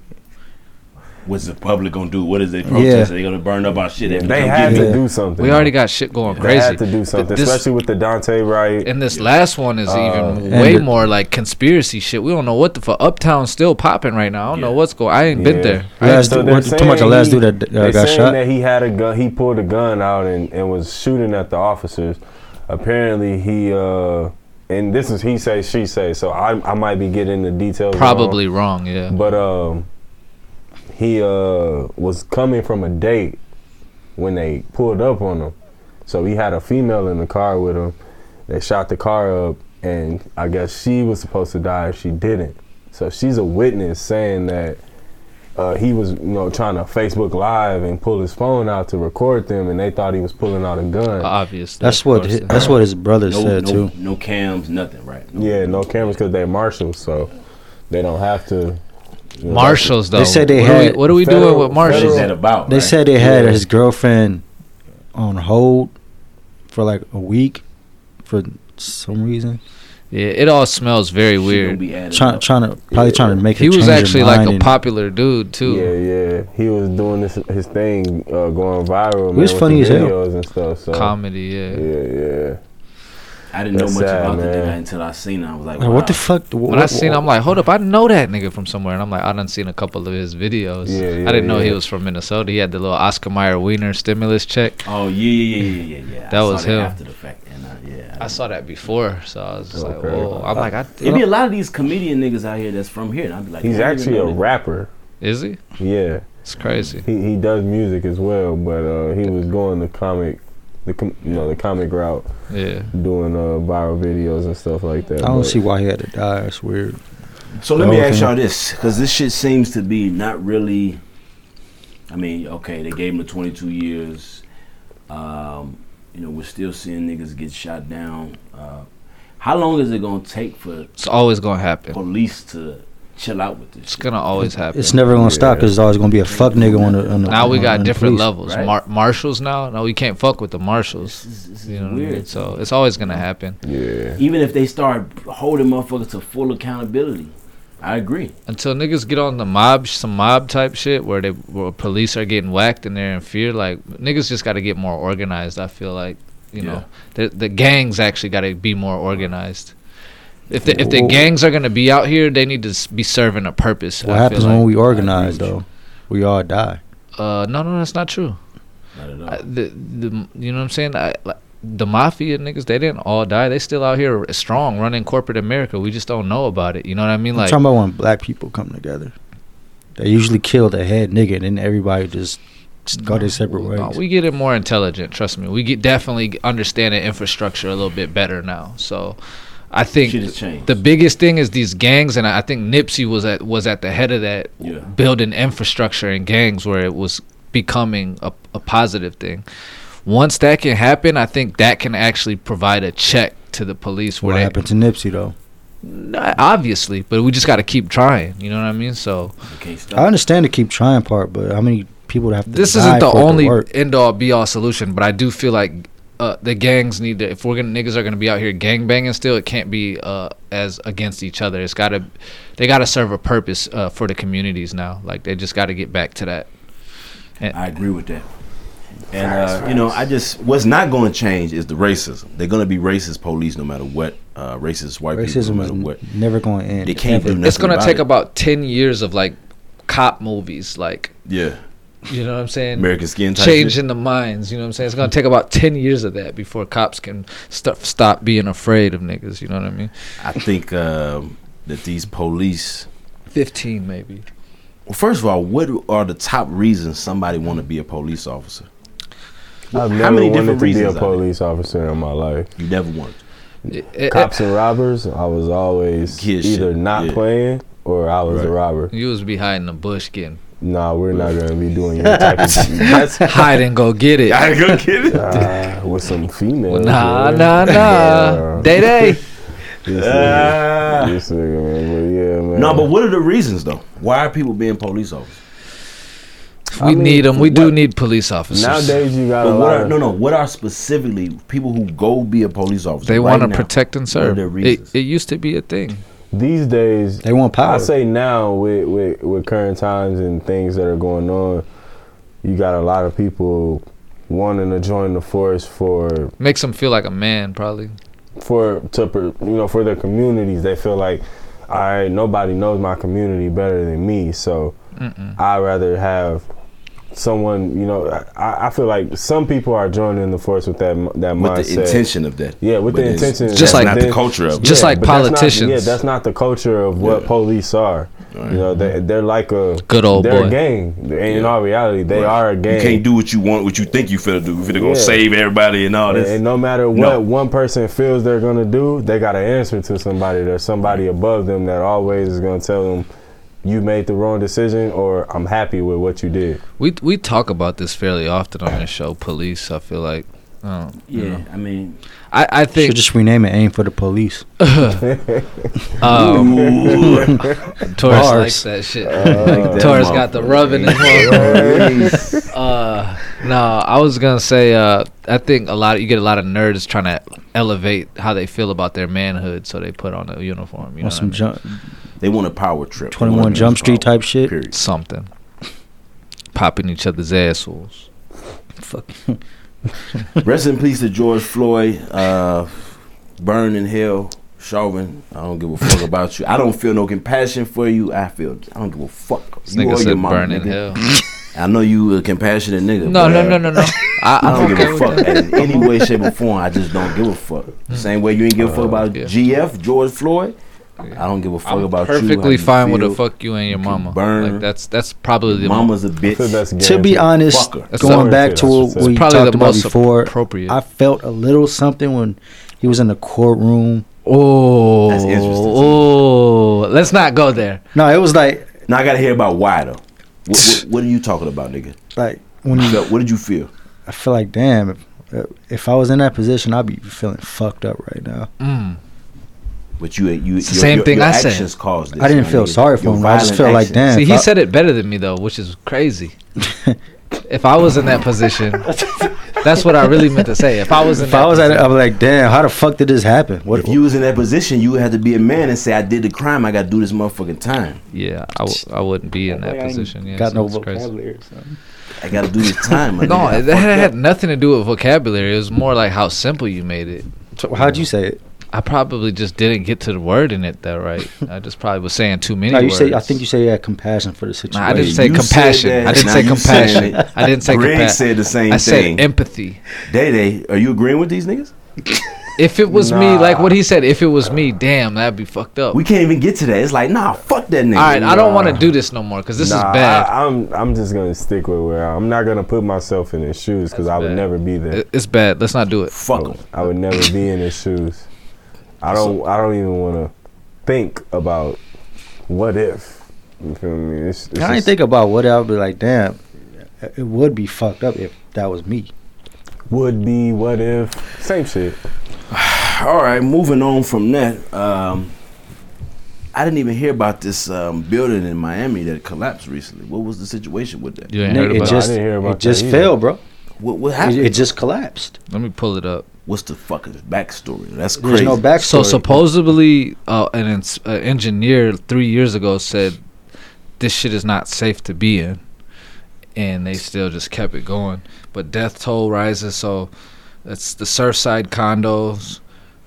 Speaker 5: What's the public gonna do? What is they protest?
Speaker 4: Yeah.
Speaker 5: Are they gonna burn up our shit? after
Speaker 3: They
Speaker 5: come
Speaker 3: had
Speaker 5: get
Speaker 3: to
Speaker 5: me?
Speaker 3: do something.
Speaker 1: We already got shit going
Speaker 3: They
Speaker 1: crazy.
Speaker 3: had to do
Speaker 1: Th-
Speaker 3: something,
Speaker 1: this-
Speaker 3: especially Uh, with the Dante right.
Speaker 1: and this last one is even
Speaker 4: and
Speaker 1: way
Speaker 4: the-
Speaker 1: more like conspiracy shit. We don't know what the fuck. Uptown's still popping right now. I don't know
Speaker 5: Yeah.
Speaker 1: what's going. I ain't
Speaker 3: Yeah.
Speaker 1: been there. I
Speaker 4: last,
Speaker 1: ain't,
Speaker 3: so
Speaker 4: so
Speaker 3: they're
Speaker 4: too much. The
Speaker 3: saying
Speaker 4: last
Speaker 3: he-
Speaker 4: dude that uh,
Speaker 3: they
Speaker 4: got
Speaker 3: saying
Speaker 4: shot.
Speaker 3: that he had a gun. He pulled a gun out and, and was shooting at the officers. Apparently, he uh, and this is he say she say. So I I might be getting the details wrong.
Speaker 1: probably wrong. Yeah.
Speaker 3: But um, he uh was coming from a date when they pulled up on him. So he had a female in the car with him. They shot the car up, and I guess she was supposed to die. She didn't. So she's a witness saying that uh, he was, you know, trying to Facebook Live and pull his phone out to record them, and they thought he was pulling out a gun.
Speaker 1: Uh, Obviously.
Speaker 4: that's what
Speaker 1: Of
Speaker 4: his,
Speaker 1: course. uh,
Speaker 4: that's what his brother
Speaker 5: No,
Speaker 4: said
Speaker 5: no,
Speaker 4: too.
Speaker 5: no cams, nothing, right? No.
Speaker 3: yeah, no cameras because they're marshals, so they don't have to. you know,
Speaker 1: Marshals though.
Speaker 4: They said they
Speaker 1: what Are
Speaker 4: had-
Speaker 1: we, what are we doing
Speaker 3: Federal-
Speaker 1: with
Speaker 5: What is
Speaker 1: marshals?
Speaker 5: that about?
Speaker 4: They
Speaker 5: right?
Speaker 4: said they had
Speaker 3: Yeah.
Speaker 4: his girlfriend on hold for like a week for some reason.
Speaker 1: Yeah. It all smells very
Speaker 5: Shit gonna
Speaker 1: weird.
Speaker 5: be added
Speaker 4: Trying
Speaker 5: up.
Speaker 4: trying to probably trying to make her
Speaker 1: He was
Speaker 4: change her
Speaker 1: actually like
Speaker 4: mind
Speaker 1: a
Speaker 4: and-
Speaker 1: popular dude too.
Speaker 3: Yeah, yeah. He was doing this his thing, uh, going viral.
Speaker 4: He was
Speaker 3: man,
Speaker 4: funny
Speaker 3: with the
Speaker 4: as hell.
Speaker 3: videos and stuff. So
Speaker 1: Comedy. Yeah.
Speaker 3: yeah, yeah.
Speaker 5: I didn't know
Speaker 3: That's
Speaker 5: much
Speaker 3: sad,
Speaker 5: about the
Speaker 3: man.
Speaker 5: guy until I seen it. I was like,
Speaker 4: Like,
Speaker 5: wow.
Speaker 4: what the fuck? What,
Speaker 1: When I seen, him, I'm like, hold up, I know that nigga from somewhere, and I'm like, I done seen a couple of his videos.
Speaker 3: Yeah, yeah,
Speaker 1: I didn't know he
Speaker 3: yeah.
Speaker 1: was from Minnesota. He had the little Oscar Mayer Wiener stimulus check.
Speaker 5: Oh yeah, yeah, yeah, yeah, yeah. yeah.
Speaker 1: That
Speaker 5: I saw
Speaker 1: was him.
Speaker 5: After the fact, and uh, yeah.
Speaker 1: I saw that before, so I was just like,
Speaker 3: Okay.
Speaker 1: whoa. I'm like, I,
Speaker 5: It'd be a lot of these comedian niggas out here that's from here, and I'd be like,
Speaker 3: He's
Speaker 5: "I didn't
Speaker 3: actually a
Speaker 5: know that."
Speaker 3: rapper.
Speaker 1: is he?
Speaker 3: Yeah,
Speaker 1: It's crazy.
Speaker 3: he he does music as well, but uh, he was going the comic, the com- you know the comic route,
Speaker 1: Yeah.
Speaker 3: doing uh, viral videos and stuff like that.
Speaker 4: I don't
Speaker 3: but-
Speaker 4: see why he had to die. It's weird.
Speaker 5: So let me
Speaker 4: Okay.
Speaker 5: ask y'all this, because this shit seems to be not really. I mean, okay, they gave him the 22 years. Um, you know, we're still seeing niggas get shot down. Uh, how long is it gonna take for
Speaker 1: It's always gonna happen.
Speaker 5: police to chill out with this?
Speaker 1: It's
Speaker 5: Shit?
Speaker 1: gonna always happen.
Speaker 4: It's never gonna stop
Speaker 3: Yeah.
Speaker 4: because there's always gonna be a fuck nigga on the. On the
Speaker 1: now we
Speaker 4: on- on
Speaker 1: got
Speaker 4: the
Speaker 1: different
Speaker 4: police.
Speaker 1: levels.
Speaker 5: right?
Speaker 1: Mar- marshals now. No, we can't fuck with the
Speaker 5: This
Speaker 1: marshals.
Speaker 5: is, this is
Speaker 1: You know what I mean?
Speaker 5: weird.
Speaker 1: So it's always gonna happen
Speaker 3: Yeah,
Speaker 5: even if they start holding motherfuckers to full accountability, I agree.
Speaker 1: until niggas get on the mob, some mob type shit where they where police are getting whacked and they're in fear. Like niggas just got to get more organized. I feel like you know the the gangs actually got to be more organized. If the, if the
Speaker 4: Whoa.
Speaker 1: gangs are gonna be out here, they need to s- be serving a purpose.
Speaker 4: What
Speaker 1: I
Speaker 4: happens
Speaker 1: feel
Speaker 4: when
Speaker 1: like.
Speaker 4: we organize
Speaker 5: I agree
Speaker 4: though? We all die.
Speaker 1: Uh, no, no, that's not true.
Speaker 5: Not at all.
Speaker 1: I- the the you know what I'm saying. I, like, the mafia niggas, they didn't all die. They still out here strong, running corporate America. We just don't know about it. You know what I mean?
Speaker 4: I'm
Speaker 1: Like
Speaker 4: talking about when black people come together. They usually kill the head nigga and then everybody just, just go their separate ways.
Speaker 1: No, we get it more intelligent. Trust me, we get definitely g- understand the infrastructure a little bit better now. So, I think
Speaker 5: Shit has changed.
Speaker 1: the biggest thing is these gangs, and I I think Nipsey was at was at the head of that
Speaker 5: Yeah.
Speaker 1: building infrastructure and gangs where it was becoming a, a positive thing. Once that can happen, I think that can actually provide a check to the police
Speaker 4: what
Speaker 1: where they,
Speaker 4: happened to Nipsey though?
Speaker 1: obviously, but we just got to keep trying. You know what I mean? So
Speaker 2: You can't stop.
Speaker 4: I understand to keep trying part, but how many people would have to?
Speaker 1: this
Speaker 4: die
Speaker 1: isn't the
Speaker 4: for it to
Speaker 1: only
Speaker 4: work?
Speaker 1: end all be all solution, but I do feel like uh, the gangs need to. If we're gonna niggas are gonna be out here gang banging still, it can't be uh, as against each other. It's gotta they gotta serve a purpose uh, for the communities now. Like they just gotta get back to that.
Speaker 2: I agree with that. And uh, you know, I just what's not going to change is the racism. They're going to be racist police no matter what. Uh, racist white people
Speaker 4: Racism
Speaker 2: no
Speaker 4: is
Speaker 2: matter what.
Speaker 4: n- never going to end.
Speaker 2: They can't do
Speaker 4: Ever.
Speaker 2: nothing.
Speaker 1: it's gonna
Speaker 2: about
Speaker 1: take
Speaker 2: it.
Speaker 1: about ten years of like cop movies, like
Speaker 2: yeah
Speaker 1: you know what I'm saying.
Speaker 2: American skin type shit.
Speaker 1: Changing the minds, you know what I'm saying? It's gonna take about ten years of that before cops can st- stop being afraid of niggas. You know what I mean?
Speaker 2: I think um, that these police.
Speaker 1: Fifteen maybe.
Speaker 2: Well, first of all, what are the top reasons somebody want to be a police officer?
Speaker 3: I've
Speaker 2: How
Speaker 3: never
Speaker 2: many
Speaker 3: wanted
Speaker 2: different
Speaker 3: to be a
Speaker 2: reasons? are there?
Speaker 3: police officer in my life.
Speaker 2: You never wanted. to.
Speaker 1: It- it-
Speaker 3: Cops and robbers, I was always
Speaker 2: Kid shit,
Speaker 3: either not
Speaker 2: yeah.
Speaker 3: playing or I was a
Speaker 2: Right.
Speaker 3: robber.
Speaker 1: You was be hiding in the bush getting
Speaker 3: Nah, we're not gonna be doing your type of that's
Speaker 1: hide and go get it.
Speaker 2: I go get it.
Speaker 3: uh, with some females.
Speaker 1: Nah,
Speaker 3: man.
Speaker 1: nah, nah.
Speaker 3: Yeah.
Speaker 1: Day day.
Speaker 3: This nigga-
Speaker 2: Ah.
Speaker 3: this nigga, man. But yeah, man.
Speaker 2: No, but what are the reasons though? Why are people being police officers?
Speaker 1: We need 'em.
Speaker 3: mean,
Speaker 1: need them. We do
Speaker 3: what-
Speaker 1: need police officers.
Speaker 3: nowadays you got a
Speaker 2: But what
Speaker 3: lot
Speaker 2: are,
Speaker 3: of
Speaker 2: no, no. What are specifically people who go be a police officer?
Speaker 1: they
Speaker 2: right
Speaker 1: want
Speaker 2: now?
Speaker 1: to protect and
Speaker 2: are
Speaker 1: serve.
Speaker 2: their
Speaker 1: It,
Speaker 2: reasons?
Speaker 1: it used to be a thing.
Speaker 3: these days
Speaker 4: They want
Speaker 2: Oh.
Speaker 4: power.
Speaker 3: I say now with, with with current times and things that are going on, you got a lot of people wanting to join the force for
Speaker 1: Makes them feel like a man, probably.
Speaker 3: for to per- you know for their communities. They feel like, all right, nobody knows my community better than me, so I rather have someone. You know, I, I feel like some people are joining the force with that m- that mindset.
Speaker 2: with the intention of that.
Speaker 3: Yeah, with
Speaker 2: But
Speaker 3: the
Speaker 2: it's-
Speaker 3: intention.
Speaker 1: Just
Speaker 2: that's
Speaker 1: like
Speaker 2: not
Speaker 3: then-
Speaker 2: the culture of it.
Speaker 1: Just
Speaker 3: Yeah,
Speaker 1: like
Speaker 3: but that's not-
Speaker 1: politicians.
Speaker 3: yeah, that's not the culture of what
Speaker 2: Yeah.
Speaker 3: police are. You know, they, they're like a
Speaker 1: Good old
Speaker 3: they're
Speaker 1: boy.
Speaker 3: a gang. And in
Speaker 2: Yeah.
Speaker 3: all reality, they are a gang.
Speaker 2: You can't do what you want, what you think you finna do. You finna go
Speaker 3: Yeah.
Speaker 2: save everybody and all
Speaker 3: and,
Speaker 2: this.
Speaker 3: and no matter what
Speaker 2: No.
Speaker 3: one person feels they're gonna do, they got to answer to somebody. There's somebody above them that always is gonna tell them, "You made the wrong decision," or "I'm happy with what you did."
Speaker 1: We we talk about this fairly often on this show. Police. I feel like. Oh,
Speaker 2: yeah, I mean,
Speaker 1: I I
Speaker 4: Should
Speaker 1: think
Speaker 4: just rename it. Aim for the police.
Speaker 1: um,
Speaker 2: ooh,
Speaker 1: Taurus
Speaker 4: Bars.
Speaker 1: likes that shit.
Speaker 2: Oh, that
Speaker 1: Taurus got the
Speaker 2: motherfucker.
Speaker 1: rub in his Uh, no, I was gonna say. Uh, I think a lot. you get a lot of nerds trying to elevate how they feel about their manhood, so they put on a uniform. You know,
Speaker 4: want
Speaker 1: what I mean?
Speaker 4: some jump,
Speaker 2: they want a power trip. They
Speaker 4: 21
Speaker 2: want a
Speaker 4: Jump Street
Speaker 2: power,
Speaker 4: type shit.
Speaker 2: Period.
Speaker 1: something, popping each other's assholes.
Speaker 2: Rest in peace to George Floyd. Uh, burn in hell, Chauvin. I don't give a fuck about you. I don't feel no compassion for you. I feel I don't give a fuck.
Speaker 1: This
Speaker 2: you or
Speaker 1: nigga
Speaker 2: your
Speaker 1: said
Speaker 2: mama,
Speaker 1: burn in
Speaker 2: nigga.
Speaker 1: hell.
Speaker 2: I know you a compassionate nigga.
Speaker 1: No,
Speaker 2: but,
Speaker 1: no,
Speaker 2: uh,
Speaker 1: no, no, no. I,
Speaker 2: I don't give
Speaker 1: okay
Speaker 2: a
Speaker 1: with
Speaker 2: fuck
Speaker 1: that. Mm.
Speaker 2: in any way, shape, or form. I just don't give a fuck. Same way you ain't give a fuck about
Speaker 1: Uh, yeah.
Speaker 2: GF, George Floyd. I don't give a fuck
Speaker 1: I'm
Speaker 2: about you.
Speaker 1: perfectly
Speaker 2: how you
Speaker 1: fine with
Speaker 2: feel.
Speaker 1: the fuck you and your
Speaker 2: You can
Speaker 1: mama.
Speaker 2: burn.
Speaker 1: Like that's that's probably the
Speaker 2: Mama's a
Speaker 3: I feel
Speaker 2: bitch.
Speaker 3: that's
Speaker 4: to be
Speaker 3: guaranteed.
Speaker 4: honest,
Speaker 2: Fucker.
Speaker 1: That's
Speaker 4: going
Speaker 1: what-
Speaker 4: back
Speaker 3: that's
Speaker 4: to
Speaker 3: what
Speaker 4: what
Speaker 3: she said.
Speaker 4: we
Speaker 1: It's probably
Speaker 4: talked
Speaker 1: the
Speaker 4: about
Speaker 1: most
Speaker 4: before,
Speaker 1: appropriate.
Speaker 4: I felt a little something when he was in the courtroom.
Speaker 1: oh,
Speaker 2: That's interesting to me.
Speaker 1: oh. Let's not go there.
Speaker 4: No, it was like
Speaker 2: Now I gotta hear about why though. What, what, what are you talking about, nigga?
Speaker 4: like when you,
Speaker 2: So, what did you feel?
Speaker 4: I feel like damn, if, if I was in that position, I'd be feeling fucked up right now.
Speaker 1: Mm.
Speaker 2: But you, you,
Speaker 1: It's the same thing I said.
Speaker 2: actions caused this.
Speaker 4: I didn't
Speaker 2: my
Speaker 4: feel
Speaker 2: nigga.
Speaker 4: sorry for
Speaker 2: Your
Speaker 4: him. I just
Speaker 2: violent
Speaker 4: felt like
Speaker 2: actions.
Speaker 4: damn.
Speaker 1: See,
Speaker 4: if
Speaker 1: he
Speaker 4: I-
Speaker 1: said it better than me though, which is crazy. if I was in that position, that's what I really meant to say. If I was in
Speaker 4: If
Speaker 1: that
Speaker 4: I was at it,
Speaker 1: position,
Speaker 4: I'd be like, damn, how the fuck did this happen? What
Speaker 2: If you was in that position, you would have to be a man and say, "I did the crime. I got to do this motherfucking time.
Speaker 1: yeah, I, w- I wouldn't be in that position. Yeah,
Speaker 4: got
Speaker 1: so
Speaker 4: no
Speaker 1: it's crazy.
Speaker 4: vocabulary or something.
Speaker 2: I got to do this time." my nigga.
Speaker 1: No,
Speaker 2: I
Speaker 1: that
Speaker 2: fucked
Speaker 1: had
Speaker 2: up."
Speaker 1: nothing to do with vocabulary. It was more like how simple you made it.
Speaker 4: So how'd you say it?
Speaker 1: I probably just didn't get to the word in it that right. I just probably was saying too many
Speaker 4: No, you
Speaker 1: words.
Speaker 4: say I think you say you had compassion for the
Speaker 1: Nah,
Speaker 4: situation.
Speaker 1: I didn't
Speaker 2: Wait,
Speaker 1: say
Speaker 2: you said
Speaker 1: compassion.
Speaker 2: that.
Speaker 1: I didn't
Speaker 2: Now
Speaker 1: say
Speaker 2: you
Speaker 1: compassion.
Speaker 2: said it.
Speaker 1: I didn't say
Speaker 2: Greg
Speaker 1: compassion.
Speaker 2: said the same
Speaker 1: I
Speaker 2: thing.
Speaker 1: said empathy.
Speaker 2: Day Day, are you agreeing with these niggas?
Speaker 1: If it was me,
Speaker 3: Nah.
Speaker 1: like what he said, if it was me, damn, that'd be fucked up.
Speaker 2: We can't even get to that. It's like, nah, fuck that nigga.
Speaker 1: All right, I don't want to do this no more because this
Speaker 3: Nah,
Speaker 1: is bad.
Speaker 3: I, I'm I'm just gonna stick with where I- I'm not gonna put myself in his shoes because
Speaker 1: That's
Speaker 3: I would
Speaker 1: bad.
Speaker 3: never be there.
Speaker 1: It- it's bad. Let's not do it.
Speaker 2: Fuck
Speaker 3: So,
Speaker 2: him.
Speaker 3: I would never be in his shoes. I don't. I don't even want to think about what if. You feel me? It's, it's
Speaker 4: I didn't
Speaker 3: just-
Speaker 4: think about what I'd be like, damn, it would be fucked up if that was me.
Speaker 3: would be what if same shit.
Speaker 2: All right, moving on from that. Um,
Speaker 5: I didn't even hear about this um, building in Miami that collapsed recently. What was the situation with that?
Speaker 1: You ain't heard
Speaker 4: Nigga,
Speaker 1: about
Speaker 4: it
Speaker 1: it.
Speaker 4: just
Speaker 3: I didn't hear about
Speaker 4: it just
Speaker 3: that either.
Speaker 4: fell, bro.
Speaker 5: What, what
Speaker 4: It,
Speaker 5: happened?
Speaker 4: it just collapsed.
Speaker 1: Let me pull it up.
Speaker 5: What's the fucking backstory? That's
Speaker 4: There's
Speaker 5: crazy.
Speaker 4: no backstory.
Speaker 1: So supposedly, uh, an ins- uh, engineer three years ago said this shit is not safe to be in, and they still just kept it going. But death toll rises, so that's the Surfside condos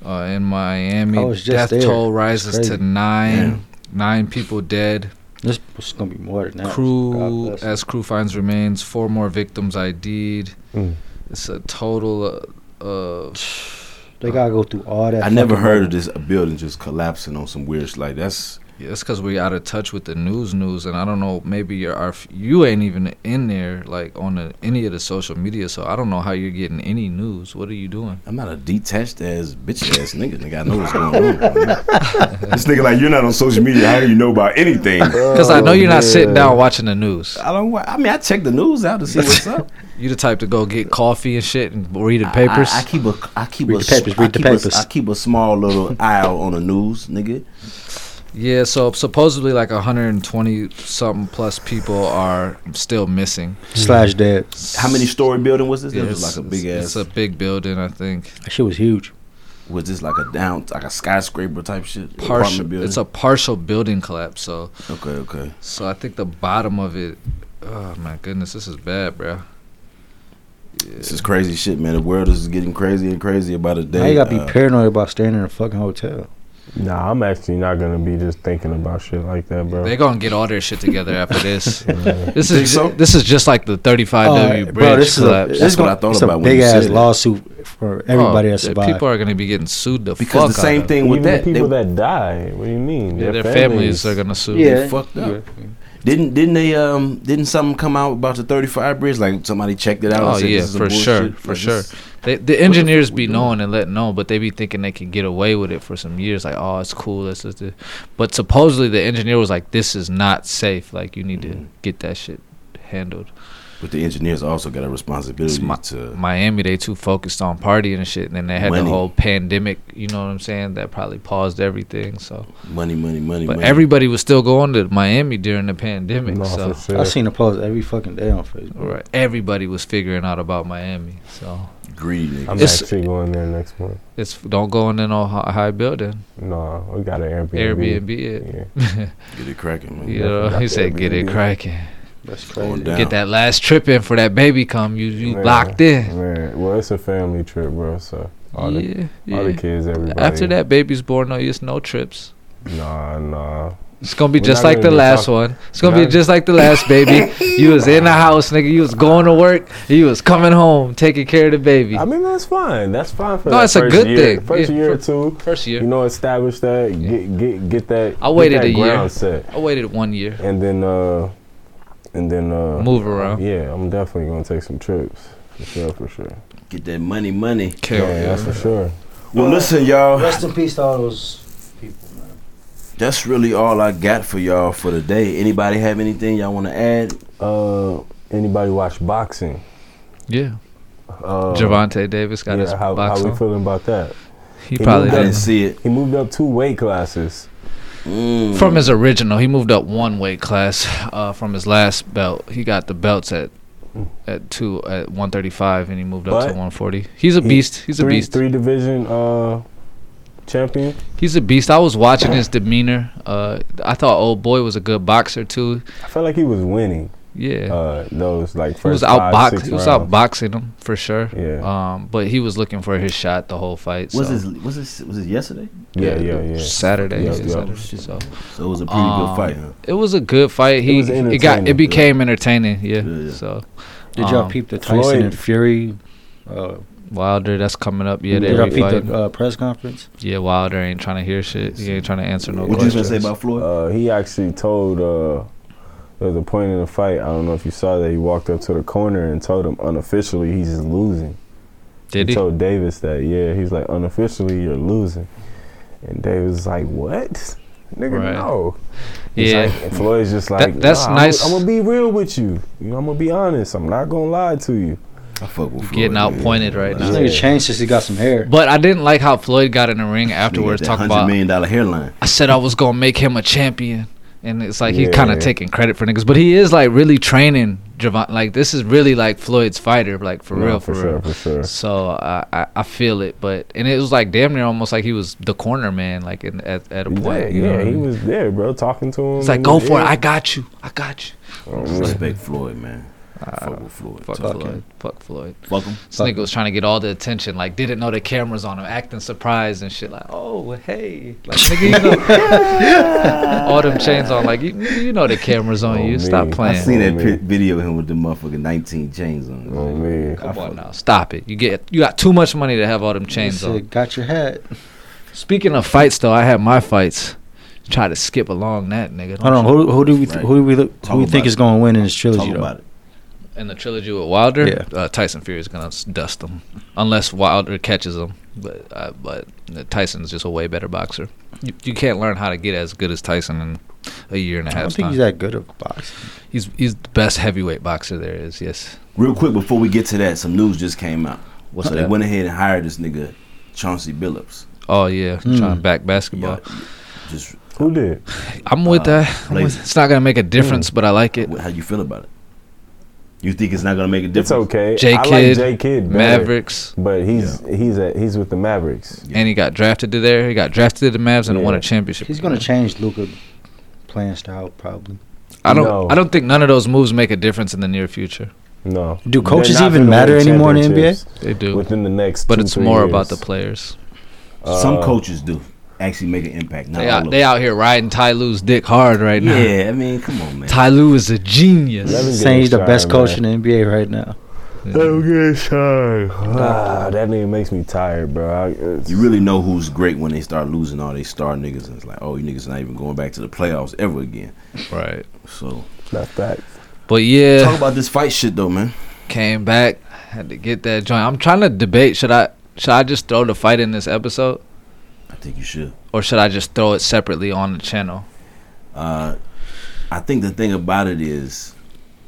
Speaker 1: uh, in Miami.
Speaker 4: I was just
Speaker 1: death
Speaker 4: there.
Speaker 1: toll rises
Speaker 4: crazy.
Speaker 1: to nine. Nine people dead.
Speaker 4: this is gonna be more than that. God
Speaker 1: crew
Speaker 4: bless.
Speaker 1: as crew finds remains. Four more victims ID'd.
Speaker 4: Hmm.
Speaker 3: Mm.
Speaker 1: It's a total uh, of
Speaker 4: they gotta go through all that.
Speaker 5: I never
Speaker 4: fucking-
Speaker 5: heard of this building just collapsing on some weird shit like that's
Speaker 1: Yeah, it's because we're out of touch with the news, news, and I don't know. Maybe you're our, f- you ain't even in there, like on the, any of the social media. So I don't know how you're getting any news. What are you doing?
Speaker 5: I'm not a detached ass bitch ass nigga. Nigga, I know what's going on. nigga. this nigga like you're not on social media. How do you know about anything?
Speaker 1: Because I know
Speaker 3: Oh,
Speaker 1: you're not sitting
Speaker 3: man.
Speaker 1: down watching the news.
Speaker 5: I don't. wa- I mean, I check the news out to see what's up.
Speaker 1: You the type to go get coffee and shit and read the
Speaker 5: I-
Speaker 1: papers.
Speaker 5: I, I keep a. I keep
Speaker 4: Read
Speaker 5: a.
Speaker 4: the papers,
Speaker 5: I
Speaker 4: read the
Speaker 5: keep a-
Speaker 4: papers.
Speaker 5: I keep a small little aisle on the news, nigga.
Speaker 1: yeah, so supposedly like 120 something plus people are still missing.
Speaker 4: slash dead.
Speaker 5: How many story building was this? It was
Speaker 1: It's-
Speaker 5: like a big
Speaker 1: it's-
Speaker 5: ass.
Speaker 1: It's a big building, I think.
Speaker 4: That shit was huge.
Speaker 5: was this like a down, like a skyscraper type shit? Apartment
Speaker 1: Partial.
Speaker 5: building?
Speaker 1: It's a partial building collapse. So,
Speaker 5: okay, okay.
Speaker 1: so I think the bottom of it. Oh my goodness, this is bad, bro.
Speaker 5: This is crazy shit, man. The world is getting crazy and crazy about a
Speaker 4: now
Speaker 5: day.
Speaker 4: you gotta be
Speaker 5: uh,
Speaker 4: paranoid about staying in a fucking hotel.
Speaker 3: Nah, I'm actually not gonna be just thinking about shit like that, bro.
Speaker 1: They're gonna get all their shit together after this. this
Speaker 5: Think
Speaker 1: is
Speaker 5: so?
Speaker 1: this is just like the 35W
Speaker 4: Oh,
Speaker 1: bridge
Speaker 4: bro, this is a,
Speaker 1: collapse.
Speaker 4: this
Speaker 5: That's
Speaker 4: gonna,
Speaker 5: what I thought
Speaker 4: it's a
Speaker 5: about when
Speaker 4: big
Speaker 5: you
Speaker 4: ass
Speaker 5: said it.
Speaker 4: lawsuit for everybody
Speaker 1: Oh,
Speaker 4: that
Speaker 1: the
Speaker 4: survived.
Speaker 1: People are gonna be getting sued the fuck.
Speaker 5: because the same
Speaker 1: out
Speaker 5: thing
Speaker 3: Even
Speaker 5: with that.
Speaker 3: the
Speaker 5: They,
Speaker 3: people that died. What do you mean?
Speaker 1: Of, Yeah, their families are gonna sue.
Speaker 5: they fucked up. Didn't didn't they um didn't something come out about the 35 bridge? Like somebody checked it out. and
Speaker 1: Oh
Speaker 5: said,
Speaker 1: yeah,
Speaker 5: this is some
Speaker 1: for sure,
Speaker 5: bullshit.
Speaker 1: for
Speaker 5: Like,
Speaker 1: sure.
Speaker 5: this-
Speaker 1: They, the engineers
Speaker 5: fuck
Speaker 1: be
Speaker 5: we doing?
Speaker 1: knowing and letting know, but they be thinking they can get away with it for some years. Like, oh, it's cool. That's just it. But supposedly the engineer was like, "This is not safe. Like, you need
Speaker 5: Mm.
Speaker 1: to get that shit handled."
Speaker 5: But the engineers also got a responsibility
Speaker 1: Smi-
Speaker 5: to.
Speaker 1: Miami, they too focused on partying and shit, and then they had
Speaker 5: Money.
Speaker 1: the whole pandemic. You know what I'm saying? That probably paused everything. So,
Speaker 5: Money, money, money,
Speaker 1: but
Speaker 5: money.
Speaker 1: everybody was still going to Miami during the pandemic. so,
Speaker 4: I seen the post every fucking day on Facebook.
Speaker 1: right, everybody was figuring out about Miami. So,
Speaker 5: greedy niggas.
Speaker 3: I'm
Speaker 1: It's-
Speaker 3: actually going there next month.
Speaker 1: it's don't go in no hi- high building.
Speaker 3: No, we got an Airbnb.
Speaker 1: Airbnb it.
Speaker 3: Yeah.
Speaker 5: Get it cracking, man.
Speaker 1: You know, he said, get it
Speaker 3: Airbnb.
Speaker 1: cracking.
Speaker 4: That's crazy.
Speaker 5: Going down.
Speaker 1: Get that last trip in for that baby come. You you
Speaker 3: Man,
Speaker 1: locked in.
Speaker 3: Man, well, it's a family trip, bro. So all, the,
Speaker 1: Yeah,
Speaker 3: all the
Speaker 1: yeah.
Speaker 3: kids, everybody.
Speaker 1: After that baby's born, no, it's no trips.
Speaker 3: nah, nah.
Speaker 1: It's gonna be
Speaker 3: We're
Speaker 1: just
Speaker 3: not
Speaker 1: like
Speaker 3: gonna
Speaker 1: the
Speaker 3: be
Speaker 1: last
Speaker 3: talking-
Speaker 1: one. It's gonna
Speaker 3: We're
Speaker 1: be
Speaker 3: not-
Speaker 1: just like the last baby. You was in the house, nigga. You was going to work. You was coming home, taking care of the baby.
Speaker 3: I mean, that's fine. That's fine for
Speaker 1: No,
Speaker 3: that
Speaker 1: it's a
Speaker 3: first
Speaker 1: good
Speaker 3: year.
Speaker 1: thing.
Speaker 3: First
Speaker 1: Yeah,
Speaker 3: year or
Speaker 1: for-
Speaker 3: two,
Speaker 1: First
Speaker 3: you
Speaker 1: year,
Speaker 3: know, establish that. Get get get that.
Speaker 1: I waited
Speaker 3: get that
Speaker 1: a year.
Speaker 3: ground set,
Speaker 1: I waited one year.
Speaker 3: and then uh, and then uh,
Speaker 1: Move around.
Speaker 3: Yeah, I'm definitely gonna take some trips. For sure, for sure.
Speaker 5: Get that money, money.
Speaker 1: Care
Speaker 3: yeah, that's for sure.
Speaker 5: Well,
Speaker 2: Uh,
Speaker 5: listen, y'all.
Speaker 4: Rest in peace to all those people, man.
Speaker 5: That's really all I got for y'all for the day. Anybody have anything y'all want to add?
Speaker 3: Uh, anybody watch boxing?
Speaker 1: yeah.
Speaker 3: Uh,
Speaker 1: Javante Davis got
Speaker 3: yeah,
Speaker 1: his
Speaker 3: how,
Speaker 1: box
Speaker 3: how we
Speaker 1: on.
Speaker 3: feeling about that?
Speaker 1: He
Speaker 3: he
Speaker 1: probably
Speaker 3: moved
Speaker 5: I
Speaker 3: up.
Speaker 5: didn't
Speaker 1: did.
Speaker 5: see it.
Speaker 3: He moved up two weight classes.
Speaker 5: Mm.
Speaker 1: From his original, he moved up one weight class uh, from his last belt. He got the belts at
Speaker 3: Mm.
Speaker 1: at two at 135, and he moved up
Speaker 3: But
Speaker 1: to 140. He's a
Speaker 3: he-
Speaker 1: beast. He's a
Speaker 3: three,
Speaker 1: beast.
Speaker 3: Three division uh, champion.
Speaker 1: He's a beast. I was watching his demeanor. Uh, I thought old boy was a good boxer too.
Speaker 3: I felt like he was winning
Speaker 1: Yeah.
Speaker 3: uh, those like
Speaker 1: He was
Speaker 3: first
Speaker 1: out
Speaker 3: five, six
Speaker 1: box. He was out
Speaker 3: rounds.
Speaker 1: boxing him for sure.
Speaker 3: Yeah,
Speaker 1: Um, but he was looking for his shot the whole fight. So.
Speaker 5: Was his was his was it yesterday?
Speaker 3: yeah, yeah, yeah.
Speaker 1: Saturday.
Speaker 3: Yeah,
Speaker 1: yeah,
Speaker 3: yeah.
Speaker 1: Saturday. So
Speaker 5: So it was a pretty good
Speaker 1: Um,
Speaker 5: fight. Huh?
Speaker 1: it was a good fight. He
Speaker 3: was
Speaker 1: it, got
Speaker 3: entertaining,
Speaker 1: it became entertaining. Yeah.
Speaker 5: Yeah, yeah.
Speaker 1: So
Speaker 4: Did y'all
Speaker 1: Um,
Speaker 4: peep the Tyson
Speaker 3: Floyd-
Speaker 4: and Fury? Uh,
Speaker 1: Wilder, that's coming up. Yeah, they
Speaker 4: did y'all peep
Speaker 1: refight.
Speaker 4: the uh, press conference?
Speaker 1: Yeah, Wilder ain't trying to hear shit. He ain't trying to answer no
Speaker 5: What you gonna
Speaker 1: questions.
Speaker 5: say about Floyd?
Speaker 3: Uh, he actually told. Uh, there was a point in the fight. I don't know if you saw that he walked up to the corner and told him unofficially he's just losing.
Speaker 1: Did he?
Speaker 3: told Davis that. Yeah, he's like unofficially you're losing, and Davis is like, "What, nigga?
Speaker 1: Right.
Speaker 3: No." He's
Speaker 1: Yeah.
Speaker 3: like- and Floyd's just
Speaker 1: That-
Speaker 3: like,
Speaker 1: that's
Speaker 3: "Nah,
Speaker 1: nice."
Speaker 3: I'm, gonna be real with you. you know, I'm gonna be honest. I'm not gonna lie to you.
Speaker 5: I fuck with
Speaker 1: getting
Speaker 5: Floyd, man.
Speaker 1: outpointed right
Speaker 4: This
Speaker 1: now.
Speaker 4: nigga changed since he got some hair.
Speaker 1: But I didn't like how Floyd got in the ring afterwards
Speaker 5: Nigga, that
Speaker 1: talking
Speaker 5: $100
Speaker 1: about
Speaker 5: million dollar hairline.
Speaker 1: I said I was gonna make him a champion, and it's like he's
Speaker 3: Yeah.
Speaker 1: kind of taking credit for niggas, but he is like really training Javon. Like this is really like Floyd's fighter, like for
Speaker 3: No,
Speaker 1: real, for,
Speaker 3: sure,
Speaker 1: real.
Speaker 3: for sure.
Speaker 1: So I, I I feel it, but and it was like damn near almost like he was the corner man, like in, at at a
Speaker 3: Yeah,
Speaker 1: point. you know what
Speaker 3: yeah,
Speaker 1: I
Speaker 3: he
Speaker 1: mean?
Speaker 3: was there, bro, talking to him.
Speaker 1: It's like
Speaker 3: and
Speaker 1: go
Speaker 3: he-
Speaker 1: for it.
Speaker 3: yeah.
Speaker 1: I got you. I got you.
Speaker 3: Oh, man.
Speaker 5: Respect Floyd, man. I Uh, fuck with Floyd.
Speaker 1: Fuck
Speaker 5: Tough
Speaker 1: Floyd.
Speaker 5: luck.
Speaker 1: Fuck Floyd.
Speaker 5: Fuck him.
Speaker 1: This nigga was trying to get all the attention, like didn't know the cameras on him, acting surprised and shit. Like, oh hey, like nigga, you know, all them chains on. Like you, you know the cameras on
Speaker 3: Oh,
Speaker 1: you.
Speaker 3: me.
Speaker 1: Stop
Speaker 5: I
Speaker 1: playing.
Speaker 5: seen that
Speaker 3: Oh,
Speaker 5: pi-
Speaker 3: man.
Speaker 5: video of him with the motherfucking 19 chains on.
Speaker 3: Oh, man.
Speaker 1: Come on now, stop it. You get you got too much money to have all them chains
Speaker 4: He said,
Speaker 1: on.
Speaker 4: Got your hat.
Speaker 1: Speaking of fights, though, I had my fights. Try to skip along that nigga.
Speaker 4: Hold on. Who, who do we th-
Speaker 5: Right.
Speaker 4: who do we look,
Speaker 5: Talk
Speaker 4: who we
Speaker 5: about
Speaker 4: think
Speaker 5: it.
Speaker 4: is going to win in this
Speaker 5: Talk
Speaker 4: trilogy?
Speaker 5: about
Speaker 4: Though?
Speaker 5: it.
Speaker 1: in the trilogy with Wilder,
Speaker 4: Yeah.
Speaker 1: uh, Tyson Fury is gonna s- dust him, unless Wilder catches him. But uh, but uh, Tyson's just a way better boxer. You, you can't learn how to get as good as Tyson in a year and a
Speaker 4: I don't
Speaker 1: half
Speaker 4: think
Speaker 1: time.
Speaker 4: he's that good of a boxer.
Speaker 1: he's he's the best heavyweight boxer there is. Yes.
Speaker 5: Real quick before we get to that, some news just came out.
Speaker 1: What's
Speaker 5: so they
Speaker 1: that?
Speaker 5: went ahead and hired this nigga Chauncey Billups.
Speaker 1: Oh yeah, trying to back basketball.
Speaker 5: Y'all- Just
Speaker 3: Who did?
Speaker 1: I'm with
Speaker 5: Uh,
Speaker 1: that. I'm
Speaker 5: Blaze-
Speaker 1: with- it's not gonna make a difference, but I like it.
Speaker 5: wh- how you feel about it? You think it's not gonna make a difference?
Speaker 3: It's okay.
Speaker 1: J
Speaker 3: I
Speaker 1: Kid,
Speaker 3: like J Kid, Maverick,
Speaker 1: Mavericks,
Speaker 3: but he's he's at he's with the Mavericks.
Speaker 5: Yeah.
Speaker 1: and he got drafted to there. He got drafted to the Mavs and won a
Speaker 3: Yeah.
Speaker 1: championship.
Speaker 4: He's going to change Luca playing style probably.
Speaker 1: I don't.
Speaker 3: No.
Speaker 1: I don't think none of those moves make a difference in the near future.
Speaker 3: No.
Speaker 4: Do
Speaker 3: They're
Speaker 4: coaches
Speaker 3: not
Speaker 4: even
Speaker 3: gonna
Speaker 4: matter
Speaker 3: win
Speaker 4: anymore in the NBA?
Speaker 3: championships
Speaker 1: They do.
Speaker 3: Within the next,
Speaker 1: but
Speaker 3: two,
Speaker 1: it's
Speaker 3: three
Speaker 1: more
Speaker 3: years.
Speaker 1: about the players.
Speaker 5: Some
Speaker 3: Uh,
Speaker 5: coaches do actually make an impact. Not
Speaker 1: They
Speaker 5: all
Speaker 1: out,
Speaker 5: of
Speaker 1: they
Speaker 5: them.
Speaker 1: out here riding Ty Lue's dick hard right now.
Speaker 5: Yeah, I mean, come on, man.
Speaker 1: Ty Lue is a genius.
Speaker 3: Let him get
Speaker 4: Saying he's the
Speaker 3: his
Speaker 4: best
Speaker 3: shine,
Speaker 4: coach
Speaker 3: man.
Speaker 4: in the NBA right now.
Speaker 3: Ah, that nigga makes me tired, bro. I, it's-
Speaker 5: you really know who's great when they start losing all these star niggas, and it's like, oh, you niggas not even going back to the playoffs ever again.
Speaker 1: Right.
Speaker 5: So
Speaker 3: that's fact.
Speaker 1: But yeah,
Speaker 5: talk about this fight shit though, man.
Speaker 1: came back. Had to get that joint. I'm trying to debate. Should I should I just throw the fight in this episode,
Speaker 5: I think you should.
Speaker 1: or should I just throw it separately on the channel?
Speaker 5: Uh, I think the thing about it is,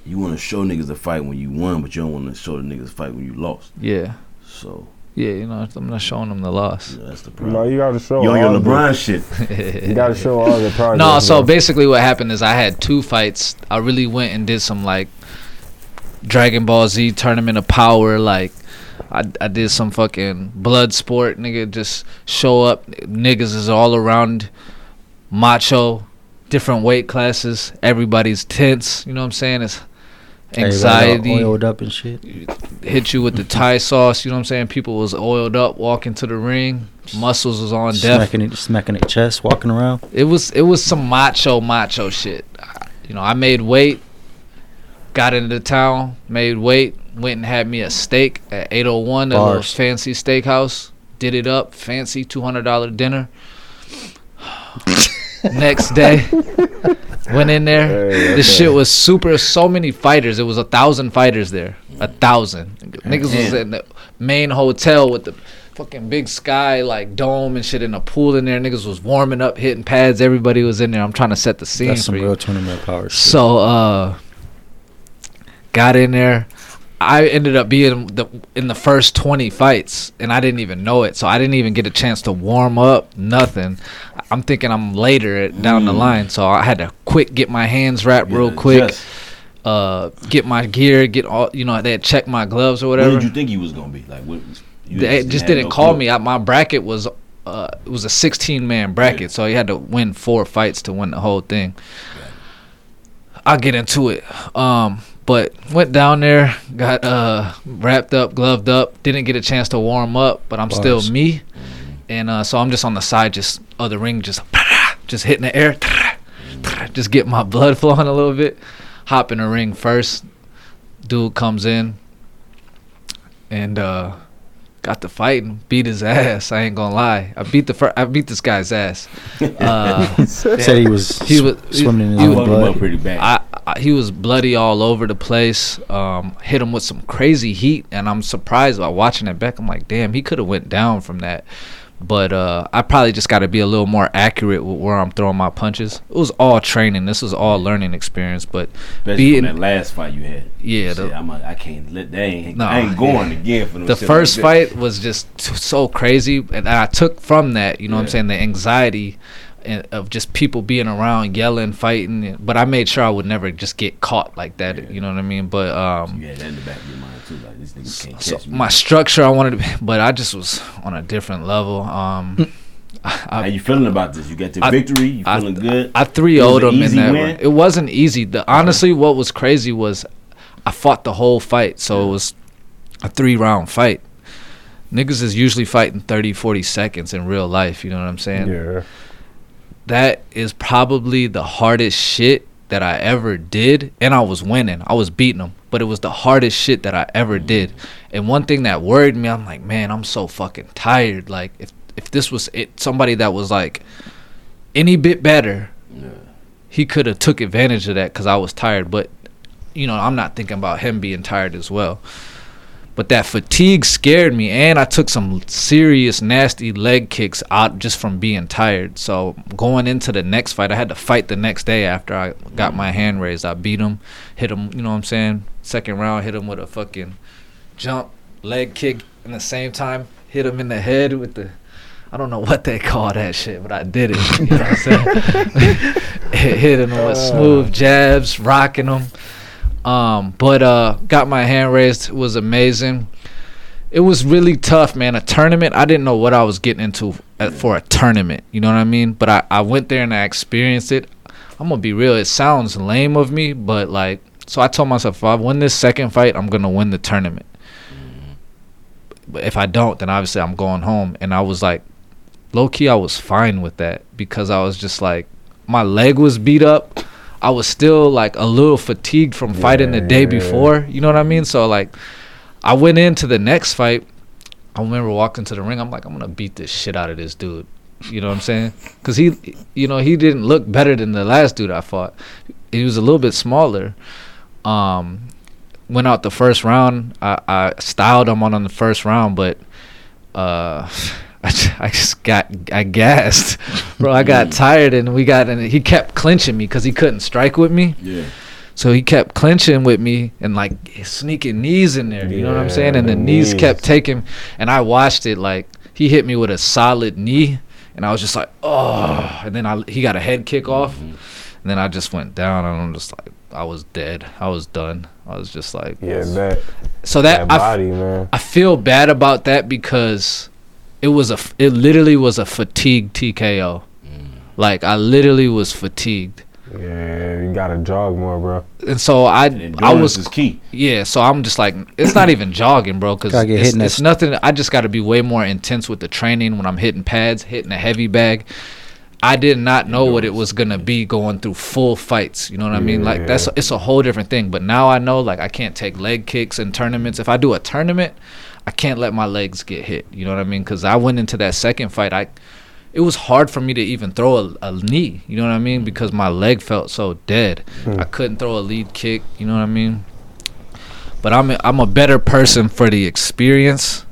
Speaker 5: you want to show niggas a fight when you won, but you don't want to show the niggas a fight when you lost.
Speaker 1: Yeah.
Speaker 5: So
Speaker 1: Yeah. You know, I'm not showing them the loss.
Speaker 5: you know, that's the problem.
Speaker 3: No, you gotta show.
Speaker 5: you on
Speaker 3: all
Speaker 5: your
Speaker 3: the-
Speaker 5: LeBron shit.
Speaker 3: You gotta show all the progress.
Speaker 1: No, so
Speaker 3: bro.
Speaker 1: basically what happened is I had two fights. I really went and did some like Dragon Ball Z tournament of power. Like I, I did some fucking blood sport, nigga. Just show up. Niggas is all around macho, different weight classes. Everybody's tense. You know what I'm saying? It's
Speaker 4: Everybody all
Speaker 1: anxiety
Speaker 4: oiled up and shit.
Speaker 1: hit you with the Thai sauce. You know what I'm saying? People was oiled up walking to the ring. Muscles was on death.
Speaker 4: Smacking it, smacking it chest, walking around.
Speaker 1: It was it was some macho macho shit. I- You know, I made weight, got into town, made weight, went and had me a steak at 801, a little
Speaker 4: Bars.
Speaker 1: fancy steakhouse. Did it up, fancy two hundred dollar dinner. Next day, went in there.
Speaker 3: Hey, that's
Speaker 1: this shit was super. So many fighters. It was a thousand fighters there. A thousand niggas was
Speaker 5: Damn.
Speaker 1: in the main hotel with the fucking big sky like dome and shit in a pool in there. Niggas was warming up, hitting pads. Everybody was in there. I'm trying to set the scene
Speaker 4: That's
Speaker 1: for
Speaker 4: some
Speaker 1: you.
Speaker 4: real tournament power. shit.
Speaker 1: So uh got in there. I ended up being the in the first 20 fights and I didn't even know it. So I didn't even get a chance to warm up, nothing. I'm thinking I'm later at, down the line, so I had to quick get my hands wrapped real
Speaker 5: Mm. Yeah,
Speaker 1: quick.
Speaker 5: just-
Speaker 1: Uh get my gear, get all, you know, they had checked my gloves or
Speaker 5: Where
Speaker 1: whatever
Speaker 5: did you think you was gonna be? Like, what? You
Speaker 1: they just
Speaker 5: had
Speaker 1: didn't
Speaker 5: no
Speaker 1: call
Speaker 5: clue.
Speaker 1: me. I, my bracket was uh, it was a 16 man bracket, so you had to win four fights to win the whole thing. I'll get into it. Um, but went down there, got uh, wrapped up, gloved up. Didn't get a chance to warm up, but I'm
Speaker 4: Bars.
Speaker 1: still me, and uh, so I'm just on the side, just of the ring, just just hitting the air, just get my blood flowing a little bit. Hop in the ring first. Dude comes in and uh, got to fighting, beat his ass. I ain't gonna lie, I beat the fir- I beat this guy's ass. Uh,
Speaker 4: said he was
Speaker 1: He was-
Speaker 4: sw- swimming in his
Speaker 5: I
Speaker 1: You-
Speaker 4: own
Speaker 5: fucked him up
Speaker 4: blood.
Speaker 5: pretty bad.
Speaker 1: I, I he was bloody all over the place. Um, hit him with some crazy heat, and I'm surprised by watching it back. I'm like, damn, he could have went down from that. but uh, I probably just got to be a little more accurate with where I'm throwing my punches. It was all training. This was all learning experience. But
Speaker 5: Especially
Speaker 1: Being-
Speaker 5: from that last fight you had.
Speaker 1: yeah,
Speaker 5: Shit,
Speaker 1: the,
Speaker 5: I'm a, I can't let that ain't,
Speaker 1: Nah,
Speaker 5: I ain't going again for them
Speaker 1: the
Speaker 5: shit like
Speaker 1: first
Speaker 5: that.
Speaker 1: fight was just t- so crazy, and I took from that, you know what I'm
Speaker 5: Yeah.
Speaker 1: saying, the anxiety and- of just people being around, yelling, fighting. But I made sure I would never just get caught like that.
Speaker 5: Yeah.
Speaker 1: You know what I mean? But um,
Speaker 5: You had that in the back of your mind too, like these niggas can't
Speaker 1: so
Speaker 5: catch me.
Speaker 1: my structure I wanted to be, but I just was on a different level.
Speaker 5: Mm.
Speaker 1: Um,
Speaker 5: How you feeling about this? You got the
Speaker 1: I-
Speaker 5: victory. You
Speaker 1: I-
Speaker 5: feeling good?
Speaker 1: I three
Speaker 5: It was
Speaker 1: would
Speaker 5: an
Speaker 1: him in
Speaker 5: easy
Speaker 1: that.
Speaker 5: win?
Speaker 1: round. It wasn't easy. The honestly, what was crazy was I fought the whole fight, so it was a three round fight. Niggas is usually fighting 30, 40 seconds in real life. You know what I'm saying?
Speaker 3: Yeah.
Speaker 1: that is probably the hardest shit that I ever did. And I was winning, I was beating them, but it was the hardest shit that I ever did. And one thing that worried me, I'm like, man, I'm so fucking tired. Like, if if this was it, somebody that was like any bit better,
Speaker 5: Yeah.
Speaker 1: he could have took advantage of that because I was tired. But you know, I'm not thinking about him being tired as well. But that fatigue scared me, and I took some serious nasty leg kicks out just from being tired. So going into the next fight, I had to fight the next day after I got my hand raised. I beat him, hit him. You know what I'm saying? Second round, hit him with a fucking jump leg kick. In the same time, hit him in the head with the. I don't know what they call that shit, but I did it. You know what I'm saying? hit- hitting them with smooth jabs, rocking them. Um, but uh, got my hand raised It was amazing. It was really tough, man. A tournament, I didn't know what I was getting into at, for a tournament. You know what I mean? But I, I went there and I experienced it. I'm gonna be real. It sounds lame of me, but like, so I told myself, if I win this second fight, I'm gonna win the tournament. But if I don't, then obviously I'm going home. And I was like, low key, I was fine with that because I was just like, my leg was beat up. I was still like a little fatigued from fighting the day
Speaker 3: Yeah.
Speaker 1: before. You know what I mean? So like, I went into the next fight. I remember walking to the ring. I'm like, I'm gonna beat this shit out of this dude. You know what I'm saying? Cause he, you know, he didn't look better than the last dude I fought. He was a little bit smaller. Um, went out the first round. I, I styled him on on the first round, but uh, I, ju- I just got I gassed, bro. I got tired, and we got and he kept clinching me because he couldn't strike with me.
Speaker 5: Yeah.
Speaker 1: So he kept clinching with me and like sneaking knees in there. You know what I'm
Speaker 3: Yeah,
Speaker 1: saying? And the
Speaker 3: the
Speaker 1: knees
Speaker 3: knees.
Speaker 1: kept taking. And I watched it like he hit me with a solid knee, and I was just like, oh. And then I he got a head kick off,
Speaker 3: Mm-hmm.
Speaker 1: and then I just went down, and I'm just like, I was dead. I was done. I was just like,
Speaker 3: Yeah, that
Speaker 1: So
Speaker 3: that
Speaker 1: that, I f-
Speaker 3: body, man.
Speaker 1: I feel bad about that because it was a f- it literally was a fatigued TKO.
Speaker 5: Mm.
Speaker 1: Like I literally was fatigued,
Speaker 3: Yeah, you gotta jog more, bro.
Speaker 1: and so I
Speaker 5: And endurance
Speaker 1: I was
Speaker 5: is key.
Speaker 1: yeah, so I'm just like, it's not even jogging, bro, because
Speaker 4: Gotta get
Speaker 1: it's,
Speaker 4: hit in that
Speaker 1: it's
Speaker 4: st-
Speaker 1: nothing. I just got to be way more intense with the training when I'm hitting pads, hitting a heavy bag. I did not know what it was gonna be going through full fights. You know what I mean? Like that's it's a whole different thing. But now I know like I can't take leg kicks in tournaments. If I do a tournament, I can't let my legs get hit. You know what I mean? Because I went into that second fight, I it was hard for me to even throw a, a knee. You know what I mean? Because my leg felt so dead. I couldn't throw a lead kick. You know what I mean? But I'm a, I'm a better person for the experience.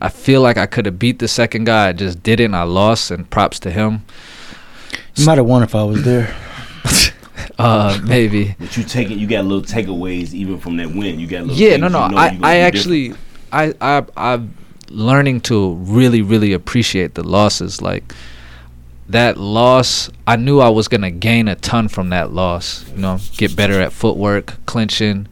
Speaker 1: I feel like I could have beat the second guy. I just didn't. I lost, and props to him.
Speaker 4: You might have won if I was there.
Speaker 1: Uh, maybe.
Speaker 5: But you take it. You got little takeaways even from that win. You got little.
Speaker 1: yeah
Speaker 5: things
Speaker 1: no no
Speaker 5: You know you
Speaker 1: i,
Speaker 5: gonna
Speaker 1: I
Speaker 5: do
Speaker 1: actually I, I i'm learning to really really appreciate the losses like that loss i knew i was gonna gain a ton from that loss you know get better at footwork clinching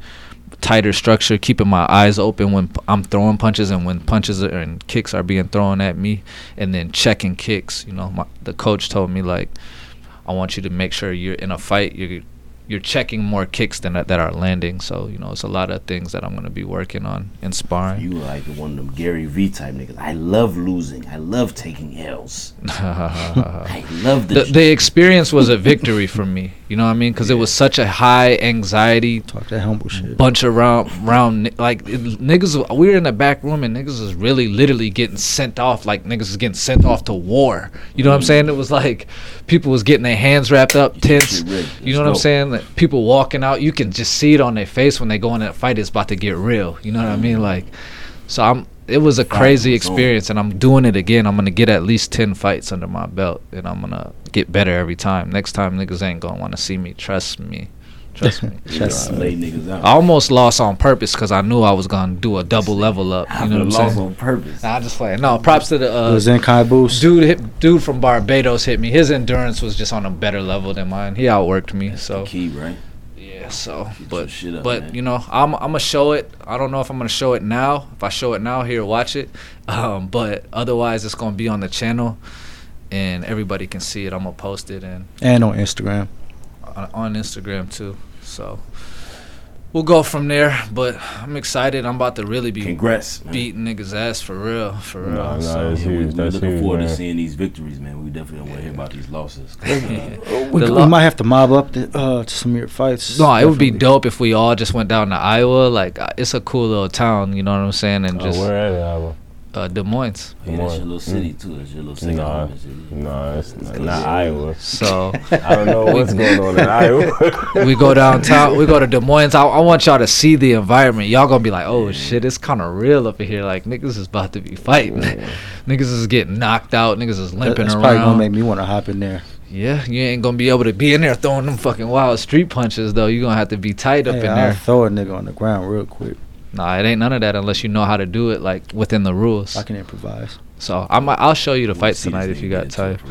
Speaker 1: tighter structure keeping my eyes open when p- i'm throwing punches and when punches are, and kicks are being thrown at me and then checking kicks you know my, the coach told me like i want you to make sure you're in a fight you're you're checking more kicks than that, that are landing. So you know, it's a lot of things that I'm going to be working on in
Speaker 5: different.
Speaker 1: sparring.
Speaker 5: You like one of them Gary V type niggas. I love losing. I love taking L's.
Speaker 1: the,
Speaker 5: I love the.
Speaker 1: the experience was a victory for me. You know what I mean? Because it was such a high anxiety
Speaker 4: Talk that humble shit.
Speaker 1: bunch of round round ni- like it, niggas. We were in the back room and niggas was really literally getting sent off. Like niggas was getting sent off to war. You know what I'm saying? It was like people was getting their hands wrapped up, tense.
Speaker 5: Mm. Get ready.
Speaker 1: You know what I'm
Speaker 5: Let's go.
Speaker 1: saying? Like, people walking out, you can just see it on their face when they go in that fight. It's about to get real. You know what I mean? Like. So I'm. It was a
Speaker 5: Mm. Fight
Speaker 1: crazy
Speaker 5: was on.
Speaker 1: experience, and I'm doing it again. I'm gonna get at least ten fights under my belt, and I'm gonna get better every time. Next time, niggas ain't gonna want to see me. Trust me. Trust me.
Speaker 4: That's-
Speaker 5: lay niggas out.
Speaker 1: I almost lost on purpose because I knew I was gonna do a double level up.
Speaker 5: I
Speaker 1: You know
Speaker 5: would've
Speaker 1: what I'm
Speaker 5: lost
Speaker 1: saying?
Speaker 5: on purpose.
Speaker 1: Nah, I just playing. No, props to the
Speaker 4: It
Speaker 1: uh,
Speaker 4: was in Caboose.
Speaker 1: dude. Hit, dude from Barbados hit me. His endurance was just on a better level than mine. He outworked me. So
Speaker 5: Key, right?
Speaker 1: yeah. So
Speaker 5: Get your
Speaker 1: but
Speaker 5: shit up,
Speaker 1: but
Speaker 5: man.
Speaker 1: you know, I'm I'm gonna show it. I don't know if I'm gonna show it now. If I show it now, here, watch it. Um, but otherwise, it's gonna be on the channel, and everybody can see it. I'm gonna post it and
Speaker 4: and on Instagram.
Speaker 1: on, on Instagram too. So we'll go from there. But I'm excited. I'm about to really be
Speaker 5: Congrats. man.
Speaker 1: beating niggas ass for real, for real.
Speaker 3: Nah, nah,
Speaker 1: so.
Speaker 3: it's
Speaker 5: Yeah, we,
Speaker 3: huge.
Speaker 5: we're
Speaker 3: That's
Speaker 5: looking
Speaker 3: huge,
Speaker 5: forward to
Speaker 3: man.
Speaker 5: seeing these victories, man. We definitely don't want to hear about these losses.
Speaker 4: We,
Speaker 1: The
Speaker 4: c-
Speaker 1: lo-
Speaker 4: we might have to mob up the, uh, to some of your fights.
Speaker 1: No, it would be
Speaker 4: definitely.
Speaker 1: dope if we all just went down to Iowa. Like uh, it's a cool little town, you know what I'm saying? And
Speaker 3: Oh,
Speaker 1: just
Speaker 3: where at it, Alba?
Speaker 1: uh, Des Moines.
Speaker 5: Yeah, that's your little city too. That's your little second
Speaker 3: Mm. Nah.
Speaker 5: home. That's your-
Speaker 3: No, it's not,
Speaker 5: close.
Speaker 3: not Iowa.
Speaker 1: So
Speaker 3: I don't know what's going on in Iowa.
Speaker 1: we go downtown. We go to Des Moines. I, I want y'all to see the environment. Y'all gonna be like, oh shit, it's kind of real up in here. Like niggas is about to be fighting. niggas is getting knocked out. Niggas is
Speaker 4: That-
Speaker 1: limping
Speaker 4: That's probably
Speaker 1: around.
Speaker 4: gonna make me want to hop in there.
Speaker 1: yeah, you ain't gonna be able to be in there throwing them fucking wild street punches though. You gonna have to be tight up
Speaker 4: Hey,
Speaker 1: in
Speaker 4: I'll
Speaker 1: there.
Speaker 4: throw a nigga on the ground real quick.
Speaker 1: Nah, it ain't none of that unless you know how to do it like within the rules.
Speaker 4: I can improvise.
Speaker 1: So I'm I'll show you the
Speaker 5: We'll
Speaker 1: fights
Speaker 5: see this
Speaker 1: tonight if you
Speaker 5: nigga
Speaker 1: got
Speaker 5: get
Speaker 1: time.
Speaker 5: to it for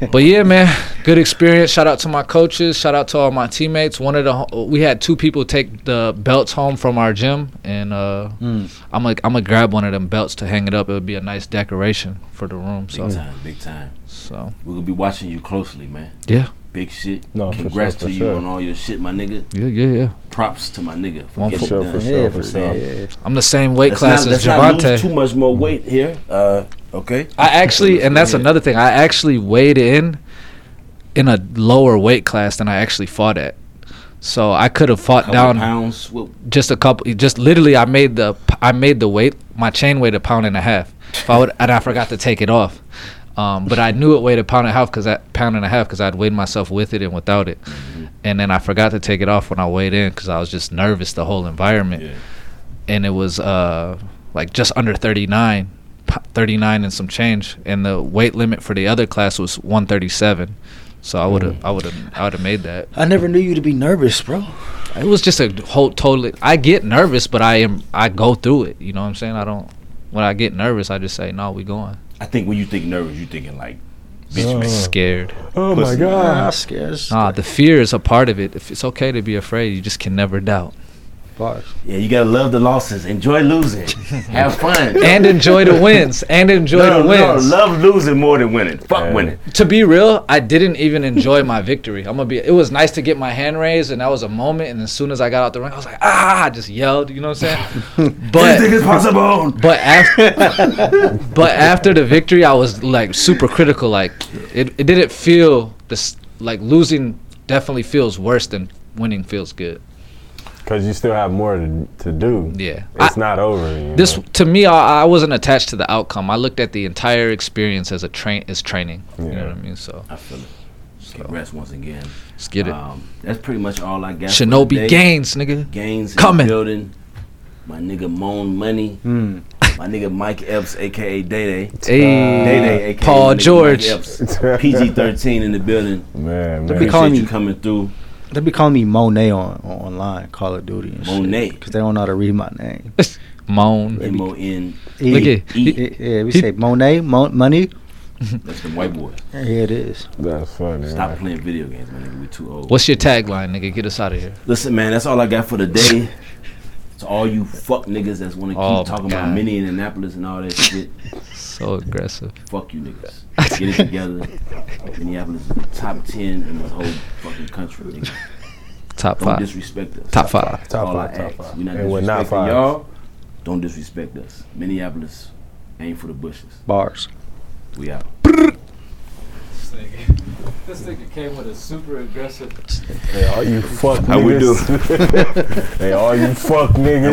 Speaker 5: real.
Speaker 1: But yeah, man, good experience. Shout out to my coaches. Shout out to all my teammates. One of the ho- we had two people take the belts home from our gym, and uh,
Speaker 4: Mm.
Speaker 1: I'm like I'm gonna grab one of them belts to hang it up. It would be a nice decoration for the room.
Speaker 5: Big
Speaker 1: So
Speaker 5: time, big time.
Speaker 1: so
Speaker 5: We're gonna be watching you closely, man.
Speaker 1: Yeah.
Speaker 5: Big shit.
Speaker 3: No, for
Speaker 5: Congrats
Speaker 3: sure, for
Speaker 5: to you
Speaker 3: sure.
Speaker 5: on all your shit, my nigga.
Speaker 1: yeah yeah yeah.
Speaker 5: Props to my nigga for
Speaker 1: One
Speaker 5: getting
Speaker 1: for
Speaker 5: it
Speaker 3: sure,
Speaker 5: done.
Speaker 3: for sure.
Speaker 4: Yeah, for sure.
Speaker 1: I'm the same weight
Speaker 5: Let's
Speaker 1: class
Speaker 5: not,
Speaker 1: as
Speaker 5: let's not lose
Speaker 1: Javante.
Speaker 5: too much more weight here. Uh, okay.
Speaker 1: I actually, and that's
Speaker 5: Yeah.
Speaker 1: another thing. I actually weighed in in a lower weight class than I actually fought at. So I could have fought
Speaker 5: Couple
Speaker 1: down
Speaker 5: pounds. What,
Speaker 1: just a couple just literally i made the i made the weight my chain weighed a pound and a half if i would and i forgot to take it off um, but i knew it weighed a pound and a half because that pound and a half because i'd weighed myself with it and without it and then i forgot to take it off when i weighed in because i was just nervous the whole environment
Speaker 5: yeah.
Speaker 1: and it was uh like just under 39 p- 39 and some change and the weight limit for the other class was 137 so I would have, I would have, I would have made that.
Speaker 4: I never knew you to be nervous, bro.
Speaker 1: It was just a whole totally. I get nervous, but I am. I go through it. You know what I'm saying? I don't. When I get nervous, I just say, "No, we going."
Speaker 5: I think when you think nervous, you thinking like, bitch,
Speaker 3: Yeah.
Speaker 5: man.
Speaker 1: Scared.
Speaker 3: Oh my
Speaker 5: Pussy.
Speaker 4: Nah,
Speaker 3: god.
Speaker 4: I'm Ah, scared. as
Speaker 1: Nah, the fear is a part of it. If it's okay to be afraid, you just can never doubt
Speaker 4: fuck.
Speaker 5: Yeah, you gotta love the losses. Enjoy losing. Have fun.
Speaker 1: and enjoy the wins and enjoy
Speaker 5: no,
Speaker 1: the
Speaker 5: no,
Speaker 1: wins.
Speaker 5: love losing more than winning. Fuck
Speaker 3: Yeah.
Speaker 5: winning.
Speaker 1: to be real, I didn't even enjoy my victory. I'm gonna be. It was nice to get my hand raised, and that was a moment. And as soon as I got out the ring, I was like, "Ah!" I just yelled. You know what I'm saying? But
Speaker 5: Anything is possible.
Speaker 1: But after, but after the victory, I was like super critical. Like it, it didn't feel this like losing definitely feels worse than winning feels good.
Speaker 3: Because you still have more to, to do.
Speaker 1: Yeah. I-
Speaker 3: It's not over. you
Speaker 1: this
Speaker 3: know?
Speaker 1: to me, I, I wasn't attached to the outcome. I looked at the entire experience as a train as training. You
Speaker 3: Yeah.
Speaker 1: know what I mean? So
Speaker 5: I feel it. Congrats once again.
Speaker 1: let's get it.
Speaker 5: Um, that's Uh, pretty much all I got. for
Speaker 1: Shinobi
Speaker 5: today.
Speaker 1: Gaines, nigga.
Speaker 5: Gaines in
Speaker 1: Coming.
Speaker 5: the building. My nigga Moan Money.
Speaker 1: Hmm.
Speaker 4: Mm.
Speaker 5: My nigga Mike Epps, aka Day Day. Day Day,
Speaker 1: Hey,
Speaker 5: aka
Speaker 1: Hmm. Paul
Speaker 5: my nigga
Speaker 1: George.
Speaker 5: Mike Epps. PG thirteen in the building.
Speaker 3: man,
Speaker 4: They
Speaker 3: man.
Speaker 4: be calling
Speaker 5: Appreciate you
Speaker 4: me-
Speaker 5: coming through.
Speaker 4: They be calling me Monet on, on online Call of Duty and
Speaker 5: Monet.
Speaker 4: because they don't know how to read my name.
Speaker 1: Moan.
Speaker 5: M O N.
Speaker 4: E,
Speaker 1: Look at-
Speaker 4: E-
Speaker 5: he-
Speaker 4: yeah, we
Speaker 1: he-
Speaker 4: say Monet, Mon- money.
Speaker 5: That's the white boy.
Speaker 4: Yeah, it is.
Speaker 3: That's funny.
Speaker 5: Stop
Speaker 3: Man.
Speaker 5: playing video games, my nigga. We too old.
Speaker 1: What's your tagline, nigga? Get us out of here.
Speaker 5: Listen, man, that's all I got for today. to all you fuck niggas that's want to keep
Speaker 1: Oh, my
Speaker 5: talking
Speaker 1: God.
Speaker 5: about mini Indianapolis and all that shit.
Speaker 1: So aggressive.
Speaker 5: fuck you niggas. Get it together. Minneapolis is the top ten in the whole fucking country. Nigga.
Speaker 1: Top
Speaker 5: Don't
Speaker 1: five.
Speaker 5: disrespect us.
Speaker 1: Top five.
Speaker 5: That's
Speaker 3: Top
Speaker 5: all I
Speaker 3: five, top
Speaker 5: ask.
Speaker 3: five.
Speaker 5: We're not
Speaker 3: And we're not
Speaker 5: disrespecting
Speaker 3: five.
Speaker 5: y'all. Don't disrespect us. Minneapolis ain't for the bushes.
Speaker 4: Bars.
Speaker 5: We out.
Speaker 2: This nigga, this nigga came with a super aggressive
Speaker 3: Hey, all you fuck
Speaker 5: How we
Speaker 3: niggas. hey, all you fuck niggas.